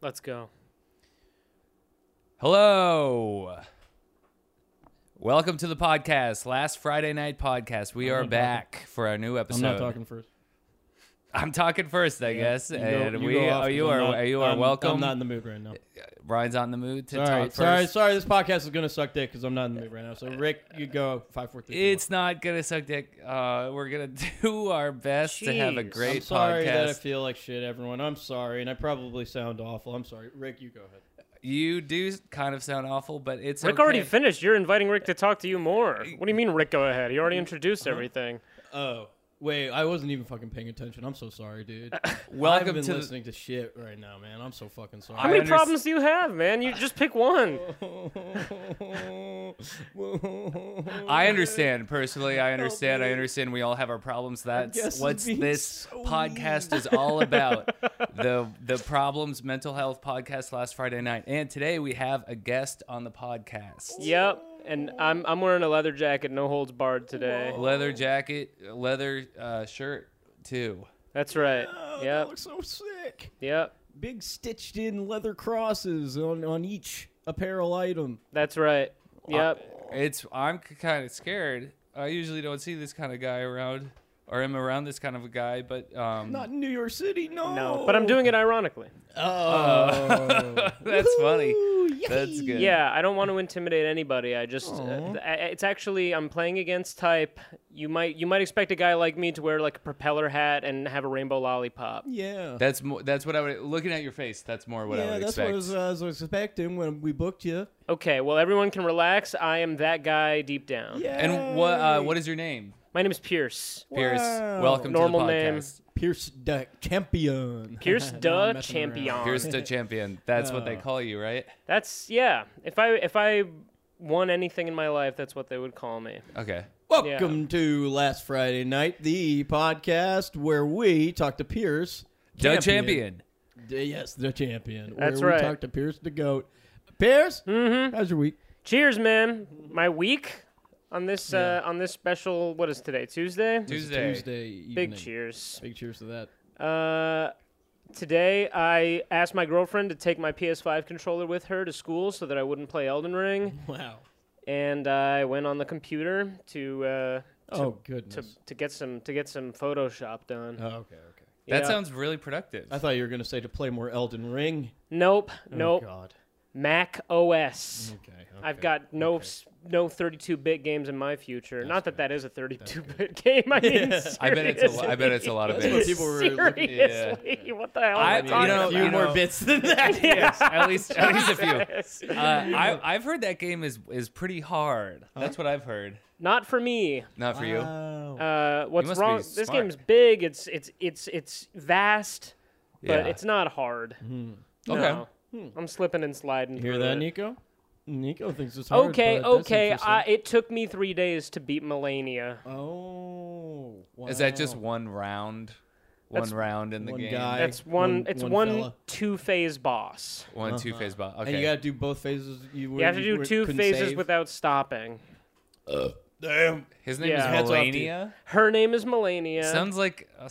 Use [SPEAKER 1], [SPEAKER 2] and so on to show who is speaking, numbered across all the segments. [SPEAKER 1] Let's go.
[SPEAKER 2] Hello. Welcome to the podcast. Last Friday night podcast. We
[SPEAKER 3] I'm
[SPEAKER 2] are
[SPEAKER 3] not talking.
[SPEAKER 2] back for our new
[SPEAKER 3] I'm
[SPEAKER 2] episode.
[SPEAKER 3] not talking first.
[SPEAKER 2] I'm talking first, I guess.
[SPEAKER 3] You go-
[SPEAKER 2] and
[SPEAKER 3] you
[SPEAKER 2] we
[SPEAKER 3] go off
[SPEAKER 2] oh, you
[SPEAKER 3] 'cause
[SPEAKER 2] are
[SPEAKER 3] I'm not-
[SPEAKER 2] you are
[SPEAKER 3] I'm-
[SPEAKER 2] welcome.
[SPEAKER 3] I'm not in the mood right now.
[SPEAKER 2] Brian's not in the mood to
[SPEAKER 3] All
[SPEAKER 2] talk
[SPEAKER 3] right,
[SPEAKER 2] first.
[SPEAKER 3] sorry, sorry. This podcast is gonna suck dick because I'm not in the mood right now. So Rick, you go five, four, three. two,
[SPEAKER 2] It's not gonna suck dick. Uh, we're gonna do our best to have a
[SPEAKER 1] Jeez.
[SPEAKER 3] one.
[SPEAKER 2] great
[SPEAKER 3] I'm sorry
[SPEAKER 2] podcast.
[SPEAKER 3] that I feel like shit, everyone. I'm sorry, and I probably sound awful. I'm sorry, Rick. You go ahead.
[SPEAKER 2] you do kind of sound awful, but it's
[SPEAKER 1] Rick
[SPEAKER 2] okay.
[SPEAKER 1] already finished. You're inviting Rick to talk to you more. What do you mean, Rick? Go ahead. He already introduced everything.
[SPEAKER 3] Oh wait, I wasn't even fucking paying attention. I'm so sorry, dude. I've
[SPEAKER 2] Welcome
[SPEAKER 3] been
[SPEAKER 2] to the-
[SPEAKER 3] listening to shit right now, man. I'm so fucking sorry.
[SPEAKER 1] How many
[SPEAKER 2] underst-
[SPEAKER 1] problems do you have, man? You just pick one.
[SPEAKER 2] I understand personally. I understand. I understand. We all have our problems. That's
[SPEAKER 3] Oh, guess
[SPEAKER 2] what
[SPEAKER 3] being
[SPEAKER 2] this
[SPEAKER 3] so
[SPEAKER 2] podcast is all about. the The problems mental health podcast last Friday night, and today we have a guest on the podcast.
[SPEAKER 1] Yep. And I'm I'm wearing a leather jacket, no holds barred today.
[SPEAKER 2] Leather jacket, leather uh, shirt too.
[SPEAKER 1] That's right.
[SPEAKER 3] that
[SPEAKER 1] Yep.
[SPEAKER 3] looks so sick.
[SPEAKER 1] Yep.
[SPEAKER 3] Big stitched in leather crosses on on each apparel item.
[SPEAKER 1] That's right. Yep.
[SPEAKER 2] It's I'm kind of scared. I usually don't see this kind of guy around, or am around this kind of a guy. But um,
[SPEAKER 3] Not in New York City, no.
[SPEAKER 1] No, but I'm doing it ironically.
[SPEAKER 3] Oh,
[SPEAKER 2] that's funny.
[SPEAKER 3] Woohoo,
[SPEAKER 2] That's
[SPEAKER 3] yay.
[SPEAKER 2] good.
[SPEAKER 1] Yeah, I don't want to intimidate anybody. I just uh, th- I- it's actually I'm playing against type. You might you might expect a guy like me to wear like a propeller hat and have a rainbow lollipop.
[SPEAKER 3] Yeah.
[SPEAKER 2] That's more. That's what I would. Looking at your face, that's more what I
[SPEAKER 3] yeah,
[SPEAKER 2] would
[SPEAKER 3] that's
[SPEAKER 2] expect.
[SPEAKER 3] what I was, uh, I was expecting when we booked you.
[SPEAKER 1] Okay, well everyone can relax. I am that guy deep down.
[SPEAKER 3] Yeah.
[SPEAKER 2] And what uh, what is your name,
[SPEAKER 1] My name is Pierce.
[SPEAKER 2] Pierce?
[SPEAKER 3] Wow.
[SPEAKER 2] Welcome
[SPEAKER 1] Normal
[SPEAKER 2] to the
[SPEAKER 1] name.
[SPEAKER 2] podcast.
[SPEAKER 3] Pierce the champion.
[SPEAKER 1] Pierce
[SPEAKER 3] No,
[SPEAKER 1] the
[SPEAKER 3] I'm messing around.
[SPEAKER 1] champion.
[SPEAKER 2] Pierce the champion. That's what they
[SPEAKER 3] Oh.
[SPEAKER 2] call you, right?
[SPEAKER 1] That's yeah. If I if I won anything in my life, that's what they would call me.
[SPEAKER 2] Okay.
[SPEAKER 3] Welcome to Last Friday Night, the podcast where we talk to Pierce.
[SPEAKER 2] The champion.
[SPEAKER 3] D- Yes, the champion.
[SPEAKER 1] That's
[SPEAKER 3] where
[SPEAKER 1] right.
[SPEAKER 3] We talk to Pierce the goat. Pierce, mm-hmm. how's your week?
[SPEAKER 1] Cheers, man. My week on this uh, on this special what is today? Tuesday?
[SPEAKER 2] Tuesday.
[SPEAKER 3] Tuesday evening.
[SPEAKER 1] Big cheers.
[SPEAKER 3] Big cheers to that.
[SPEAKER 1] Uh today I asked my girlfriend to take my PS5 controller with her to school so that I wouldn't play Elden Ring,
[SPEAKER 3] Wow.
[SPEAKER 1] and I went on the computer to uh,
[SPEAKER 3] oh
[SPEAKER 1] to,
[SPEAKER 3] goodness.
[SPEAKER 1] to get some to get some Photoshop done.
[SPEAKER 3] oh, okay, okay.
[SPEAKER 2] That
[SPEAKER 1] Yeah.
[SPEAKER 2] sounds really productive.
[SPEAKER 3] I thought you were gonna say to play more Elden Ring.
[SPEAKER 1] Nope, nope.
[SPEAKER 3] Oh God.
[SPEAKER 1] Mac OS.
[SPEAKER 2] Mm,
[SPEAKER 3] Okay.
[SPEAKER 1] I've got no s no 32-bit games in my future. Not that that is a 32-bit game. I mean,
[SPEAKER 2] I bet it's a lo- I bet it's a lot of
[SPEAKER 3] That's what
[SPEAKER 2] bits.
[SPEAKER 3] people were looking.
[SPEAKER 1] seriously, what the hell?
[SPEAKER 2] I-
[SPEAKER 1] am I
[SPEAKER 2] you
[SPEAKER 1] talking
[SPEAKER 2] know,
[SPEAKER 3] a
[SPEAKER 1] about?
[SPEAKER 3] few
[SPEAKER 2] you
[SPEAKER 3] more
[SPEAKER 2] know-
[SPEAKER 3] bits than that.
[SPEAKER 2] yes, at least at least a few.
[SPEAKER 1] Yes.
[SPEAKER 2] Uh, I I've heard that game is is pretty hard. That's what I've heard.
[SPEAKER 1] Not for me.
[SPEAKER 2] Not for you.
[SPEAKER 3] Wow.
[SPEAKER 1] Uh, what's
[SPEAKER 2] must be
[SPEAKER 1] wrong? This
[SPEAKER 2] smart.
[SPEAKER 1] game's big. It's it's it's it's vast, but
[SPEAKER 2] Yeah. Mm-hmm.
[SPEAKER 1] it's not hard.
[SPEAKER 2] Okay.
[SPEAKER 1] No. I'm slipping and sliding.
[SPEAKER 3] You hear
[SPEAKER 1] through
[SPEAKER 3] that,
[SPEAKER 1] it.
[SPEAKER 3] Nico? Nico thinks it's hard.
[SPEAKER 1] Okay,
[SPEAKER 3] but that's
[SPEAKER 1] okay.
[SPEAKER 3] interesting.
[SPEAKER 1] I, it took me three days to beat Melania.
[SPEAKER 3] Oh. Wow.
[SPEAKER 2] Is that just one round? One
[SPEAKER 1] That's
[SPEAKER 2] round in the
[SPEAKER 3] one
[SPEAKER 2] game.
[SPEAKER 3] guy.
[SPEAKER 1] That's one.
[SPEAKER 3] one-
[SPEAKER 1] it's
[SPEAKER 3] one
[SPEAKER 1] one,
[SPEAKER 3] fella.
[SPEAKER 1] two-phase boss.
[SPEAKER 2] One two phase boss. Okay.
[SPEAKER 3] Uh-huh. And you gotta do both phases. You, were,
[SPEAKER 1] You have to do
[SPEAKER 3] were-
[SPEAKER 1] two
[SPEAKER 3] couldn't
[SPEAKER 1] phases
[SPEAKER 3] save?
[SPEAKER 1] without stopping.
[SPEAKER 3] Damn.
[SPEAKER 2] His name
[SPEAKER 1] Yeah.
[SPEAKER 2] is
[SPEAKER 3] Hats off to you.
[SPEAKER 2] Melania.
[SPEAKER 1] Her name is Melania.
[SPEAKER 2] Sounds like a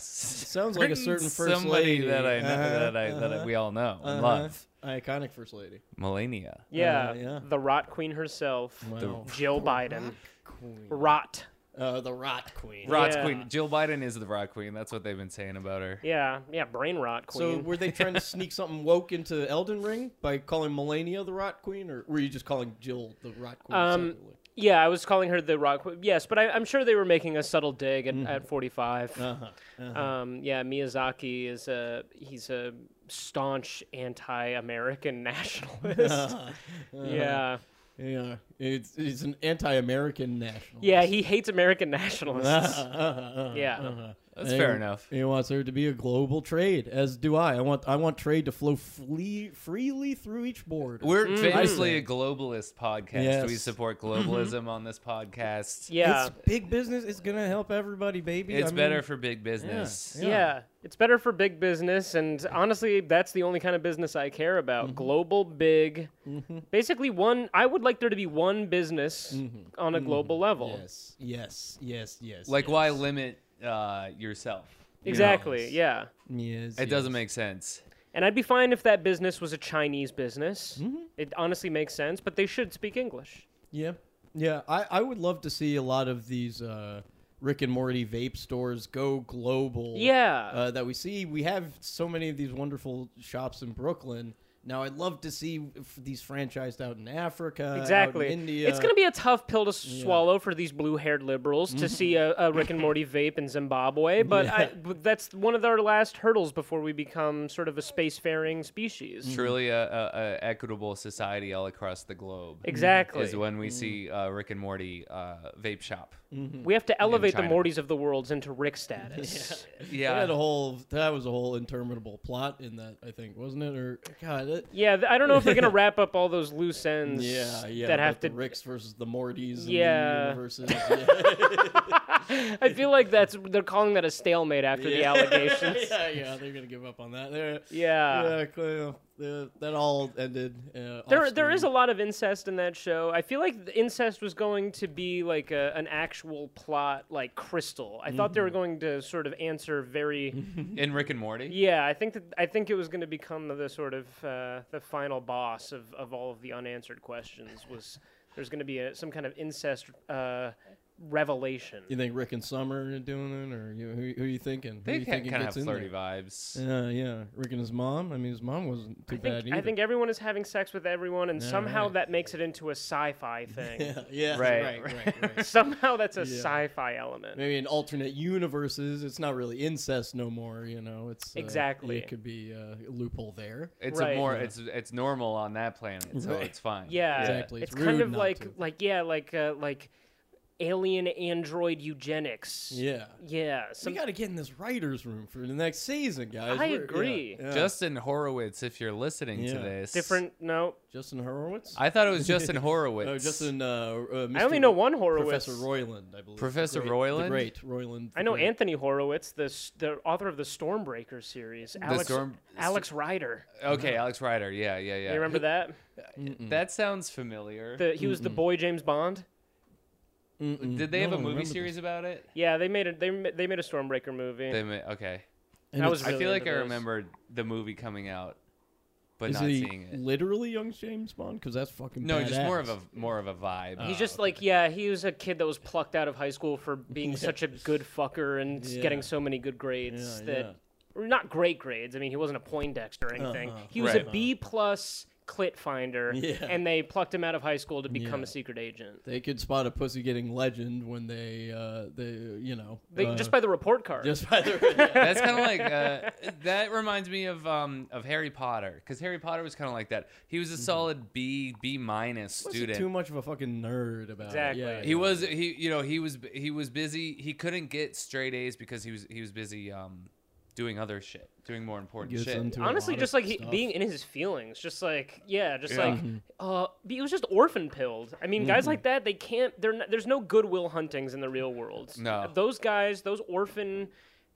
[SPEAKER 3] Sounds like a certain first
[SPEAKER 2] somebody
[SPEAKER 3] lady.
[SPEAKER 2] that I know,
[SPEAKER 3] Uh-huh,
[SPEAKER 2] that I that I,
[SPEAKER 3] uh-huh,
[SPEAKER 2] we all know and
[SPEAKER 3] uh-huh.
[SPEAKER 2] love.
[SPEAKER 3] Iconic first lady.
[SPEAKER 2] Melania.
[SPEAKER 1] yeah,
[SPEAKER 3] Uh, yeah.
[SPEAKER 1] the Rot Queen herself,
[SPEAKER 3] Wow.
[SPEAKER 1] Jill Biden.
[SPEAKER 3] Queen.
[SPEAKER 1] Rot.
[SPEAKER 3] Uh, the Rot Queen.
[SPEAKER 2] Rod's
[SPEAKER 1] Yeah.
[SPEAKER 2] queen. Jill Biden is the Rod queen. That's what they've been saying about her.
[SPEAKER 1] Yeah, yeah, brain rot
[SPEAKER 3] So
[SPEAKER 1] queen.
[SPEAKER 3] were they trying to sneak something woke into Elden Ring by calling Melania the Rot Queen, or were you just calling Jill the Rot Queen?
[SPEAKER 1] Um,
[SPEAKER 3] separately?
[SPEAKER 1] Yeah, I was calling her the rock. Yes, but I, I'm sure they were making a subtle dig at, at 45.
[SPEAKER 3] Mm-hmm. Uh-huh. uh-huh.
[SPEAKER 1] Um, yeah, Miyazaki is a he's a staunch anti-American nationalist.
[SPEAKER 3] Uh-huh.
[SPEAKER 1] yeah,
[SPEAKER 3] yeah, it's, it's an anti-American national.
[SPEAKER 1] yeah, he hates American nationalists. Yeah.
[SPEAKER 2] That's fair enough.
[SPEAKER 3] Uh-huh. He wants there to be a global trade, as do I. I want I want trade to flow flee, freely through each border.
[SPEAKER 2] We're
[SPEAKER 1] Mm-hmm.
[SPEAKER 2] famously
[SPEAKER 3] I
[SPEAKER 2] a globalist podcast.
[SPEAKER 3] Yes.
[SPEAKER 2] We support globalism on this podcast.
[SPEAKER 1] Yeah,
[SPEAKER 3] It's big business. It's gonna help everybody, baby.
[SPEAKER 2] It's
[SPEAKER 3] I mean,
[SPEAKER 2] better for big business.
[SPEAKER 3] yeah.
[SPEAKER 1] yeah. It's better for big business, and honestly, that's the only kind of business I care about.
[SPEAKER 3] Mm-hmm.
[SPEAKER 1] Global, big, basically one. I would like there to be one business on a global level.
[SPEAKER 3] Mm-hmm. Yes, yes, yes, yes.
[SPEAKER 2] Like,
[SPEAKER 3] yes.
[SPEAKER 2] why limit uh, yourself? you know?
[SPEAKER 1] Exactly.
[SPEAKER 3] Yes.
[SPEAKER 1] Yeah.
[SPEAKER 3] Yes,
[SPEAKER 2] It doesn't
[SPEAKER 3] yes. Mm-hmm.
[SPEAKER 2] make sense.
[SPEAKER 1] And I'd be fine if that business was a Chinese business. It honestly makes sense, but they should speak English.
[SPEAKER 3] Yeah, yeah. I, I would love to see a lot of these uh, Rick and Morty vape stores go global.
[SPEAKER 1] Yeah.
[SPEAKER 3] uh, that we see. We have so many of these wonderful shops in Brooklyn. Now I'd love to see f- these franchised out in Africa, out in
[SPEAKER 1] Exactly.
[SPEAKER 3] India.
[SPEAKER 1] It's going to be a tough pill to swallow for these blue-haired liberals to see a, a Rick and Morty vape in Zimbabwe, but, I,
[SPEAKER 3] Mm-hmm. Yeah.
[SPEAKER 1] but that's one of our last hurdles before we become sort of a spacefaring species.
[SPEAKER 2] Truly a, a, a equitable society all across the globe.
[SPEAKER 1] Exactly.
[SPEAKER 2] Is when we
[SPEAKER 3] Mm-hmm.
[SPEAKER 2] see uh, Rick and Morty uh, vape shop.
[SPEAKER 1] We have to elevate the
[SPEAKER 2] China.
[SPEAKER 1] Mortys of the worlds into Rick status.
[SPEAKER 3] That
[SPEAKER 2] Yeah.
[SPEAKER 3] had a whole. That was a whole interminable plot in that. I think wasn't it? Or God, it,
[SPEAKER 1] yeah, th- I don't know if they're going to wrap up all those loose ends
[SPEAKER 3] yeah, yeah.
[SPEAKER 1] that
[SPEAKER 3] about
[SPEAKER 1] have to.
[SPEAKER 3] the Ricks versus the Mortys. and the
[SPEAKER 1] Yeah.
[SPEAKER 3] universes. yeah,
[SPEAKER 1] I feel like that's they're calling that a stalemate after the
[SPEAKER 3] Yeah.
[SPEAKER 1] allegations.
[SPEAKER 3] yeah, yeah. They're gonna give up on that. They're,
[SPEAKER 1] Yeah.
[SPEAKER 3] yeah, clear, uh, that all ended. Uh,
[SPEAKER 1] There, there is a lot of incest in that show. I feel like the incest was going to be like a, an actual plot, like Crystal. I thought they
[SPEAKER 3] Mm-hmm.
[SPEAKER 1] were going to sort of answer very.
[SPEAKER 2] In Rick and Morty.
[SPEAKER 1] yeah, I think that I think it was going to become the sort of uh, the final boss of, of all of the unanswered questions. Was there's going to be a, some kind of incest uh, revelation?
[SPEAKER 3] You think Rick and Summer are doing it, or you, who, who you thinking? Who
[SPEAKER 2] They
[SPEAKER 3] you
[SPEAKER 2] kind
[SPEAKER 3] thinking
[SPEAKER 2] of have
[SPEAKER 3] gets in
[SPEAKER 2] flirty
[SPEAKER 3] there?
[SPEAKER 2] vibes.
[SPEAKER 3] Yeah, yeah. Rick and his mom. I mean, his mom wasn't too
[SPEAKER 1] I think,
[SPEAKER 3] bad either.
[SPEAKER 1] I think everyone is having sex with everyone, and somehow
[SPEAKER 3] right.
[SPEAKER 1] that makes it into a sci-fi thing.
[SPEAKER 3] Yeah, yeah.
[SPEAKER 2] Right.
[SPEAKER 3] Right. Right. right.
[SPEAKER 1] Somehow that's a
[SPEAKER 3] Yeah.
[SPEAKER 1] sci-fi element.
[SPEAKER 3] Maybe in alternate universes, it's not really incest no more. You know, it's uh,
[SPEAKER 1] Exactly.
[SPEAKER 3] It could be uh, a loophole there.
[SPEAKER 2] It's
[SPEAKER 1] Right.
[SPEAKER 2] a more
[SPEAKER 1] Yeah.
[SPEAKER 2] it's it's normal on that planet, so
[SPEAKER 3] Right.
[SPEAKER 2] it's fine.
[SPEAKER 1] Yeah,
[SPEAKER 3] Exactly.
[SPEAKER 1] It's,
[SPEAKER 3] It's
[SPEAKER 1] kind
[SPEAKER 3] rude
[SPEAKER 1] of
[SPEAKER 3] not
[SPEAKER 1] like
[SPEAKER 3] to.
[SPEAKER 1] like yeah, like uh, like alien android eugenics.
[SPEAKER 3] Yeah.
[SPEAKER 1] yeah. Some,
[SPEAKER 3] we got to get in this writers' room for the next season, guys.
[SPEAKER 1] I
[SPEAKER 3] We're- yeah,
[SPEAKER 1] agree.
[SPEAKER 3] yeah.
[SPEAKER 2] Justin Horowitz, if you're listening to
[SPEAKER 3] Yeah.
[SPEAKER 2] this,
[SPEAKER 1] different. No,
[SPEAKER 3] Justin Horowitz.
[SPEAKER 2] I thought it was Justin Horowitz.
[SPEAKER 3] no, Justin. Uh, uh, Mr.
[SPEAKER 1] I only know one Horowitz.
[SPEAKER 3] Professor Royland, I believe. The
[SPEAKER 2] Professor
[SPEAKER 3] great-
[SPEAKER 2] Roiland?
[SPEAKER 3] The great Royland.
[SPEAKER 1] I know
[SPEAKER 3] Anthony.
[SPEAKER 1] Anthony Horowitz, the s- the author of the Stormbreaker series. Alex
[SPEAKER 2] Storm-
[SPEAKER 1] Alex Ryder.
[SPEAKER 2] Okay, Alex Ryder. Yeah, yeah, yeah.
[SPEAKER 1] You remember that?
[SPEAKER 2] That sounds familiar.
[SPEAKER 1] The, he was the boy James Bond.
[SPEAKER 2] Did they have
[SPEAKER 3] Mm. No,
[SPEAKER 2] a
[SPEAKER 3] I
[SPEAKER 2] movie
[SPEAKER 3] remember
[SPEAKER 2] series about it?
[SPEAKER 1] Yeah, they made a they ma- they made a Stormbreaker movie.
[SPEAKER 2] They ma- okay.
[SPEAKER 1] I was.
[SPEAKER 2] I
[SPEAKER 1] really
[SPEAKER 2] feel like I
[SPEAKER 1] into those.
[SPEAKER 2] remember the movie coming out, but
[SPEAKER 3] Is
[SPEAKER 2] not
[SPEAKER 3] he
[SPEAKER 2] seeing it.
[SPEAKER 3] literally young James Bond? Because that's fucking.
[SPEAKER 2] No, just more
[SPEAKER 3] badass. Uh,
[SPEAKER 2] of a more of a vibe.
[SPEAKER 1] He's just like, yeah, he was a kid that was plucked out of high school for being
[SPEAKER 3] Yeah.
[SPEAKER 1] such a good fucker and s- getting
[SPEAKER 3] Yeah.
[SPEAKER 1] so many good grades
[SPEAKER 3] Yeah,
[SPEAKER 1] that, or not great grades. I mean, he wasn't a Poindexter or anything.
[SPEAKER 3] Uh-uh.
[SPEAKER 1] He was
[SPEAKER 2] Right.
[SPEAKER 1] a B plus clit finder,
[SPEAKER 3] Yeah.
[SPEAKER 1] and they plucked him out of high school to become
[SPEAKER 3] Yeah.
[SPEAKER 1] a secret agent.
[SPEAKER 3] They could spot a pussy getting legend when they, uh, they, you know,
[SPEAKER 1] They,
[SPEAKER 3] uh,
[SPEAKER 1] just by the report card.
[SPEAKER 3] just by the.
[SPEAKER 2] That's kind of like uh, that reminds me of um of Harry Potter because Harry Potter was kind of like that. He was a solid B B minus
[SPEAKER 3] Wasn't
[SPEAKER 2] student.
[SPEAKER 3] Mm-hmm. too much of a fucking nerd about
[SPEAKER 1] Exactly.
[SPEAKER 3] it. Yeah,
[SPEAKER 2] He was he you know he was he was busy. He couldn't get straight A's because he was he was busy um doing other shit, doing more important
[SPEAKER 3] Gets
[SPEAKER 2] shit.
[SPEAKER 3] into a
[SPEAKER 1] Honestly,
[SPEAKER 3] lot
[SPEAKER 1] just
[SPEAKER 3] of
[SPEAKER 1] like he,
[SPEAKER 3] stuff. Mm-hmm.
[SPEAKER 1] being in his feelings, just like yeah, just
[SPEAKER 2] Yeah.
[SPEAKER 1] like uh, he was just orphan pilled. I mean, guys like that, they can't. They're not, there's no goodwill huntings in the real world.
[SPEAKER 2] No.
[SPEAKER 1] those guys, those orphan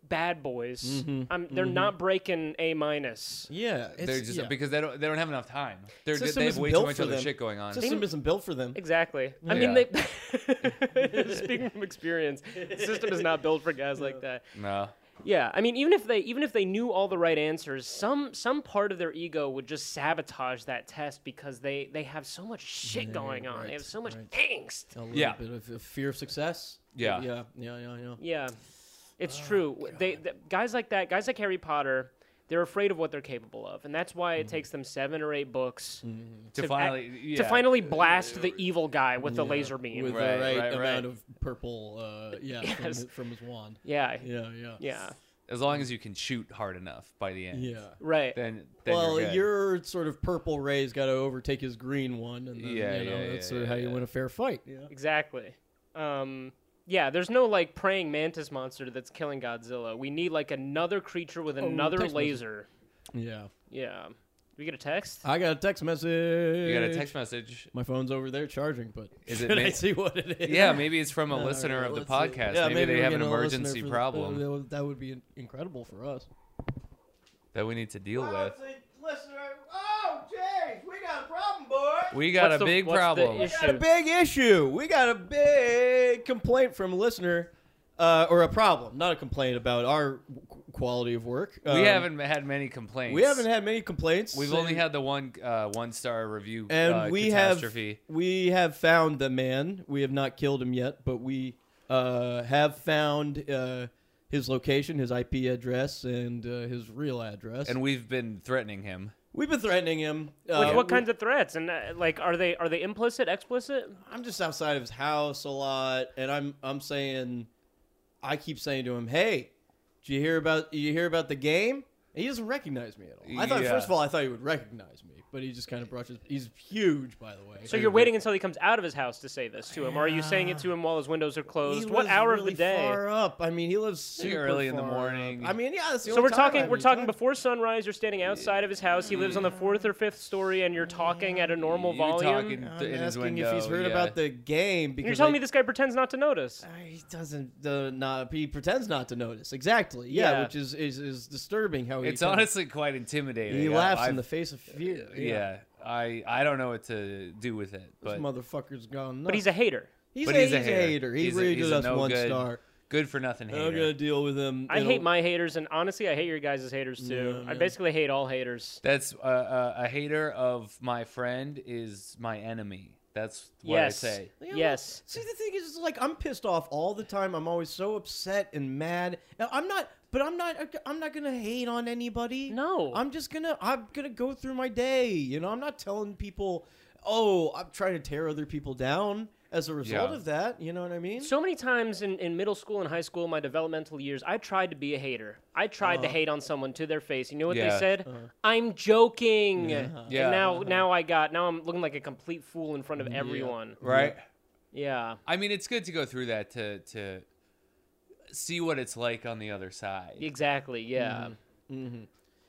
[SPEAKER 1] bad boys,
[SPEAKER 3] Mm-hmm.
[SPEAKER 1] um, they're not breaking a minus.
[SPEAKER 3] Yeah, it's,
[SPEAKER 2] They're just
[SPEAKER 3] yeah.
[SPEAKER 2] because they don't they don't have enough time. They're
[SPEAKER 3] System
[SPEAKER 2] they have
[SPEAKER 3] isn't
[SPEAKER 2] way too
[SPEAKER 3] built
[SPEAKER 2] much
[SPEAKER 3] for
[SPEAKER 2] other
[SPEAKER 3] them.
[SPEAKER 2] shit going on.
[SPEAKER 3] system isn't built for them.
[SPEAKER 1] Exactly. I mean, they. Speaking from experience, the system is not built for guys like that.
[SPEAKER 2] no.
[SPEAKER 1] Yeah, I mean, even if they even if they knew all the right answers, some some part of their ego would just sabotage that test because they they have so much shit going on. They
[SPEAKER 3] right,
[SPEAKER 1] have so much
[SPEAKER 3] right.
[SPEAKER 1] angst.
[SPEAKER 3] A little
[SPEAKER 2] Yeah.
[SPEAKER 3] bit of, of fear of success.
[SPEAKER 2] Yeah.
[SPEAKER 3] yeah, yeah, yeah, yeah.
[SPEAKER 1] Yeah, it's
[SPEAKER 3] Oh,
[SPEAKER 1] true. W- They, th guys like that, guys like Harry Potter, they're afraid of what they're capable of, and that's why
[SPEAKER 3] Mm-hmm.
[SPEAKER 1] it takes them seven or eight books
[SPEAKER 2] To,
[SPEAKER 1] act-
[SPEAKER 2] finally
[SPEAKER 1] to
[SPEAKER 2] yeah.
[SPEAKER 1] finally blast the evil guy with the laser beam.
[SPEAKER 3] With
[SPEAKER 2] Right,
[SPEAKER 3] the right,
[SPEAKER 2] right,
[SPEAKER 3] amount
[SPEAKER 2] right.
[SPEAKER 3] of purple, uh, yeah, from,
[SPEAKER 1] Yes.
[SPEAKER 3] his, from his wand.
[SPEAKER 1] yeah, yeah,
[SPEAKER 3] Yeah, yeah,
[SPEAKER 2] as long as you can shoot hard enough by the end.
[SPEAKER 3] yeah.
[SPEAKER 1] right.
[SPEAKER 2] Then, then
[SPEAKER 3] Well,
[SPEAKER 2] you're good.
[SPEAKER 3] your sort of purple ray's got to overtake his green one, and then,
[SPEAKER 2] Yeah,
[SPEAKER 3] you know,
[SPEAKER 2] yeah, yeah,
[SPEAKER 3] that's sort of
[SPEAKER 2] yeah,
[SPEAKER 3] how you
[SPEAKER 2] yeah.
[SPEAKER 3] win a fair fight. Yeah.
[SPEAKER 1] Exactly. Um, yeah, there's no like praying mantis monster that's killing Godzilla. We need like another creature with another
[SPEAKER 3] Oh, text message.
[SPEAKER 1] laser. Yeah. We get a text.
[SPEAKER 2] Uh,
[SPEAKER 3] I got a text message.
[SPEAKER 2] you got a text message.
[SPEAKER 3] My phone's over there charging, but
[SPEAKER 2] Is it
[SPEAKER 3] should I
[SPEAKER 2] ma-
[SPEAKER 3] see what it is?
[SPEAKER 2] Yeah, maybe it's from a
[SPEAKER 3] All right,
[SPEAKER 2] listener of the
[SPEAKER 3] let's see.
[SPEAKER 2] podcast.
[SPEAKER 3] Yeah,
[SPEAKER 2] maybe, they
[SPEAKER 3] we
[SPEAKER 2] have an
[SPEAKER 3] get a listener
[SPEAKER 2] emergency
[SPEAKER 3] for the- uh,
[SPEAKER 2] problem
[SPEAKER 3] that would- That would be in- incredible for us.
[SPEAKER 2] that we need to deal with.
[SPEAKER 4] Listener, oh, James, we got a problem, boy.
[SPEAKER 2] We got
[SPEAKER 1] What's
[SPEAKER 2] a
[SPEAKER 1] the-
[SPEAKER 2] big
[SPEAKER 1] what's the
[SPEAKER 2] problem.
[SPEAKER 1] issue?
[SPEAKER 3] got a big issue. We got a big complaint from a listener. uh, or a problem, not a complaint about our qu- quality of work.
[SPEAKER 2] We
[SPEAKER 3] Um,
[SPEAKER 2] haven't had many complaints.
[SPEAKER 3] We haven't had many complaints.
[SPEAKER 2] We've only
[SPEAKER 3] and-
[SPEAKER 2] had the one uh, one star review
[SPEAKER 3] and
[SPEAKER 2] uh,
[SPEAKER 3] we have
[SPEAKER 2] catastrophe.
[SPEAKER 3] we have found the man. We have not killed him yet, but we uh, have found uh, his location, his IP address, and uh, his real address.
[SPEAKER 2] and we've been threatening him.
[SPEAKER 3] we've been threatening him.
[SPEAKER 1] Like,
[SPEAKER 3] Uh,
[SPEAKER 1] what
[SPEAKER 3] we-
[SPEAKER 1] kinds of threats? And uh, like, are they are they implicit, explicit?
[SPEAKER 3] I'm just outside of his house a lot, and I'm I'm saying, I keep saying to him, "Hey, did you hear about you hear about the game?" And he doesn't recognize me at all. I thought
[SPEAKER 2] Yeah.
[SPEAKER 3] first of all I thought he would recognize me, but he just kind of brushes. He's huge, by the way.
[SPEAKER 1] So you're waiting until he comes out of his house to say this to him, or are you saying it to him while his windows are
[SPEAKER 3] He
[SPEAKER 1] closed? What
[SPEAKER 3] lives
[SPEAKER 1] hour
[SPEAKER 3] really
[SPEAKER 1] of the day?
[SPEAKER 3] Far up. I mean, he lives
[SPEAKER 2] Pretty
[SPEAKER 3] super
[SPEAKER 2] early in the
[SPEAKER 3] far up.
[SPEAKER 2] morning.
[SPEAKER 3] I mean, yeah. That's the
[SPEAKER 1] So
[SPEAKER 3] only
[SPEAKER 1] we're
[SPEAKER 3] time
[SPEAKER 1] talking.
[SPEAKER 3] I've
[SPEAKER 1] We're
[SPEAKER 3] been
[SPEAKER 1] talking
[SPEAKER 3] tired.
[SPEAKER 1] before sunrise. You're standing outside of his house. He lives on the fourth or fifth story, and you're talking at a normal
[SPEAKER 2] You're
[SPEAKER 1] volume.
[SPEAKER 2] talking
[SPEAKER 1] And
[SPEAKER 2] th- in
[SPEAKER 3] I'm
[SPEAKER 2] his
[SPEAKER 3] asking
[SPEAKER 2] window,
[SPEAKER 3] if he's heard
[SPEAKER 2] yeah.
[SPEAKER 3] about the game because
[SPEAKER 1] you're telling
[SPEAKER 3] I-
[SPEAKER 1] me this guy pretends not to notice.
[SPEAKER 3] Uh, He doesn't. Uh, not he pretends not to notice. Exactly. Yeah,
[SPEAKER 1] Yeah.
[SPEAKER 3] which is, is is disturbing. How he
[SPEAKER 2] It's
[SPEAKER 3] kinda-
[SPEAKER 2] honestly quite intimidating.
[SPEAKER 3] He
[SPEAKER 2] I-
[SPEAKER 3] laughs in
[SPEAKER 2] I've-
[SPEAKER 3] the face of fear.
[SPEAKER 2] Yeah, I I don't know what to do with it,
[SPEAKER 3] This
[SPEAKER 2] but
[SPEAKER 3] motherfucker's gone nuts.
[SPEAKER 1] But he's a hater.
[SPEAKER 3] he's,
[SPEAKER 2] but
[SPEAKER 3] a, he's a hater. He
[SPEAKER 2] He's a-
[SPEAKER 3] rated
[SPEAKER 2] he's a
[SPEAKER 3] us
[SPEAKER 2] no
[SPEAKER 3] one
[SPEAKER 2] good
[SPEAKER 3] star.
[SPEAKER 2] good for nothing
[SPEAKER 3] I'm gonna
[SPEAKER 2] hater.
[SPEAKER 3] deal with him.
[SPEAKER 1] I
[SPEAKER 3] It'll-
[SPEAKER 1] hate my haters, and honestly, I hate your guys' haters too.
[SPEAKER 3] Yeah,
[SPEAKER 1] I
[SPEAKER 3] yeah.
[SPEAKER 1] basically hate all haters.
[SPEAKER 2] That's uh, uh, a hater of my friend is my enemy. That's what
[SPEAKER 1] yes.
[SPEAKER 2] I say.
[SPEAKER 3] Yeah,
[SPEAKER 1] Yes.
[SPEAKER 3] See, the thing is, it's like I'm pissed off all the time. I'm always so upset and mad. Now, I'm not, but I'm not. I'm not gonna hate on anybody.
[SPEAKER 1] No.
[SPEAKER 3] I'm just gonna. I'm gonna go through my day. You know, I'm not telling people. Oh, I'm trying to tear other people down as a result
[SPEAKER 2] Yeah.
[SPEAKER 3] of that. You know what I mean?
[SPEAKER 1] So many times in, in middle school and high school, my developmental years, I tried to be a hater. I tried to hate on someone to their face. You know what
[SPEAKER 2] Uh-huh. Yeah. Uh-huh.
[SPEAKER 1] they said? I'm joking. And
[SPEAKER 2] Yeah. Uh-huh.
[SPEAKER 1] now, now I got. Now I'm looking like a complete fool in front of everyone.
[SPEAKER 2] Right.
[SPEAKER 1] Yeah.
[SPEAKER 2] I mean, it's good to go through that to to see what it's like on the other side.
[SPEAKER 1] Exactly. Yeah.
[SPEAKER 2] Mm.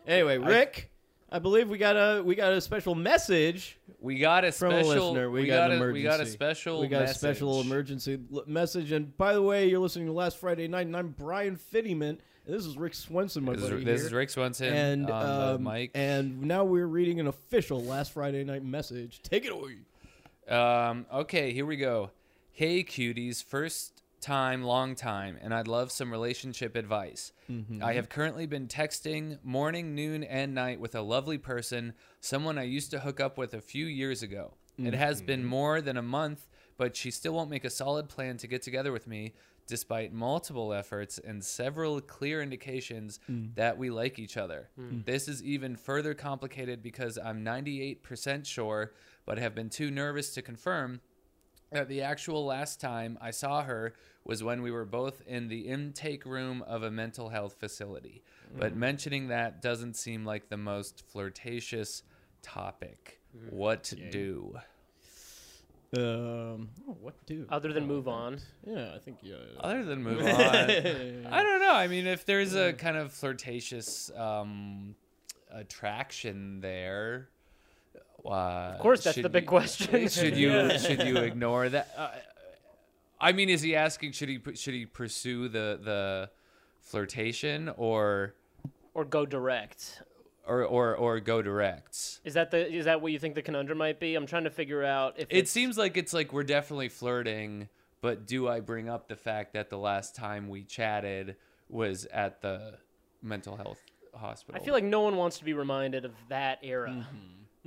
[SPEAKER 3] anyway, Rick, I, believe we got a we got a special message
[SPEAKER 2] We got a
[SPEAKER 3] from
[SPEAKER 2] special.
[SPEAKER 3] a listener. We,
[SPEAKER 2] got,
[SPEAKER 3] an
[SPEAKER 2] a, we
[SPEAKER 3] emergency.
[SPEAKER 2] got a special.
[SPEAKER 3] We got
[SPEAKER 2] message.
[SPEAKER 3] a special emergency l- message. And by the way, you're listening to Last Friday Night, and I'm Brian Fittiman. And this is Rick Swenson, my
[SPEAKER 2] This
[SPEAKER 3] buddy.
[SPEAKER 2] is, this
[SPEAKER 3] here.
[SPEAKER 2] is Rick Swenson
[SPEAKER 3] And
[SPEAKER 2] on
[SPEAKER 3] um,
[SPEAKER 2] the mic.
[SPEAKER 3] and now we're reading an official Last Friday Night message. Take it away.
[SPEAKER 2] Um, okay, here we go. Hey, cuties, first time, long time, and I'd love some relationship advice. I have currently been texting morning, noon, and night with a lovely person, someone I used to hook up with a few years ago. It has been more than a month, but she still won't make a solid plan to get together with me. Despite multiple efforts and several clear indications that we like each other, this is even further complicated because I'm 98% sure but have been too nervous to confirm that the actual last time I saw her was when we were both in the intake room of a mental health facility. But mentioning that doesn't seem like the most flirtatious topic. What do?
[SPEAKER 3] Um, oh, what do?
[SPEAKER 1] Other than move on.
[SPEAKER 3] yeah, I think yeah.
[SPEAKER 2] Other than move on, I don't know. I mean, if there's a kind of flirtatious um, attraction there, uh,
[SPEAKER 1] Of course, that's the big
[SPEAKER 2] question.
[SPEAKER 1] question.
[SPEAKER 2] should you should you ignore that? Uh, I mean, is he asking should he should he pursue the the flirtation or
[SPEAKER 1] or go direct?
[SPEAKER 2] or or, or go direct?
[SPEAKER 1] Is that the is that what you think the conundrum might be? I'm trying to figure out if
[SPEAKER 2] It seems like it's like we're definitely flirting, but do I bring up the fact that the last time we chatted was at the mental health
[SPEAKER 1] I
[SPEAKER 2] hospital?
[SPEAKER 1] feel like no one wants to be reminded of that era.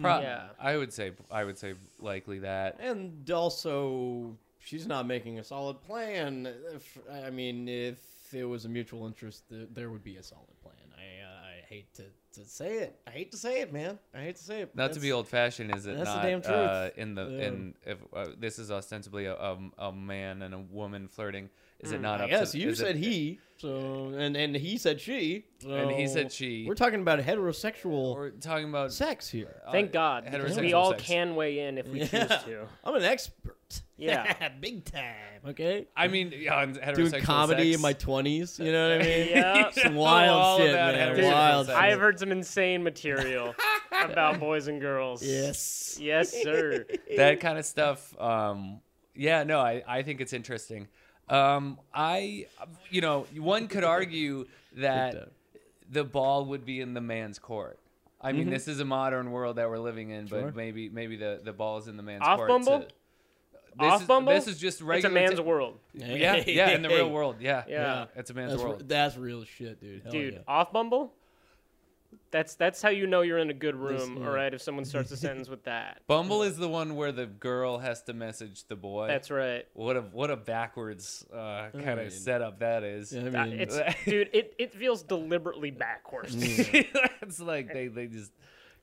[SPEAKER 2] Pro-
[SPEAKER 1] yeah.
[SPEAKER 2] I would say I would say likely that.
[SPEAKER 3] And also, she's not making a solid plan. If, I mean, if it was a mutual interest, th- there would be a solid plan. I, uh, I hate to, to say it. I hate to say it, man. I hate to say it.
[SPEAKER 2] Not to be old fashioned, is it
[SPEAKER 3] that's the
[SPEAKER 2] not?
[SPEAKER 3] damn truth.
[SPEAKER 2] Uh, in the
[SPEAKER 3] Yeah.
[SPEAKER 2] in if uh, this is ostensibly a, a, a man and a woman flirting, is it not up?
[SPEAKER 3] Yes,
[SPEAKER 2] to,
[SPEAKER 3] Mm. you
[SPEAKER 2] is it-
[SPEAKER 3] said he. So and and he said she.
[SPEAKER 2] and he
[SPEAKER 3] so
[SPEAKER 2] said she.
[SPEAKER 3] We're talking about heterosexual
[SPEAKER 2] We're talking about
[SPEAKER 3] sex here.
[SPEAKER 2] uh,
[SPEAKER 1] Thank God, because we
[SPEAKER 2] heterosexual
[SPEAKER 1] all
[SPEAKER 2] sex.
[SPEAKER 1] can weigh in if we choose to.
[SPEAKER 3] I'm an expert.
[SPEAKER 1] Yeah.
[SPEAKER 3] big time. Okay.
[SPEAKER 2] I mean, yeah, on heterosexual
[SPEAKER 3] Doing comedy
[SPEAKER 2] sex.
[SPEAKER 3] in my twenties. You know what I mean?
[SPEAKER 1] Yeah.
[SPEAKER 3] Some
[SPEAKER 2] All
[SPEAKER 3] wild shit,
[SPEAKER 2] about
[SPEAKER 3] man.
[SPEAKER 2] heterosexual
[SPEAKER 3] Wild.
[SPEAKER 2] sex.
[SPEAKER 3] shit.
[SPEAKER 1] I've heard some insane material about boys and girls.
[SPEAKER 3] Yes.
[SPEAKER 1] Yes, sir.
[SPEAKER 2] that kind of stuff. Um, yeah, no, I, I think it's interesting. Um, I, you know, one could argue that the ball would be in the man's court. I
[SPEAKER 3] Mm-hmm.
[SPEAKER 2] mean, this is a modern world that we're living in, but maybe maybe the, the ball is in the man's
[SPEAKER 1] Off
[SPEAKER 2] court.
[SPEAKER 1] Bumble?
[SPEAKER 2] to- This
[SPEAKER 1] Off
[SPEAKER 2] is,
[SPEAKER 1] Bumble?
[SPEAKER 2] This is just
[SPEAKER 1] It's a
[SPEAKER 2] regular.
[SPEAKER 1] man's
[SPEAKER 2] ta-
[SPEAKER 1] world.
[SPEAKER 2] Yeah, yeah, in the real world. Yeah,
[SPEAKER 1] Yeah.
[SPEAKER 2] It's a man's
[SPEAKER 3] That's,
[SPEAKER 2] world.
[SPEAKER 3] re- that's real shit, dude. Hell
[SPEAKER 1] Dude,
[SPEAKER 3] yeah.
[SPEAKER 1] off Bumble? That's that's how you know you're in a good room,
[SPEAKER 3] yeah.
[SPEAKER 1] all right, if someone starts a sentence with that.
[SPEAKER 2] Bumble is the one where the girl has to message the boy.
[SPEAKER 1] That's right.
[SPEAKER 2] what a what a backwards uh, kind of
[SPEAKER 3] mean-
[SPEAKER 2] setup that is.
[SPEAKER 3] Yeah, I
[SPEAKER 1] Uh,
[SPEAKER 3] mean, Mm.
[SPEAKER 1] It's dude, it, it feels deliberately backwards. Mm.
[SPEAKER 2] it's like they they just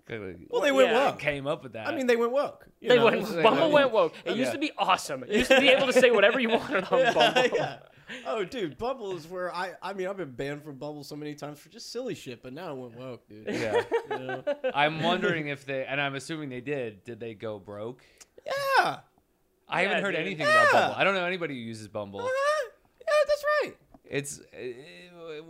[SPEAKER 2] kinda,
[SPEAKER 3] Well, they went
[SPEAKER 1] Yeah.
[SPEAKER 3] woke.
[SPEAKER 2] came up with that.
[SPEAKER 3] I mean, they went woke. you
[SPEAKER 1] They
[SPEAKER 3] know,
[SPEAKER 1] went,
[SPEAKER 3] it's like-
[SPEAKER 1] Bumble
[SPEAKER 3] I mean-
[SPEAKER 1] went woke. It used to be awesome. It used to be able to say whatever you wanted on Bumble.
[SPEAKER 3] yeah. Oh, dude, Bumble is where I. I mean, I've been banned from Bumble so many times for just silly shit, but now it went woke, dude.
[SPEAKER 2] yeah.
[SPEAKER 3] You know?
[SPEAKER 2] I'm wondering if they, and I'm assuming they did. Did they go broke?
[SPEAKER 3] Yeah.
[SPEAKER 2] I haven't
[SPEAKER 1] Yeah,
[SPEAKER 2] heard
[SPEAKER 1] dude.
[SPEAKER 2] anything
[SPEAKER 3] Yeah.
[SPEAKER 2] about Bumble. I don't know anybody who uses Bumble.
[SPEAKER 3] Uh-huh. Yeah, that's right.
[SPEAKER 2] It's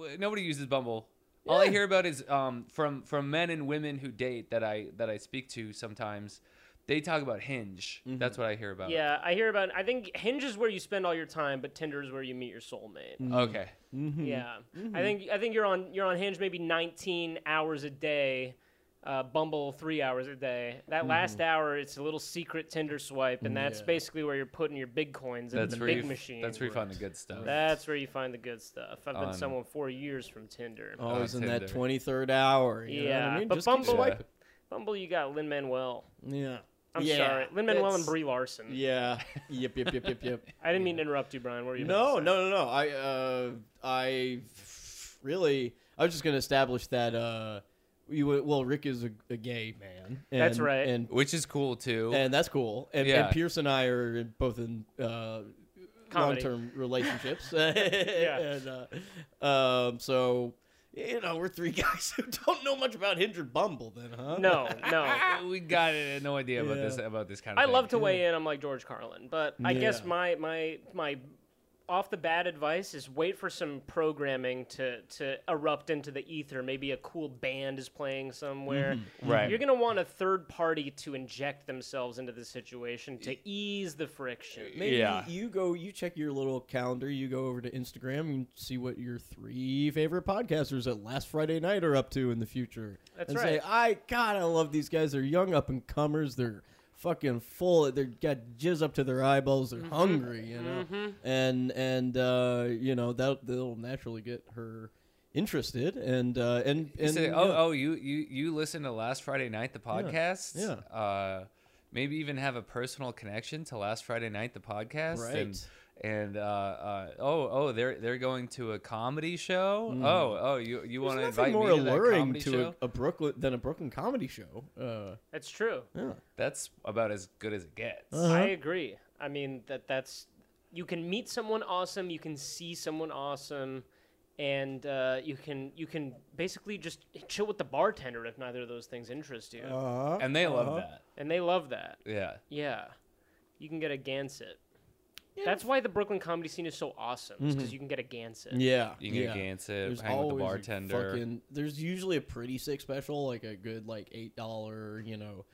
[SPEAKER 2] uh, nobody uses Bumble. All I
[SPEAKER 3] Yeah.
[SPEAKER 2] hear about is um, from from men and women who date that I that I speak to sometimes. They talk about Hinge.
[SPEAKER 3] Mm-hmm.
[SPEAKER 2] That's what I hear about.
[SPEAKER 1] Yeah, I hear about I think Hinge is where you spend all your time, but Tinder is where you meet your soulmate.
[SPEAKER 2] Okay. Mm-hmm.
[SPEAKER 1] Yeah, I think I think you're on you're on Hinge maybe 19 hours a day, uh, Bumble three hours a day. That
[SPEAKER 2] Mm-hmm.
[SPEAKER 1] last hour, it's a little secret Tinder swipe, and that's
[SPEAKER 3] Yeah.
[SPEAKER 1] basically where you're putting your big coins into
[SPEAKER 2] That's
[SPEAKER 1] the
[SPEAKER 2] where
[SPEAKER 1] big
[SPEAKER 2] you,
[SPEAKER 1] machine.
[SPEAKER 2] That's where you find the good Um, stuff.
[SPEAKER 1] That's where you find the good stuff. I've been
[SPEAKER 2] On-
[SPEAKER 1] someone four years from Tinder.
[SPEAKER 3] Always
[SPEAKER 2] On
[SPEAKER 3] Oh, in that
[SPEAKER 2] Tinder.
[SPEAKER 3] twenty third hour. You know what
[SPEAKER 1] Yeah,
[SPEAKER 3] I mean?
[SPEAKER 1] but
[SPEAKER 3] just
[SPEAKER 1] Bumble-
[SPEAKER 3] keep swiping.
[SPEAKER 1] Bumble, you got Lin Manuel.
[SPEAKER 3] Yeah.
[SPEAKER 1] I'm
[SPEAKER 3] Yeah,
[SPEAKER 1] sorry, Lin Manuel and
[SPEAKER 3] that's-
[SPEAKER 1] Brie Larson.
[SPEAKER 3] Yeah. Yep. Yep. Yep. Yep. Yep.
[SPEAKER 1] I didn't mean to interrupt you, Brian. What were you? about
[SPEAKER 3] No,
[SPEAKER 1] to say?
[SPEAKER 3] no, no, no. I, uh, I really, I was just gonna establish that. Uh, you well, Rick is a, a gay man. And,
[SPEAKER 1] That's right.
[SPEAKER 3] And
[SPEAKER 2] Which is cool too.
[SPEAKER 3] and that's cool. And,
[SPEAKER 2] Yeah.
[SPEAKER 3] and Pierce and I are in- both in uh,
[SPEAKER 1] Comedy.
[SPEAKER 3] long-term relationships. yeah. And, uh, um, so you know, we're three guys who don't know much about Hinge or Bumble, then, huh?
[SPEAKER 1] no, no.
[SPEAKER 2] oh, we got it. No idea about
[SPEAKER 3] Yeah.
[SPEAKER 2] this about this kind of.
[SPEAKER 1] I
[SPEAKER 2] thing.
[SPEAKER 1] love to weigh in. I'm like George Carlin, but I guess
[SPEAKER 3] Yeah.
[SPEAKER 1] my my my off the bat advice is wait for some programming to to erupt into the ether. Maybe a cool band is playing somewhere.
[SPEAKER 2] Right.
[SPEAKER 1] You're gonna want a third party to inject themselves into the situation to ease the friction.
[SPEAKER 3] Maybe
[SPEAKER 2] Yeah.
[SPEAKER 3] you go, you check your little calendar, you go over to Instagram and see what your three favorite podcasters at last Friday night are up to in the future.
[SPEAKER 1] That's
[SPEAKER 3] and
[SPEAKER 1] right.
[SPEAKER 3] say, I, God, I love these guys. They're young up and comers. They're fucking full. They've got jizz up to their eyeballs.
[SPEAKER 2] Mm-hmm.
[SPEAKER 3] They're hungry, you know? And, and, uh, you know, that, that'll naturally get her interested. And, uh, and,
[SPEAKER 2] You
[SPEAKER 3] and,
[SPEAKER 2] say,
[SPEAKER 3] you
[SPEAKER 2] oh,
[SPEAKER 3] know,
[SPEAKER 2] oh, you you you listen to last Friday night the podcast.
[SPEAKER 3] yeah.
[SPEAKER 2] Uh, maybe even have a personal connection to last Friday night the podcast. And,
[SPEAKER 3] Right.
[SPEAKER 2] and uh, uh, oh, oh, they're they're going to a comedy show. Oh, oh, you you want to
[SPEAKER 3] Mm. There's
[SPEAKER 2] invite
[SPEAKER 3] nothing more
[SPEAKER 2] me to that
[SPEAKER 3] alluring
[SPEAKER 2] comedy
[SPEAKER 3] to
[SPEAKER 2] show?
[SPEAKER 3] a, a Brooklyn than a Brooklyn comedy show. Uh,
[SPEAKER 1] That's true.
[SPEAKER 3] yeah.
[SPEAKER 2] That's about as good as it gets.
[SPEAKER 3] Uh-huh,
[SPEAKER 1] I agree. I mean that that's you can meet someone awesome, you can see someone awesome, and uh, you can you can basically just chill with the bartender if neither of those things interest you,
[SPEAKER 3] Uh-huh.
[SPEAKER 2] and they love
[SPEAKER 3] Uh-huh.
[SPEAKER 2] that.
[SPEAKER 1] and they love that.
[SPEAKER 2] Yeah.
[SPEAKER 1] Yeah, you can get a Gansett. That's why the Brooklyn comedy scene is so awesome, because you can get a Gansett.
[SPEAKER 3] Mm-hmm. Yeah,
[SPEAKER 2] You can
[SPEAKER 3] yeah.
[SPEAKER 2] get Gansett,
[SPEAKER 3] There's
[SPEAKER 2] hang with the
[SPEAKER 3] always a
[SPEAKER 2] bartender.
[SPEAKER 3] Fucking, there's usually a pretty sick special, like a good like eight dollar, you know,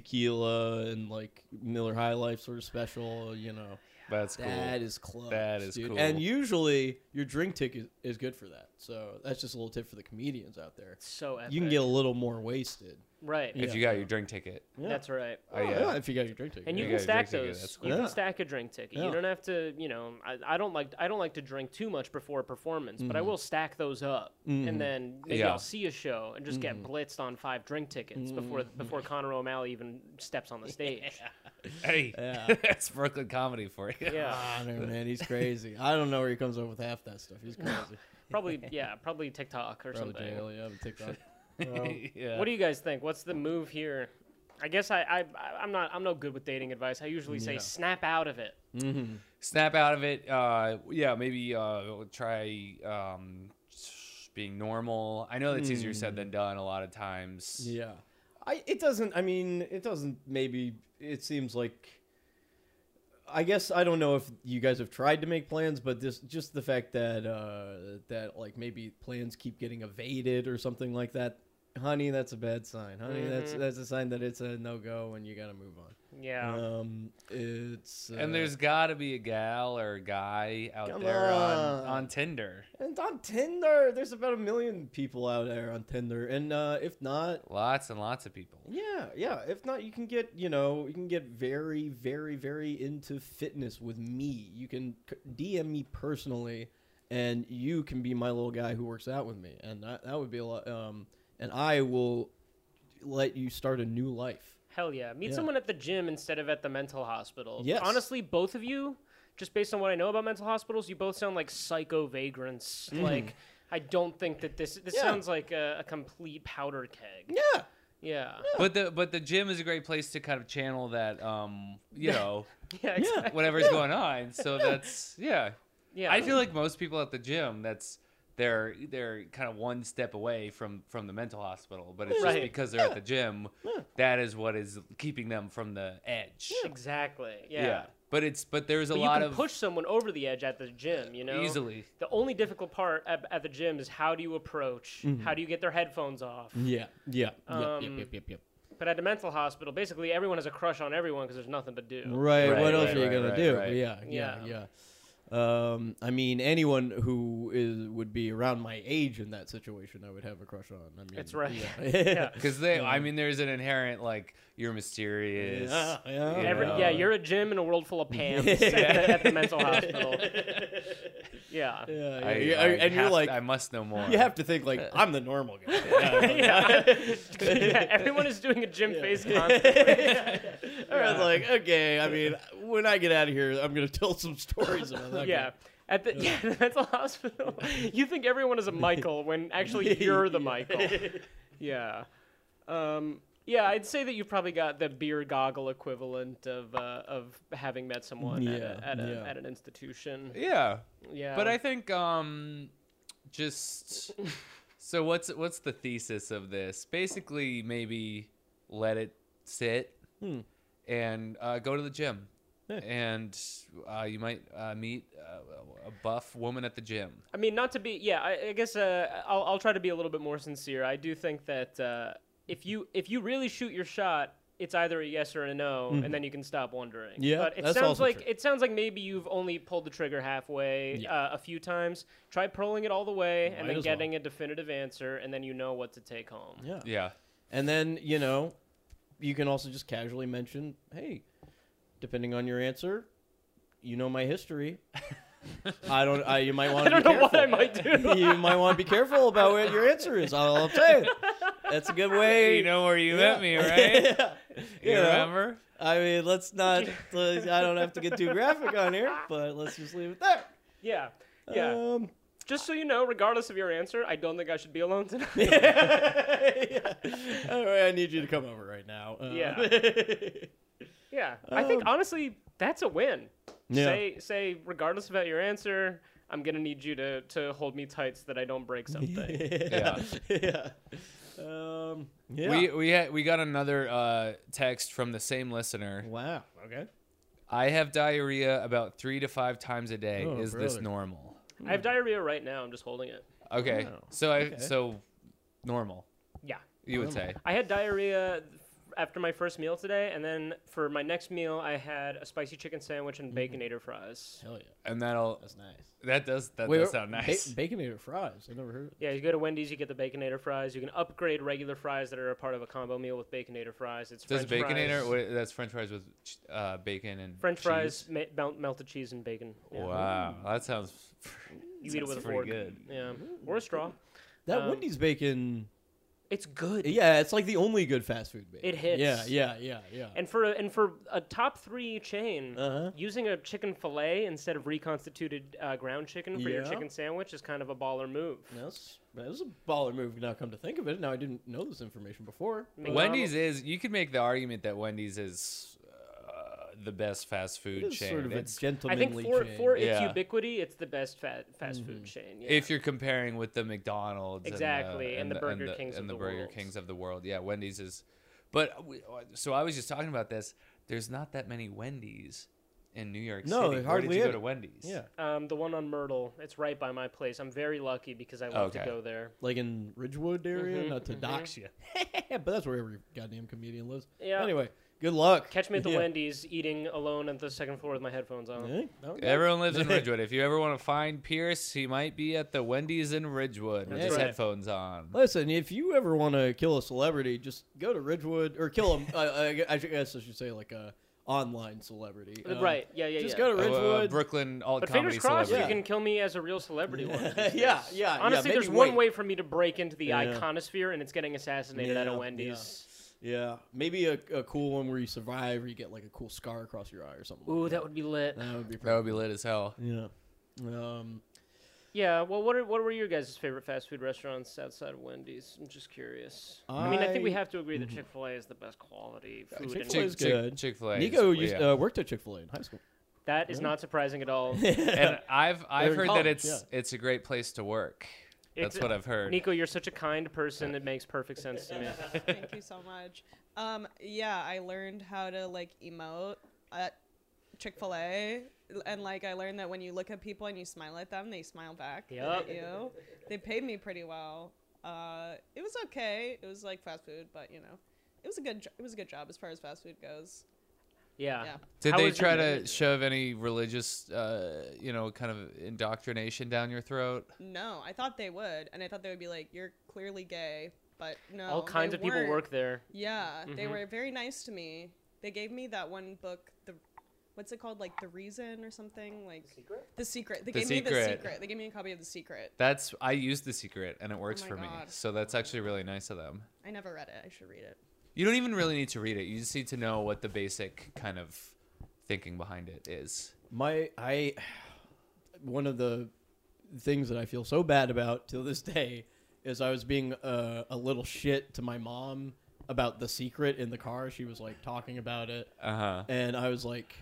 [SPEAKER 3] tequila and like Miller High Life sort of special. You know,
[SPEAKER 2] That's cool.
[SPEAKER 3] that is close.
[SPEAKER 2] That is
[SPEAKER 3] dude.
[SPEAKER 2] cool.
[SPEAKER 3] And usually your drink ticket is good for that. So that's just a little tip for the comedians out there.
[SPEAKER 1] It's so epic.
[SPEAKER 3] You can get a little more wasted.
[SPEAKER 1] right.
[SPEAKER 2] if you got your drink ticket.
[SPEAKER 3] Yeah.
[SPEAKER 1] That's right.
[SPEAKER 2] Oh, yeah.
[SPEAKER 3] if you got your drink ticket.
[SPEAKER 1] And you
[SPEAKER 2] You
[SPEAKER 1] can
[SPEAKER 2] got a
[SPEAKER 1] stack
[SPEAKER 2] drink ticket,
[SPEAKER 1] those.
[SPEAKER 2] that's
[SPEAKER 1] You
[SPEAKER 3] cool.
[SPEAKER 1] can stack a drink ticket. You
[SPEAKER 3] Yeah.
[SPEAKER 1] don't have to, you know. I, I don't like I don't like to drink too much before a performance, but I
[SPEAKER 3] Mm-hmm.
[SPEAKER 1] will stack those up, and then maybe
[SPEAKER 2] Yeah.
[SPEAKER 1] I'll see a show and just
[SPEAKER 3] Mm-hmm.
[SPEAKER 1] get blitzed on five drink tickets before before Conor O'Malley even steps on the stage.
[SPEAKER 2] Hey,
[SPEAKER 3] Yeah.
[SPEAKER 2] that's Brooklyn comedy for you.
[SPEAKER 1] yeah,
[SPEAKER 3] Ah, man, man, he's crazy. I don't know where he comes up with half that stuff. He's crazy.
[SPEAKER 1] probably yeah, probably TikTok or
[SPEAKER 3] Probably
[SPEAKER 1] something.
[SPEAKER 3] jail, yeah, TikTok.
[SPEAKER 2] yeah.
[SPEAKER 1] What do you guys think? What's the move here? I guess I, I I'm not I'm no good with dating advice. I usually say snap out of it.
[SPEAKER 3] mm-hmm.
[SPEAKER 2] snap out of it. Uh, yeah, maybe uh, try um, being normal. I know that's easier said
[SPEAKER 3] Hmm.
[SPEAKER 2] than done a lot of times.
[SPEAKER 3] Yeah. I it doesn't I mean, it doesn't maybe it seems like I guess I don't know if you guys have tried to make plans, but this just the fact that uh that like maybe plans keep getting evaded or something like that honey, that's a bad sign. Honey, that's
[SPEAKER 2] Mm-hmm.
[SPEAKER 3] that's a sign that it's a no go and you got to move on.
[SPEAKER 1] Yeah.
[SPEAKER 3] Um, it's uh,
[SPEAKER 2] And there's got to be a gal or a guy out
[SPEAKER 3] Come
[SPEAKER 2] there on,
[SPEAKER 3] on.
[SPEAKER 2] on Tinder.
[SPEAKER 3] and on Tinder. There's about a million people out there on Tinder, and uh, if not,
[SPEAKER 2] Lots and lots of people.
[SPEAKER 3] Yeah, yeah. If not, you can get you know you can get very, very, very into fitness with me. You can c- DM me personally, and you can be my little guy who works out with me, and that, that would be a lot. Um, and I will let you start a new life.
[SPEAKER 1] Hell yeah. Meet
[SPEAKER 3] Yeah.
[SPEAKER 1] someone at the gym instead of at the mental hospital.
[SPEAKER 3] Yes.
[SPEAKER 1] Honestly, both of you, just based on what I know about mental hospitals, you both sound like psycho vagrants. Like, I don't think that this this
[SPEAKER 3] Yeah.
[SPEAKER 1] sounds like a, a complete powder keg.
[SPEAKER 3] Yeah,
[SPEAKER 1] Yeah.
[SPEAKER 2] But the but the gym is a great place to kind of channel that um you know
[SPEAKER 1] Yeah. Exactly.
[SPEAKER 2] whatever's going on. So that's yeah.
[SPEAKER 1] Yeah.
[SPEAKER 2] I feel like most people at the gym that's they're they're kind of one step away from from the mental hospital, but it's just
[SPEAKER 1] Right.
[SPEAKER 2] because they're at the gym that is what is keeping them from the edge.
[SPEAKER 1] Exactly. Yeah.
[SPEAKER 2] But it's but there's a
[SPEAKER 1] But you
[SPEAKER 2] lot
[SPEAKER 1] can
[SPEAKER 2] of
[SPEAKER 1] push someone over the edge at the gym, you know?
[SPEAKER 2] easily.
[SPEAKER 1] The only difficult part at, at the gym is how do you approach?
[SPEAKER 3] Mm-hmm.
[SPEAKER 1] How do you get their headphones off?
[SPEAKER 3] yeah, yeah. yep, yep,
[SPEAKER 1] Um,
[SPEAKER 3] yep, yep, yep.
[SPEAKER 1] But at a mental hospital, basically everyone has a crush on everyone because there's nothing to do.
[SPEAKER 3] Right.
[SPEAKER 2] Right,
[SPEAKER 3] what else
[SPEAKER 2] right,
[SPEAKER 3] are you
[SPEAKER 2] right,
[SPEAKER 3] gonna
[SPEAKER 2] right,
[SPEAKER 3] do?
[SPEAKER 2] right.
[SPEAKER 3] Yeah, yeah, yeah. Um, I mean, anyone who is would be around my age in that situation, I would have a crush on. I mean,
[SPEAKER 1] That's right.
[SPEAKER 3] yeah.
[SPEAKER 1] Yeah.
[SPEAKER 2] Because they, I mean, there's an inherent like you're mysterious.
[SPEAKER 3] Yeah, yeah.
[SPEAKER 2] you
[SPEAKER 1] Every,
[SPEAKER 2] know.
[SPEAKER 1] yeah, you're a gym in a world full of Pams at, the, at the mental hospital. Yeah.
[SPEAKER 3] Yeah,
[SPEAKER 2] I-
[SPEAKER 3] yeah,
[SPEAKER 2] I
[SPEAKER 3] yeah, and you're
[SPEAKER 2] have-
[SPEAKER 3] like,
[SPEAKER 2] I must know more.
[SPEAKER 3] you have to think like I'm the normal guy.
[SPEAKER 1] yeah. Yeah, Everyone is doing a gym face constantly.
[SPEAKER 3] I was like, okay, I mean, when I get out of here, I'm gonna tell some stories about that.
[SPEAKER 1] Yeah.
[SPEAKER 3] guy.
[SPEAKER 1] At the, yeah, the mental hospital, you think everyone is a Michael when actually you're the Michael. Yeah. Um, yeah, I'd say that you probably got the beer goggle equivalent of uh, of having met someone at,
[SPEAKER 3] Yeah,
[SPEAKER 1] a, at, a,
[SPEAKER 3] yeah.
[SPEAKER 1] at an institution.
[SPEAKER 2] Yeah,
[SPEAKER 1] Yeah.
[SPEAKER 2] but I think um, just so what's what's the thesis of this? Basically, maybe let it sit
[SPEAKER 3] Hmm.
[SPEAKER 2] and uh, go to the gym.
[SPEAKER 3] Yeah.
[SPEAKER 2] And uh, you might uh, meet uh, a buff woman at the gym.
[SPEAKER 1] I mean, not to be. Yeah, I, I guess uh, I'll, I'll try to be a little bit more sincere. I do think that uh, if you if you really shoot your shot, it's either a yes or a no, and then you can stop wondering.
[SPEAKER 3] Mm-hmm. Yeah,
[SPEAKER 1] but it
[SPEAKER 3] that's
[SPEAKER 1] sounds
[SPEAKER 3] also
[SPEAKER 1] like
[SPEAKER 3] true.
[SPEAKER 1] it sounds like maybe you've only pulled the trigger halfway
[SPEAKER 3] Yeah.
[SPEAKER 1] uh, a few times. Try pulling it all the way,
[SPEAKER 3] Might
[SPEAKER 1] and then
[SPEAKER 3] as well.
[SPEAKER 1] getting a definitive answer, and then you know what to take home.
[SPEAKER 3] yeah,
[SPEAKER 2] Yeah.
[SPEAKER 3] And then you know, you can also just casually mention, hey, depending on your answer, you know my history. I don't. I, you might want.
[SPEAKER 1] I don't
[SPEAKER 3] be
[SPEAKER 1] know what I
[SPEAKER 3] careful.
[SPEAKER 1] might do.
[SPEAKER 3] you might want to be careful about what your answer is. All I'm saying. That's a good way.
[SPEAKER 2] You know where you
[SPEAKER 3] Yeah.
[SPEAKER 2] met me, right?
[SPEAKER 3] yeah.
[SPEAKER 2] You
[SPEAKER 3] You know?
[SPEAKER 2] remember?
[SPEAKER 3] I mean, let's not. let's- I don't have to get too graphic on here, but let's just leave it there.
[SPEAKER 1] Yeah. Yeah.
[SPEAKER 3] Um,
[SPEAKER 1] Just so you know, regardless of your answer, I don't think I should be alone tonight.
[SPEAKER 3] yeah. Anyway, I need you to come over right now. Um,
[SPEAKER 1] Yeah. Yeah, I think
[SPEAKER 3] Um,
[SPEAKER 1] honestly that's a win.
[SPEAKER 3] Yeah.
[SPEAKER 1] Say say regardless about your answer, I'm gonna need you to to hold me tight so that I don't break something.
[SPEAKER 3] yeah. Yeah. Um, yeah.
[SPEAKER 2] We we had, we got another uh, text from the same listener.
[SPEAKER 3] wow. Okay.
[SPEAKER 2] I have diarrhea about three to five times a day.
[SPEAKER 3] Oh,
[SPEAKER 2] Is this
[SPEAKER 3] brother.
[SPEAKER 2] normal?
[SPEAKER 1] I have diarrhea right now. I'm just holding it.
[SPEAKER 2] Okay,
[SPEAKER 3] Oh,
[SPEAKER 2] so I
[SPEAKER 3] okay.
[SPEAKER 2] so normal.
[SPEAKER 1] Yeah,
[SPEAKER 2] You would say
[SPEAKER 1] I had diarrhea after my first meal today, and then for my next meal, I had a spicy chicken sandwich and
[SPEAKER 3] Mm-hmm.
[SPEAKER 1] baconator fries.
[SPEAKER 3] Hell yeah.
[SPEAKER 2] and that'll
[SPEAKER 3] That's nice.
[SPEAKER 2] that does that does sound nice.
[SPEAKER 3] Ba- baconator fries. I've never heard of
[SPEAKER 1] Yeah, you go to Wendy's, you get the baconator fries. You can upgrade regular fries that are a part of a combo meal with baconator fries. It's
[SPEAKER 2] does
[SPEAKER 1] French
[SPEAKER 2] baconator?
[SPEAKER 1] fries,
[SPEAKER 2] What, that's French fries with ch- uh, bacon and
[SPEAKER 1] French
[SPEAKER 2] cheese?
[SPEAKER 1] fries, me- mel- melted cheese and bacon. Yeah.
[SPEAKER 2] Wow, that sounds
[SPEAKER 1] You eat it with a
[SPEAKER 2] pretty
[SPEAKER 1] fork.
[SPEAKER 2] good.
[SPEAKER 1] Yeah, or a straw.
[SPEAKER 3] That
[SPEAKER 1] Um,
[SPEAKER 3] Wendy's bacon.
[SPEAKER 1] It's good.
[SPEAKER 3] Yeah, it's like the only good fast food bacon.
[SPEAKER 1] It hits.
[SPEAKER 3] Yeah, yeah, yeah, yeah.
[SPEAKER 1] And for a, and for a top three chain,
[SPEAKER 3] Uh-huh.
[SPEAKER 1] using a chicken fillet instead of reconstituted uh, ground chicken for your
[SPEAKER 3] Yeah.
[SPEAKER 1] chicken sandwich is kind of a baller move.
[SPEAKER 3] That's that was a baller move. Now, come to think of it, now I didn't know this information before.
[SPEAKER 2] Wendy's is you could make the argument that Wendy's is uh, the best fast food
[SPEAKER 3] It is
[SPEAKER 2] chain.
[SPEAKER 3] sort of a
[SPEAKER 2] It's-
[SPEAKER 1] I
[SPEAKER 3] gentlemanly
[SPEAKER 1] think for
[SPEAKER 3] chain.
[SPEAKER 1] for its
[SPEAKER 2] Yeah.
[SPEAKER 1] ubiquity, it's the best fat, fast
[SPEAKER 3] Mm-hmm.
[SPEAKER 1] food chain. Yeah.
[SPEAKER 2] if you're comparing with the McDonald's
[SPEAKER 1] Exactly, and
[SPEAKER 2] and
[SPEAKER 1] the
[SPEAKER 2] the,
[SPEAKER 1] Burger Kings of
[SPEAKER 2] and
[SPEAKER 1] the
[SPEAKER 2] Burger
[SPEAKER 1] world.
[SPEAKER 2] Kings of the world, yeah, Wendy's uh, is. But we- so I was just talking about this. There's not that many Wendy's in New York
[SPEAKER 3] No,
[SPEAKER 2] City.
[SPEAKER 3] there
[SPEAKER 2] Where
[SPEAKER 3] hardly
[SPEAKER 2] did you
[SPEAKER 3] is.
[SPEAKER 2] go to Wendy's?
[SPEAKER 3] Yeah.
[SPEAKER 1] Um, the one on Myrtle. It's right by my place. I'm very lucky because I love
[SPEAKER 2] Okay.
[SPEAKER 1] to go there.
[SPEAKER 3] Like in Ridgewood area,
[SPEAKER 1] Mhm,
[SPEAKER 3] not to
[SPEAKER 1] mhm.
[SPEAKER 3] dox you. but that's where every goddamn comedian lives.
[SPEAKER 1] Yeah.
[SPEAKER 3] Anyway, good luck.
[SPEAKER 1] Catch me at the
[SPEAKER 3] Yeah.
[SPEAKER 1] Wendy's eating alone at the second floor with my headphones on.
[SPEAKER 3] Yeah, okay.
[SPEAKER 2] Everyone lives in Ridgewood. If you ever want to find Pierce, he might be at the Wendy's in Ridgewood with
[SPEAKER 1] That's
[SPEAKER 2] his
[SPEAKER 1] right.
[SPEAKER 2] headphones on.
[SPEAKER 3] Listen, if you ever want to kill a celebrity, just go to Ridgewood or kill him. I, I guess I should say like a online celebrity. Um,
[SPEAKER 1] Uh, right. Yeah, yeah,
[SPEAKER 3] Just
[SPEAKER 1] yeah.
[SPEAKER 3] go to
[SPEAKER 2] Uh, uh,
[SPEAKER 3] Ridgewood.
[SPEAKER 2] Brooklyn alt
[SPEAKER 1] But
[SPEAKER 2] comedy
[SPEAKER 1] fingers crossed,
[SPEAKER 2] celebrity.
[SPEAKER 1] you can kill me as a real celebrity one. of these
[SPEAKER 3] Yeah,
[SPEAKER 1] days.
[SPEAKER 3] yeah, yeah,
[SPEAKER 1] Honestly,
[SPEAKER 3] maybe
[SPEAKER 1] there's one
[SPEAKER 3] wait.
[SPEAKER 1] way for me to break into the
[SPEAKER 3] Yeah.
[SPEAKER 1] iconosphere, and it's getting assassinated at a
[SPEAKER 3] Yeah,
[SPEAKER 1] Wendy's.
[SPEAKER 3] yeah, maybe a, a cool one where you survive, or you get like a cool scar across your eye or something.
[SPEAKER 1] Ooh,
[SPEAKER 3] like
[SPEAKER 1] that would be lit.
[SPEAKER 3] that would be
[SPEAKER 2] That
[SPEAKER 3] pretty.
[SPEAKER 2] would be lit as hell.
[SPEAKER 3] yeah. Um,
[SPEAKER 1] Yeah. Well, what are, what were your guys' favorite fast food restaurants outside of Wendy's? I'm just curious. I, mean, I think we
[SPEAKER 3] I- Mm-hmm.
[SPEAKER 1] have to agree that Chick Fil A is the best quality food. in
[SPEAKER 3] Chick-fil-A
[SPEAKER 1] in
[SPEAKER 3] is good.
[SPEAKER 2] Chick Fil A.
[SPEAKER 3] Nico used, uh, worked at Chick Fil A in high school.
[SPEAKER 1] That is not surprising at all.
[SPEAKER 2] and I've I've
[SPEAKER 3] in
[SPEAKER 2] heard
[SPEAKER 3] college,
[SPEAKER 2] that it's it's a great place to work. That's
[SPEAKER 1] It's-
[SPEAKER 2] what I've heard.
[SPEAKER 1] Nico, you're such a kind person. It makes perfect sense to me.
[SPEAKER 5] Thank you so much. Um, yeah, I learned how to like emote at Chick Fil A, and like I learned that when you look at people and you smile at them, they smile back
[SPEAKER 1] Yup.
[SPEAKER 5] at you. They paid me pretty well. Uh, it was okay. It was like fast food, but you know, it was a good. Jo- it was a good job as far as fast food goes.
[SPEAKER 1] Yeah.
[SPEAKER 5] Yeah.
[SPEAKER 2] Did
[SPEAKER 1] How
[SPEAKER 2] they
[SPEAKER 1] was
[SPEAKER 2] try
[SPEAKER 1] your-
[SPEAKER 2] to shove any religious, uh, you know, kind of indoctrination down your throat?
[SPEAKER 5] No, I thought they would, and I thought they would be like, "You're clearly gay," but no.
[SPEAKER 1] All
[SPEAKER 5] they
[SPEAKER 1] kinds of people
[SPEAKER 5] weren't.
[SPEAKER 1] work there.
[SPEAKER 5] Yeah, they
[SPEAKER 2] Mm-hmm.
[SPEAKER 1] Mhm.
[SPEAKER 5] were very nice to me. They gave me that one book, the what's it called, like the reason or something, like the secret. They
[SPEAKER 2] The
[SPEAKER 5] gave me the
[SPEAKER 2] Secret.
[SPEAKER 5] secret. They gave me a copy of the secret.
[SPEAKER 2] That's I use the secret and it works
[SPEAKER 5] Oh my
[SPEAKER 2] for me.
[SPEAKER 5] God.
[SPEAKER 2] So that's actually really nice of them.
[SPEAKER 5] I never read it. I should read it.
[SPEAKER 2] You don't even really need to read it. You just need to know what the basic kind of thinking behind it is.
[SPEAKER 3] My I one of the things that I feel so bad about till this day is I was being uh, a, a little shit to my mom about the secret in the car. She was like talking about it,
[SPEAKER 2] Uh huh.
[SPEAKER 3] and I was like,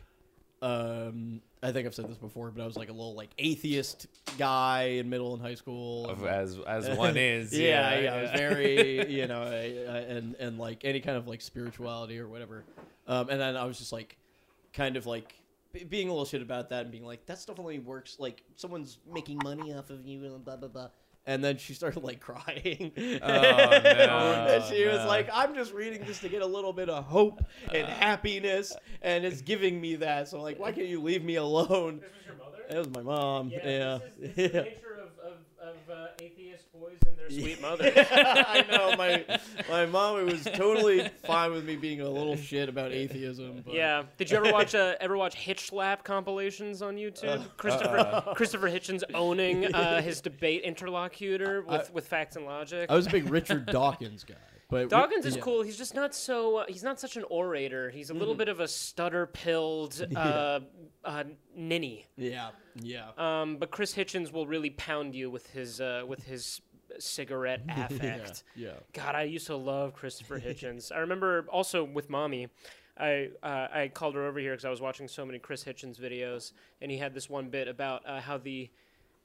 [SPEAKER 3] um, I think I've said this before, but I was like a little like atheist guy in middle and high school.
[SPEAKER 2] Of as as one is.
[SPEAKER 3] yeah, yeah, I was very, you know, I, I, and and like any kind of like spirituality or whatever. Um, and then I was just like, kind of like b- being a little shit about that and being like, that stuff only works like someone's making money off of you and blah blah blah. And then she started like crying. and she was
[SPEAKER 2] Oh, no. Uh,
[SPEAKER 3] like, I'm just reading this to get a little bit of hope and happiness, and it's giving me that. So, like, why can't you leave me alone?
[SPEAKER 1] This was your mother?
[SPEAKER 3] It was my mom. Um, Yeah. yeah.
[SPEAKER 1] nature of, of, of uh, atheist boys and their sweet mothers.
[SPEAKER 3] I know my my mom was totally fine with me being a little shit about atheism. But
[SPEAKER 1] Yeah. Did you ever watch uh, ever watch Hitch Lap compilations on YouTube?
[SPEAKER 3] Uh,
[SPEAKER 1] Christopher
[SPEAKER 3] uh-uh.
[SPEAKER 1] Christopher Hitchens owning uh, his debate interlocutor with, with facts and logic.
[SPEAKER 3] I was a big Richard Dawkins guy. But
[SPEAKER 1] Dawkins is
[SPEAKER 3] yeah. Mm-hmm.
[SPEAKER 1] cool. He's just not so. Uh, he's not such an orator. He's a little bit of a stutter-pilled uh, uh, ninny.
[SPEAKER 3] Yeah, yeah.
[SPEAKER 1] Um, but Chris Hitchens will really pound you with his uh, with his cigarette affect.
[SPEAKER 3] Yeah, yeah.
[SPEAKER 1] God, I used to love Christopher Hitchens. I remember also with mommy. I uh, I called her over here because I was watching so many Chris Hitchens videos, and he had this one bit about uh, how the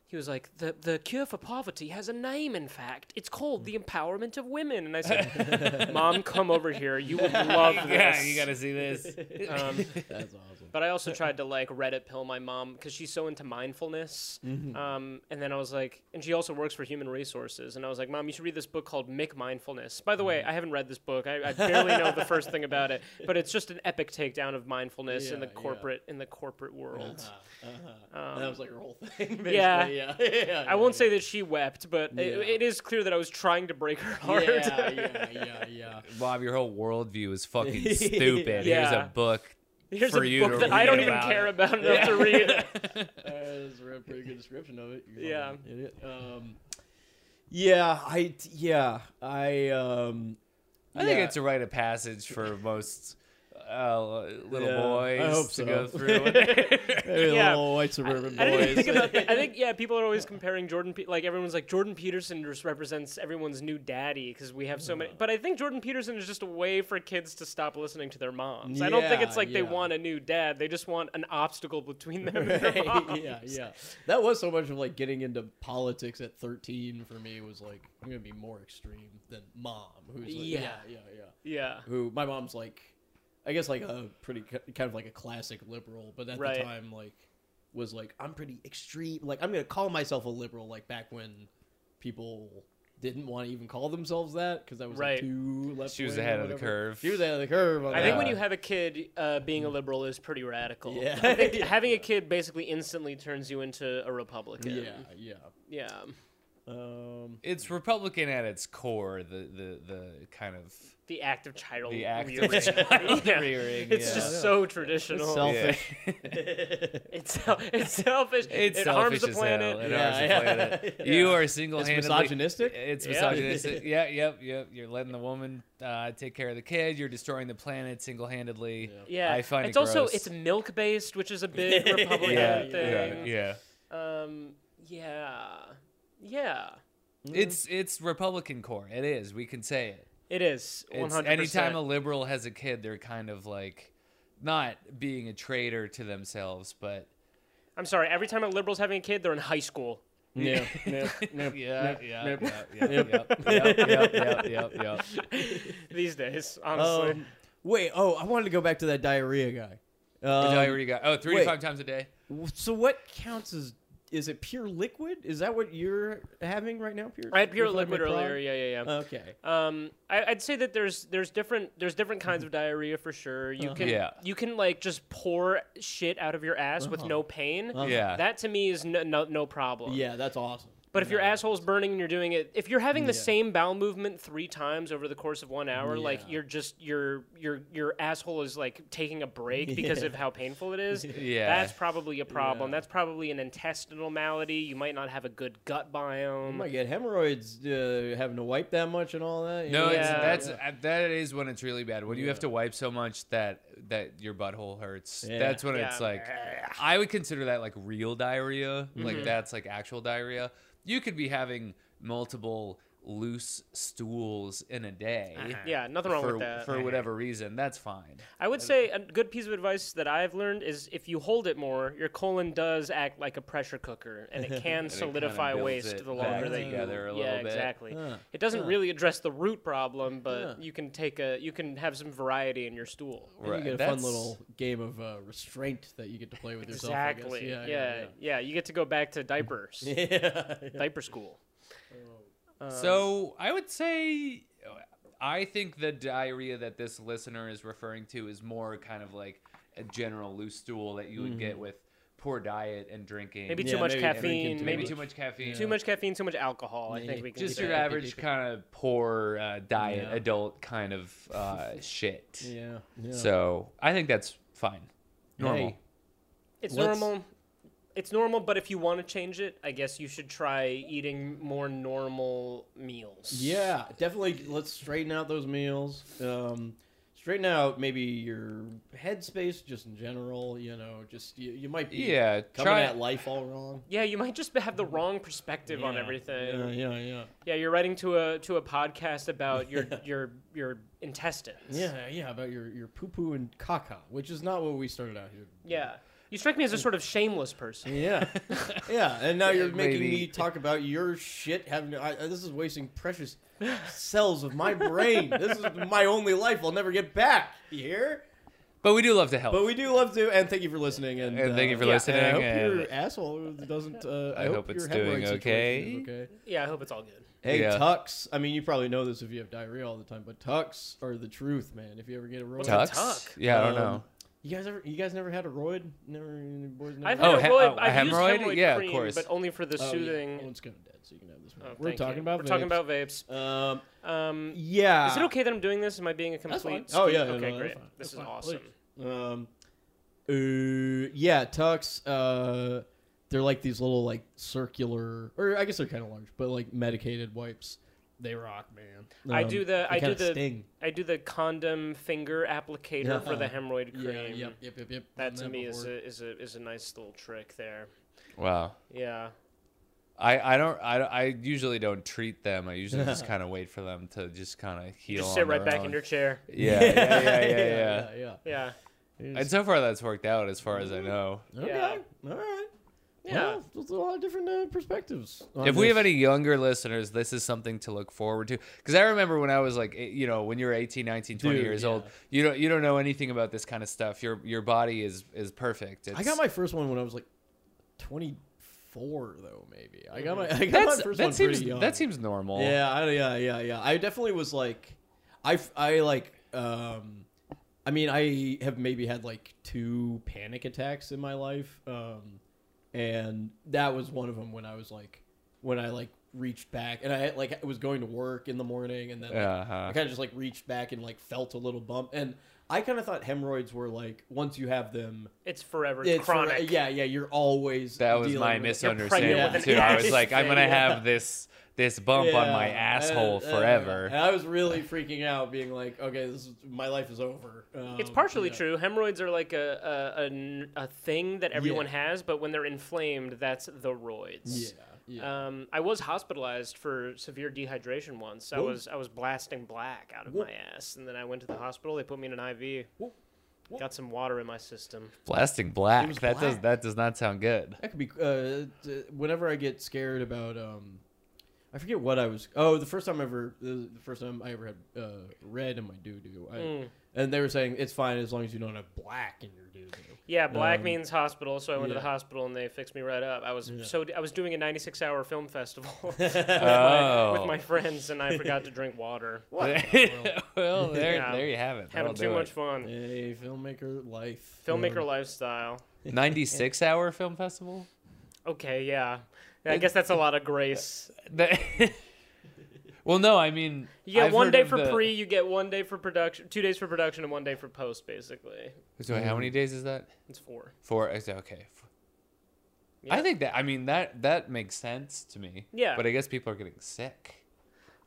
[SPEAKER 1] he was like the the cure for poverty has a name. In fact, it's called the empowerment of women. And I said, Mom, come over here. You would love this.
[SPEAKER 2] yeah, you gotta see this.
[SPEAKER 1] Um,
[SPEAKER 3] That's awesome.
[SPEAKER 1] but I also tried to like Reddit pill my mom because she's so into mindfulness.
[SPEAKER 3] Mm-hmm.
[SPEAKER 1] Um, and then I was like, and she also works for human resources. And I was like, Mom, you should read this book called Mick Mindfulness. By the
[SPEAKER 3] Mm-hmm.
[SPEAKER 1] way, I haven't read this book. I, I barely know the first thing about it, but it's just an epic takedown of mindfulness in the
[SPEAKER 3] Yeah, Uh-huh. yeah.
[SPEAKER 1] corporate in the corporate world. Um,
[SPEAKER 3] And that was like her whole thing. Basically.
[SPEAKER 1] yeah.
[SPEAKER 3] Yeah, yeah, yeah.
[SPEAKER 1] I won't say that she wept, but it,
[SPEAKER 3] Yeah.
[SPEAKER 1] it is clear that I was trying to break her
[SPEAKER 3] Yeah,
[SPEAKER 1] heart.
[SPEAKER 3] yeah, yeah, yeah.
[SPEAKER 2] Bob, your whole worldview is fucking stupid. Here's
[SPEAKER 1] Yeah.
[SPEAKER 2] a book.
[SPEAKER 1] Here's
[SPEAKER 2] for
[SPEAKER 1] a
[SPEAKER 2] you to
[SPEAKER 1] book that I
[SPEAKER 2] read
[SPEAKER 1] don't even
[SPEAKER 2] about
[SPEAKER 1] care
[SPEAKER 2] it.
[SPEAKER 1] about enough to read.
[SPEAKER 3] that was a real pretty good description of it. You
[SPEAKER 1] Yeah.
[SPEAKER 3] fucking idiot. Um, yeah, I yeah I um.
[SPEAKER 2] I think
[SPEAKER 3] yeah.
[SPEAKER 2] it's a rite of passage for most uh, little
[SPEAKER 3] Yeah, I
[SPEAKER 2] boys
[SPEAKER 3] hope
[SPEAKER 2] to
[SPEAKER 3] so.
[SPEAKER 2] go through.
[SPEAKER 3] Maybe
[SPEAKER 1] Yeah.
[SPEAKER 3] the little white suburban
[SPEAKER 1] I didn't even
[SPEAKER 3] boys.
[SPEAKER 1] think about that. I think yeah, people are always comparing Jordan. Pe- like everyone's like Jordan Peterson just represents everyone's new daddy because we have so many. But I think Jordan Peterson is just a way for kids to stop listening to their moms. I don't think
[SPEAKER 3] Yeah,
[SPEAKER 1] it's like they
[SPEAKER 3] yeah.
[SPEAKER 1] want a new dad. They just want an obstacle between them. And their moms.
[SPEAKER 3] yeah, yeah. That was so much of like getting into politics at 13 for me was like I'm gonna be more extreme than mom, who's like, yeah,
[SPEAKER 1] Yeah.
[SPEAKER 3] yeah, yeah,
[SPEAKER 1] yeah.
[SPEAKER 3] Who my mom's like, I guess like a pretty ki- kind of like a classic liberal, but at
[SPEAKER 1] Right.
[SPEAKER 3] the time like was like I'm pretty extreme. Like I'm gonna call myself a liberal. Like back when people didn't want to even call themselves that because that was
[SPEAKER 1] Right.
[SPEAKER 3] like too left.
[SPEAKER 2] She was ahead of the curve.
[SPEAKER 3] She was ahead of the curve. on
[SPEAKER 1] I think
[SPEAKER 3] that.
[SPEAKER 1] when you have a kid, uh, being a liberal is pretty radical.
[SPEAKER 3] Yeah.
[SPEAKER 1] I think having a kid basically instantly turns you into a Republican.
[SPEAKER 3] yeah yeah.
[SPEAKER 1] Yeah.
[SPEAKER 3] Um,
[SPEAKER 2] It's Republican at its core. The the the kind of
[SPEAKER 1] The act of child
[SPEAKER 2] The act of
[SPEAKER 1] rearing.
[SPEAKER 2] child
[SPEAKER 1] Yeah.
[SPEAKER 2] rearing,
[SPEAKER 1] It's
[SPEAKER 2] yeah.
[SPEAKER 1] just
[SPEAKER 3] Yeah.
[SPEAKER 1] so traditional.
[SPEAKER 3] It's self-
[SPEAKER 2] yeah.
[SPEAKER 3] Selfish.
[SPEAKER 1] It's, sel- it's selfish.
[SPEAKER 2] It's
[SPEAKER 1] it harms
[SPEAKER 2] selfish
[SPEAKER 1] the
[SPEAKER 2] as hell.
[SPEAKER 1] planet.
[SPEAKER 2] It
[SPEAKER 3] Yeah,
[SPEAKER 2] harms the
[SPEAKER 3] yeah.
[SPEAKER 2] planet.
[SPEAKER 3] Yeah.
[SPEAKER 2] You are single-handedly
[SPEAKER 3] it's misogynistic.
[SPEAKER 2] It's
[SPEAKER 1] Yeah.
[SPEAKER 2] misogynistic. yeah, yep, yep. You're letting the woman uh, take care of the kid. You're destroying the planet single-handedly.
[SPEAKER 1] Yeah,
[SPEAKER 2] I find
[SPEAKER 1] it's
[SPEAKER 2] it
[SPEAKER 1] also
[SPEAKER 2] gross.
[SPEAKER 1] it's milk based, which is a big Republican
[SPEAKER 2] yeah, yeah,
[SPEAKER 1] thing.
[SPEAKER 2] yeah.
[SPEAKER 1] Um, yeah, yeah,
[SPEAKER 2] It's it's Republican core. It is. We can say it.
[SPEAKER 1] it is one
[SPEAKER 2] It's,
[SPEAKER 1] hundred.
[SPEAKER 2] anytime a liberal has a kid, they're kind of like not being a traitor to themselves, but
[SPEAKER 1] I'm sorry. Every time a liberal's having a kid, they're in high school.
[SPEAKER 3] Yeah, yeah, yeah,
[SPEAKER 2] yeah, yeah,
[SPEAKER 3] yep.
[SPEAKER 2] yeah, yeah, yep, yep, yep, yep, yep, yep.
[SPEAKER 1] These days, honestly.
[SPEAKER 3] Um, wait, oh, I wanted to go back to that diarrhea guy.
[SPEAKER 2] The
[SPEAKER 3] Um,
[SPEAKER 2] diarrhea guy. Oh, three to
[SPEAKER 3] wait.
[SPEAKER 2] five times a day.
[SPEAKER 3] w- So what counts as is it pure liquid? Is that what you're having right now? Pure.
[SPEAKER 1] I had pure
[SPEAKER 3] refined
[SPEAKER 1] liquid
[SPEAKER 3] McBride?
[SPEAKER 1] earlier. Yeah, yeah,
[SPEAKER 2] Uh.
[SPEAKER 1] yeah.
[SPEAKER 3] Okay.
[SPEAKER 1] um, I, I'd say that there's there's different there's different kinds of diarrhea for sure. You can
[SPEAKER 2] Mm-hmm. Uh-huh. Yeah.
[SPEAKER 1] you can like just pour shit out of your ass with
[SPEAKER 3] Uh-huh.
[SPEAKER 1] no pain.
[SPEAKER 3] Uh-huh.
[SPEAKER 2] Yeah.
[SPEAKER 1] Um, That to me is no no, no problem.
[SPEAKER 3] Yeah, that's awesome.
[SPEAKER 1] But if your
[SPEAKER 3] No.
[SPEAKER 1] asshole's burning and you're doing it, if you're having the
[SPEAKER 3] Yeah.
[SPEAKER 1] same bowel movement three times over the course of one hour, like
[SPEAKER 3] Yeah.
[SPEAKER 1] you're just your your your asshole is like taking a break because of how painful it is.
[SPEAKER 2] Yeah.
[SPEAKER 1] that's probably a problem.
[SPEAKER 3] Yeah.
[SPEAKER 1] That's probably an intestinal malady. You might not have a good gut
[SPEAKER 3] I
[SPEAKER 1] biome.
[SPEAKER 3] might get hemorrhoids uh, having to wipe that much and all that. you
[SPEAKER 2] No,
[SPEAKER 3] know?
[SPEAKER 2] it's,
[SPEAKER 1] Yeah.
[SPEAKER 2] that's uh, that is when it's really bad. When you have
[SPEAKER 3] Yeah.
[SPEAKER 2] to wipe so much that that your butthole hurts.
[SPEAKER 3] Yeah.
[SPEAKER 2] That's when
[SPEAKER 1] Yeah.
[SPEAKER 2] it's like I would consider that like real diarrhea. Like
[SPEAKER 1] Mhm.
[SPEAKER 2] that's like actual diarrhea. You could be having multiple loose stools in a day.
[SPEAKER 1] yeah, nothing wrong
[SPEAKER 2] for,
[SPEAKER 1] with that.
[SPEAKER 2] for whatever reason. That's fine.
[SPEAKER 1] I would say a good piece of advice that I've learned is if you hold it more, your colon does act like a pressure cooker, and it can
[SPEAKER 2] it kinda
[SPEAKER 1] solidify
[SPEAKER 2] builds
[SPEAKER 1] waste
[SPEAKER 2] it
[SPEAKER 1] the
[SPEAKER 2] back
[SPEAKER 1] longer that you.
[SPEAKER 2] together a
[SPEAKER 1] yeah,
[SPEAKER 2] little bit.
[SPEAKER 1] exactly.
[SPEAKER 3] Huh.
[SPEAKER 1] It doesn't
[SPEAKER 3] Huh.
[SPEAKER 1] really address the root problem, but
[SPEAKER 3] Huh.
[SPEAKER 1] you can take a you can have some variety in your stool.
[SPEAKER 3] And You get a fun little game of uh, restraint that you get to play with yourself. I guess.
[SPEAKER 1] Exactly.
[SPEAKER 3] Yeah.
[SPEAKER 1] yeah, yeah. You get to go back to diapers,
[SPEAKER 3] Yeah. Oh. yeah.
[SPEAKER 1] diaper school.
[SPEAKER 3] uh,
[SPEAKER 1] Um,
[SPEAKER 2] So I would say, I think the diarrhea that this listener is referring to is more kind of like a general loose stool that you would get with poor diet and drinking.
[SPEAKER 1] maybe
[SPEAKER 3] Mm-hmm. Yeah,
[SPEAKER 1] too much
[SPEAKER 3] maybe drinking
[SPEAKER 1] caffeine,
[SPEAKER 3] too
[SPEAKER 1] maybe
[SPEAKER 2] too
[SPEAKER 1] too,
[SPEAKER 2] much caffeine.
[SPEAKER 1] too much caffeine, too much alcohol. I
[SPEAKER 3] Yeah.
[SPEAKER 1] think we can
[SPEAKER 2] Just
[SPEAKER 1] do
[SPEAKER 2] your
[SPEAKER 1] that.
[SPEAKER 2] average kind of poor uh, diet
[SPEAKER 3] Yeah.
[SPEAKER 2] adult kind of uh, shit.
[SPEAKER 3] yeah. yeah.
[SPEAKER 2] So I think that's fine. Normal.
[SPEAKER 3] Hey.
[SPEAKER 1] It's
[SPEAKER 3] Let's-
[SPEAKER 1] normal. It's normal, but if you want to change it, I guess you should try eating more normal meals.
[SPEAKER 3] Yeah, definitely. Let's straighten out those meals. Um, straighten out maybe your headspace, just in general. You know, just you, you might be
[SPEAKER 2] Yeah,
[SPEAKER 3] coming
[SPEAKER 2] try-
[SPEAKER 3] at life all wrong.
[SPEAKER 1] Yeah, you might just have the wrong perspective on everything.
[SPEAKER 3] Yeah, yeah, yeah,
[SPEAKER 1] Yeah, you're writing to a to a podcast about your your your intestines.
[SPEAKER 3] yeah, yeah. About your your poo poo and caca, which is not what we started out here.
[SPEAKER 1] Yeah. You strike me as a sort of shameless person.
[SPEAKER 3] Yeah, yeah, and now you're making
[SPEAKER 2] Maybe.
[SPEAKER 3] me talk about your shit. Having I, I- this is wasting precious cells of my brain. This is my only life. I'll never get back. You hear?
[SPEAKER 2] But we do love to help.
[SPEAKER 3] But we do love to, and thank you for listening. And, uh,
[SPEAKER 2] And thank you for
[SPEAKER 3] yeah,
[SPEAKER 2] listening,
[SPEAKER 3] and I hope
[SPEAKER 2] and-
[SPEAKER 3] your asshole doesn't. Uh, I,
[SPEAKER 2] I
[SPEAKER 3] hope,
[SPEAKER 2] hope it's
[SPEAKER 3] your hemorrhoid
[SPEAKER 2] doing
[SPEAKER 3] situation is
[SPEAKER 2] okay.
[SPEAKER 3] okay.
[SPEAKER 1] Yeah, I hope it's all good.
[SPEAKER 3] Hey,
[SPEAKER 2] Yeah.
[SPEAKER 3] tucks. I mean, you probably know this if you have diarrhea all the time, but tucks are the truth, man. If you ever get a roid,
[SPEAKER 1] What's a
[SPEAKER 2] Tux?
[SPEAKER 1] tuck?
[SPEAKER 2] Yeah, I don't
[SPEAKER 3] Um,
[SPEAKER 2] know.
[SPEAKER 3] You guys ever? You guys never had a roid? Never. any Boys never.
[SPEAKER 1] I've
[SPEAKER 2] Oh,
[SPEAKER 1] had
[SPEAKER 2] he-
[SPEAKER 1] a roid-
[SPEAKER 2] oh, a
[SPEAKER 1] I've used
[SPEAKER 2] hemorrhoid?
[SPEAKER 1] hemorrhoid
[SPEAKER 2] Yeah, of
[SPEAKER 1] cream,
[SPEAKER 2] course.
[SPEAKER 1] but only for the
[SPEAKER 3] Oh, yeah.
[SPEAKER 1] soothing.
[SPEAKER 3] That one's kind of dead, so you can have this one.
[SPEAKER 1] Oh,
[SPEAKER 3] We're
[SPEAKER 1] thank
[SPEAKER 3] talking
[SPEAKER 1] you.
[SPEAKER 3] about.
[SPEAKER 1] We're talking
[SPEAKER 3] vapes.
[SPEAKER 1] about vapes.
[SPEAKER 3] Um,
[SPEAKER 1] Um,
[SPEAKER 3] yeah.
[SPEAKER 1] is it okay that I'm doing this? Am I being a
[SPEAKER 3] That's
[SPEAKER 1] complete?
[SPEAKER 3] fine. Oh,
[SPEAKER 1] skeet?
[SPEAKER 3] yeah, no,
[SPEAKER 1] Okay,
[SPEAKER 3] no, that's
[SPEAKER 1] great.
[SPEAKER 3] fine.
[SPEAKER 1] This
[SPEAKER 3] That's
[SPEAKER 1] is
[SPEAKER 3] fine.
[SPEAKER 1] awesome.
[SPEAKER 3] Please. Um, uh, yeah, tucks. Uh, they're like these little like circular, or I guess they're kind of large, but like medicated wipes. They rock, man.
[SPEAKER 1] I
[SPEAKER 3] Um,
[SPEAKER 1] do the
[SPEAKER 3] they
[SPEAKER 1] I do
[SPEAKER 3] kinda
[SPEAKER 1] the
[SPEAKER 3] sting.
[SPEAKER 1] I do the condom finger applicator for the
[SPEAKER 3] Yeah.
[SPEAKER 1] hemorrhoid cream.
[SPEAKER 3] Yeah, yep, yep, yep, yep.
[SPEAKER 1] That
[SPEAKER 3] Done
[SPEAKER 1] to me is
[SPEAKER 3] before.
[SPEAKER 1] a, is a is a nice little trick there.
[SPEAKER 2] Wow.
[SPEAKER 1] Yeah.
[SPEAKER 2] I, I don't I, don't- I usually don't treat them. I usually just kind of wait for them to just kind of
[SPEAKER 1] You
[SPEAKER 2] heal.
[SPEAKER 1] just
[SPEAKER 2] on
[SPEAKER 1] sit right
[SPEAKER 2] their
[SPEAKER 1] back
[SPEAKER 2] own.
[SPEAKER 1] in your chair.
[SPEAKER 2] Yeah, yeah, yeah, yeah, yeah.
[SPEAKER 3] yeah, yeah.
[SPEAKER 1] Yeah.
[SPEAKER 3] It is-
[SPEAKER 2] And so far, that's worked out as far as I know.
[SPEAKER 3] okay,
[SPEAKER 1] yeah.
[SPEAKER 3] all right.
[SPEAKER 1] Yeah.
[SPEAKER 3] Well, there's a lot of different uh, perspectives. on
[SPEAKER 2] If we
[SPEAKER 3] this.
[SPEAKER 2] have any younger listeners, this is something to look forward to. Because I remember when I was like, eh, you know, when you're 18, 19, 20
[SPEAKER 3] Dude,
[SPEAKER 2] years
[SPEAKER 3] yeah.
[SPEAKER 2] old, you don't you don't know anything about this kind of stuff. Your your body is is perfect. It's,
[SPEAKER 3] I got my first one when I was like 24, though maybe. I got my
[SPEAKER 1] Mm-hmm.
[SPEAKER 3] I got
[SPEAKER 2] That's,
[SPEAKER 3] my first one
[SPEAKER 2] that seems
[SPEAKER 3] pretty young.
[SPEAKER 2] that seems normal.
[SPEAKER 3] Yeah, I, yeah, yeah, yeah. I definitely was like, I, f- I like, um, I mean, I have maybe had like two panic attacks in my life, um, and that was one of them when I was like, when I like reached back and I like was going to work in the morning and then like,
[SPEAKER 2] Uh-huh.
[SPEAKER 3] I kind of just like reached back and like felt a little bump and I kind of thought hemorrhoids were like once you have them,
[SPEAKER 1] It's forever. It's
[SPEAKER 3] it's for-
[SPEAKER 1] chronic.
[SPEAKER 3] yeah, yeah, you're always
[SPEAKER 2] That was
[SPEAKER 3] dealing
[SPEAKER 2] my
[SPEAKER 3] with it.
[SPEAKER 1] pregnant
[SPEAKER 2] misunderstanding
[SPEAKER 1] with
[SPEAKER 2] too.
[SPEAKER 1] an
[SPEAKER 2] I was
[SPEAKER 1] ass.
[SPEAKER 2] like, I'm gonna
[SPEAKER 3] Yeah.
[SPEAKER 2] have this this bump on my
[SPEAKER 3] Yeah,
[SPEAKER 2] asshole
[SPEAKER 3] and- and-
[SPEAKER 2] forever.
[SPEAKER 3] And I was really freaking out, being like, "Okay, this is, my life is over." Um,
[SPEAKER 1] It's partially
[SPEAKER 3] yeah.
[SPEAKER 1] true. Hemorrhoids are like a a, a, n- a thing that everyone has, but when they're inflamed, that's the
[SPEAKER 3] Yeah,
[SPEAKER 1] roids.
[SPEAKER 3] yeah.
[SPEAKER 1] Um, I was hospitalized for severe dehydration once. I
[SPEAKER 3] Whoa.
[SPEAKER 1] was I was blasting black out of
[SPEAKER 3] Whoa.
[SPEAKER 1] my ass, and then I went to the hospital. They put me in an IV.
[SPEAKER 3] Whoa. Whoa.
[SPEAKER 1] Got some water in my system.
[SPEAKER 2] Blasting black.
[SPEAKER 3] It was
[SPEAKER 2] That does
[SPEAKER 3] black.
[SPEAKER 2] that does not sound good.
[SPEAKER 3] that could be. Uh, d- whenever I get scared about, um, I forget what I was. Oh, the first time I ever, the the first time I ever had uh, red in my doo doo,
[SPEAKER 1] Mm.
[SPEAKER 3] and they were saying it's fine as long as you don't have black in your doo doo.
[SPEAKER 1] Yeah, black
[SPEAKER 3] Um,
[SPEAKER 1] means hospital, so I went to the
[SPEAKER 3] yeah.
[SPEAKER 1] hospital and they fixed me right up. I was
[SPEAKER 3] Yeah.
[SPEAKER 1] so I was doing a 96 hour film festival with, my,
[SPEAKER 2] Oh.
[SPEAKER 1] with my friends, and I forgot to drink water.
[SPEAKER 2] well, there
[SPEAKER 1] Yeah.
[SPEAKER 2] there you have it.
[SPEAKER 1] Having too much fun.
[SPEAKER 3] Hey, filmmaker life.
[SPEAKER 1] Filmmaker
[SPEAKER 3] Um,
[SPEAKER 1] lifestyle.
[SPEAKER 2] Ninety six hour film festival.
[SPEAKER 1] Okay, yeah. I guess that's a lot of grace.
[SPEAKER 2] That- well, no, I mean,
[SPEAKER 1] You get
[SPEAKER 2] I've
[SPEAKER 1] one
[SPEAKER 2] heard
[SPEAKER 1] day
[SPEAKER 2] of
[SPEAKER 1] for
[SPEAKER 2] the-
[SPEAKER 1] pre, you get one day for production, two days for production, and one day for post. Basically,
[SPEAKER 2] So how
[SPEAKER 1] Mm.
[SPEAKER 2] many days is that?
[SPEAKER 1] it's four.
[SPEAKER 2] Four. is that Okay. F- I
[SPEAKER 1] Yeah.
[SPEAKER 2] think that I mean that that makes sense to me.
[SPEAKER 1] Yeah.
[SPEAKER 2] But I guess people are getting sick.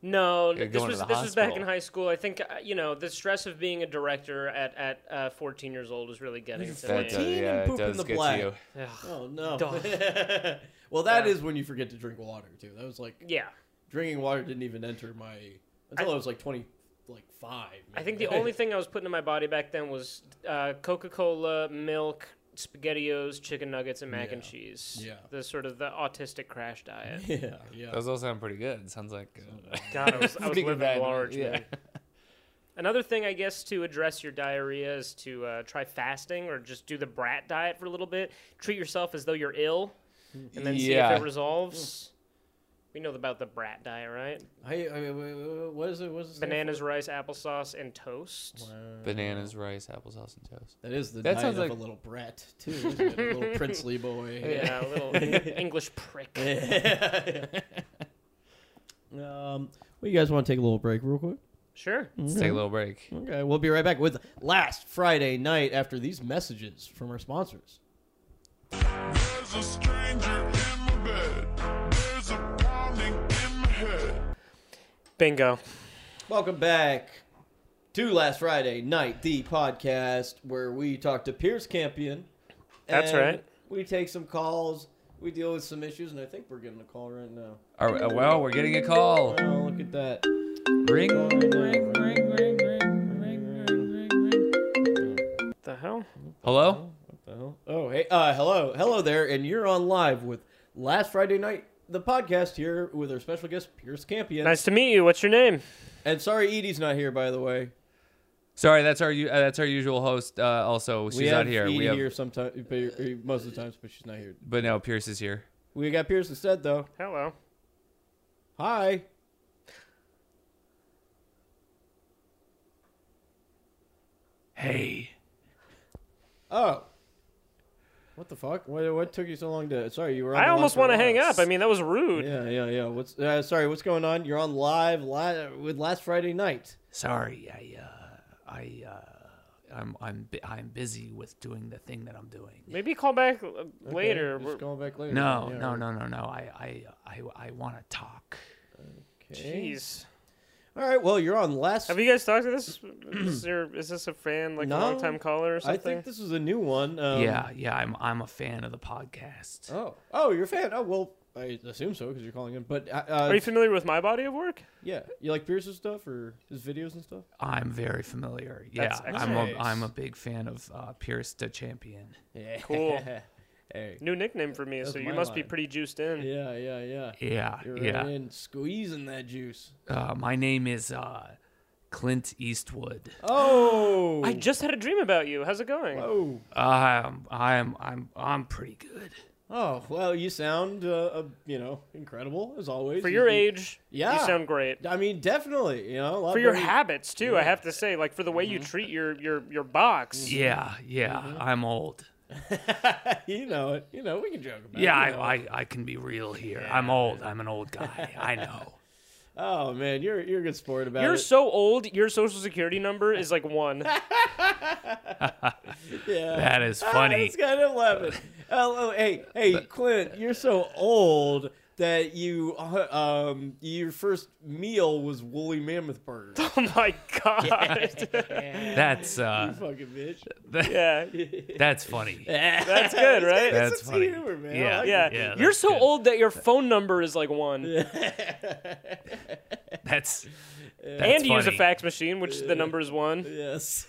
[SPEAKER 1] No,
[SPEAKER 2] You're
[SPEAKER 1] this
[SPEAKER 2] going to
[SPEAKER 1] was
[SPEAKER 2] the
[SPEAKER 1] this was back in
[SPEAKER 2] hospital.
[SPEAKER 1] high school. I think uh, you know the stress of being a director at at uh, 14 years old is really getting
[SPEAKER 3] You're
[SPEAKER 1] to
[SPEAKER 2] That
[SPEAKER 1] me.
[SPEAKER 3] Fourteen
[SPEAKER 2] does,
[SPEAKER 3] and
[SPEAKER 2] yeah, it
[SPEAKER 3] poop in
[SPEAKER 2] does
[SPEAKER 3] the
[SPEAKER 2] get
[SPEAKER 3] black.
[SPEAKER 2] to you.
[SPEAKER 1] Ugh,
[SPEAKER 3] Oh no. well,
[SPEAKER 1] Yeah.
[SPEAKER 3] that is when you forget to drink water too. That was like
[SPEAKER 1] yeah,
[SPEAKER 3] drinking water didn't even enter my until I, was like twenty, like five.
[SPEAKER 1] I think the
[SPEAKER 3] maybe.
[SPEAKER 1] only thing I was putting in my body back then was uh, Coca-Cola, milk, Spaghettios, chicken nuggets, and mac and
[SPEAKER 3] Yeah.
[SPEAKER 1] cheese.
[SPEAKER 3] Yeah.
[SPEAKER 1] the sort of the autistic crash diet.
[SPEAKER 3] yeah, yeah.
[SPEAKER 2] Those all sound pretty good. Sounds like uh,
[SPEAKER 1] God, I was, I was
[SPEAKER 2] pretty good
[SPEAKER 1] living
[SPEAKER 2] diet.
[SPEAKER 1] large.
[SPEAKER 2] Yeah.
[SPEAKER 1] man. Another thing, I guess, to address your diarrhea is to uh, try fasting or just do the brat diet for a little bit. Treat yourself as though you're ill, and then see
[SPEAKER 2] Yeah.
[SPEAKER 1] if it resolves. We know about the brat diet, right?
[SPEAKER 3] I, I, I- what is it? What is it? stand
[SPEAKER 1] Bananas, rice, applesauce, and toast.
[SPEAKER 3] for? Wow.
[SPEAKER 2] Bananas, rice, applesauce, and toast.
[SPEAKER 3] That is the
[SPEAKER 2] That
[SPEAKER 3] diet
[SPEAKER 2] sounds
[SPEAKER 3] of
[SPEAKER 2] like-
[SPEAKER 3] a little brat too. Isn't it? A little princely boy.
[SPEAKER 1] Yeah, a little English prick.
[SPEAKER 3] um, well, you guys want to take a little break real quick?
[SPEAKER 1] Sure.
[SPEAKER 2] Let's take a little break.
[SPEAKER 3] Okay, we'll be right back with last Friday night after these messages from our sponsors.
[SPEAKER 6] There's a stranger in my bed. There's a pounding in my head.
[SPEAKER 1] Bingo.
[SPEAKER 3] Welcome back to Last Friday Night, the podcast where we talk to Pierce Campion.
[SPEAKER 1] That's
[SPEAKER 3] And
[SPEAKER 1] right.
[SPEAKER 3] We take some calls, we deal with some issues, and I think we're getting a call right now.
[SPEAKER 2] All right, uh, well, we're getting a call.
[SPEAKER 3] Oh, look at that.
[SPEAKER 2] Ring.
[SPEAKER 1] The hell?
[SPEAKER 2] Hello.
[SPEAKER 3] What the hell? Oh, hey, uh, hello, hello there, and you're on live with Last Friday Night, the podcast here with our special guest Pierce Campion.
[SPEAKER 1] Nice to meet you. What's your name?
[SPEAKER 3] And sorry, Edie's not here, by the way.
[SPEAKER 2] Sorry, that's our u- uh, that's our usual host. Uh, also, she's
[SPEAKER 3] we
[SPEAKER 2] not
[SPEAKER 3] have
[SPEAKER 2] here.
[SPEAKER 3] Edie
[SPEAKER 2] We have,
[SPEAKER 3] here sometimes, most of the times, but she's not here.
[SPEAKER 2] but no, Pierce is here.
[SPEAKER 3] We got Pierce instead, though.
[SPEAKER 1] Hello.
[SPEAKER 3] Hi.
[SPEAKER 2] Hey.
[SPEAKER 3] Oh. What the fuck? What, what took you so long to? Sorry, you were. On
[SPEAKER 1] I
[SPEAKER 3] the line
[SPEAKER 1] almost
[SPEAKER 3] for a
[SPEAKER 1] want to
[SPEAKER 3] while.
[SPEAKER 1] hang up. I mean, that was rude.
[SPEAKER 3] Yeah, yeah, yeah. What's? Uh, sorry, what's going on? You're on live li- with last Friday night.
[SPEAKER 2] Sorry, I uh, I uh, I'm I'm bu- I'm busy with doing the thing that I'm doing.
[SPEAKER 1] Maybe call back uh, later.
[SPEAKER 3] Okay,
[SPEAKER 1] We're-
[SPEAKER 3] just going back later.
[SPEAKER 2] No,
[SPEAKER 3] Yeah,
[SPEAKER 2] no, no, no, no. I I I I want to talk.
[SPEAKER 3] Okay.
[SPEAKER 1] Jeez.
[SPEAKER 3] All right. Well, you're on last.
[SPEAKER 1] Have you guys talked to this? Is, there, is this a fan, like
[SPEAKER 3] No,
[SPEAKER 1] a long time caller or
[SPEAKER 3] I
[SPEAKER 1] something?
[SPEAKER 3] think this is a new one. Um,
[SPEAKER 2] yeah, yeah. I'm I'm a fan of the podcast.
[SPEAKER 3] Oh. Oh, you're a fan. Oh well, I assume so because you're calling in. But uh, uh,
[SPEAKER 1] Are you familiar with my body of work?
[SPEAKER 3] yeah, you like Pierce's stuff or his videos and stuff?
[SPEAKER 2] I'm very familiar. Yeah,
[SPEAKER 1] That's
[SPEAKER 2] I'm a
[SPEAKER 3] excellent.
[SPEAKER 2] I'm a big fan of uh, Pierce the Champion.
[SPEAKER 3] Yeah.
[SPEAKER 1] Cool.
[SPEAKER 3] Hey.
[SPEAKER 1] New nickname for me,
[SPEAKER 3] That's
[SPEAKER 1] so you
[SPEAKER 3] my
[SPEAKER 1] must be
[SPEAKER 3] line.
[SPEAKER 1] pretty juiced in.
[SPEAKER 3] Yeah, yeah, yeah.
[SPEAKER 7] Yeah,
[SPEAKER 3] You're
[SPEAKER 7] yeah.
[SPEAKER 3] right in squeezing that juice.
[SPEAKER 7] Uh, my name is uh, Clint Eastwood.
[SPEAKER 3] Oh.
[SPEAKER 1] I just had a dream about you. How's it going?
[SPEAKER 3] oh.
[SPEAKER 2] Um,
[SPEAKER 7] I'm, I'm, I'm, I'm pretty good.
[SPEAKER 3] Oh, well, you sound, uh, uh, you know, incredible as always.
[SPEAKER 1] for
[SPEAKER 3] You-
[SPEAKER 1] your
[SPEAKER 3] you-
[SPEAKER 1] age,
[SPEAKER 3] Yeah.
[SPEAKER 1] you sound great.
[SPEAKER 3] I mean, definitely, you know. a lot
[SPEAKER 1] For your
[SPEAKER 3] better-
[SPEAKER 1] habits too, I have to say, like for the way you
[SPEAKER 3] Mm-hmm.
[SPEAKER 1] treat your your your box.
[SPEAKER 7] Yeah, yeah. I'm old.
[SPEAKER 3] you know it. You know, we can joke about
[SPEAKER 7] Yeah,
[SPEAKER 3] it. you know.
[SPEAKER 7] I, I, I can be real here. I'm old. I'm an old guy. I know.
[SPEAKER 3] Oh, man, you're you're a good sport about
[SPEAKER 1] You're
[SPEAKER 3] it.
[SPEAKER 1] so old. Your social security number is like one.
[SPEAKER 3] yeah.
[SPEAKER 7] That is
[SPEAKER 3] Ah,
[SPEAKER 7] funny.
[SPEAKER 3] That's kind of laughing. Oh, oh, hey, hey, Clint, you're so old that you, uh, um, your first meal was woolly mammoth burger. you
[SPEAKER 1] oh my god.
[SPEAKER 7] That's uh,
[SPEAKER 3] fucking bitch.
[SPEAKER 1] yeah.
[SPEAKER 7] that's funny.
[SPEAKER 1] That's good, right?
[SPEAKER 3] That's
[SPEAKER 7] That's
[SPEAKER 3] a
[SPEAKER 7] funny.
[SPEAKER 3] humor, man. I
[SPEAKER 7] Yeah,
[SPEAKER 3] like
[SPEAKER 1] yeah.
[SPEAKER 7] Yeah,
[SPEAKER 1] You're
[SPEAKER 7] that's
[SPEAKER 1] so
[SPEAKER 7] good.
[SPEAKER 1] old that your phone number is like one.
[SPEAKER 7] That's, that's
[SPEAKER 1] and you use a
[SPEAKER 7] funny.
[SPEAKER 1] fax machine, which the number is one.
[SPEAKER 3] Yes.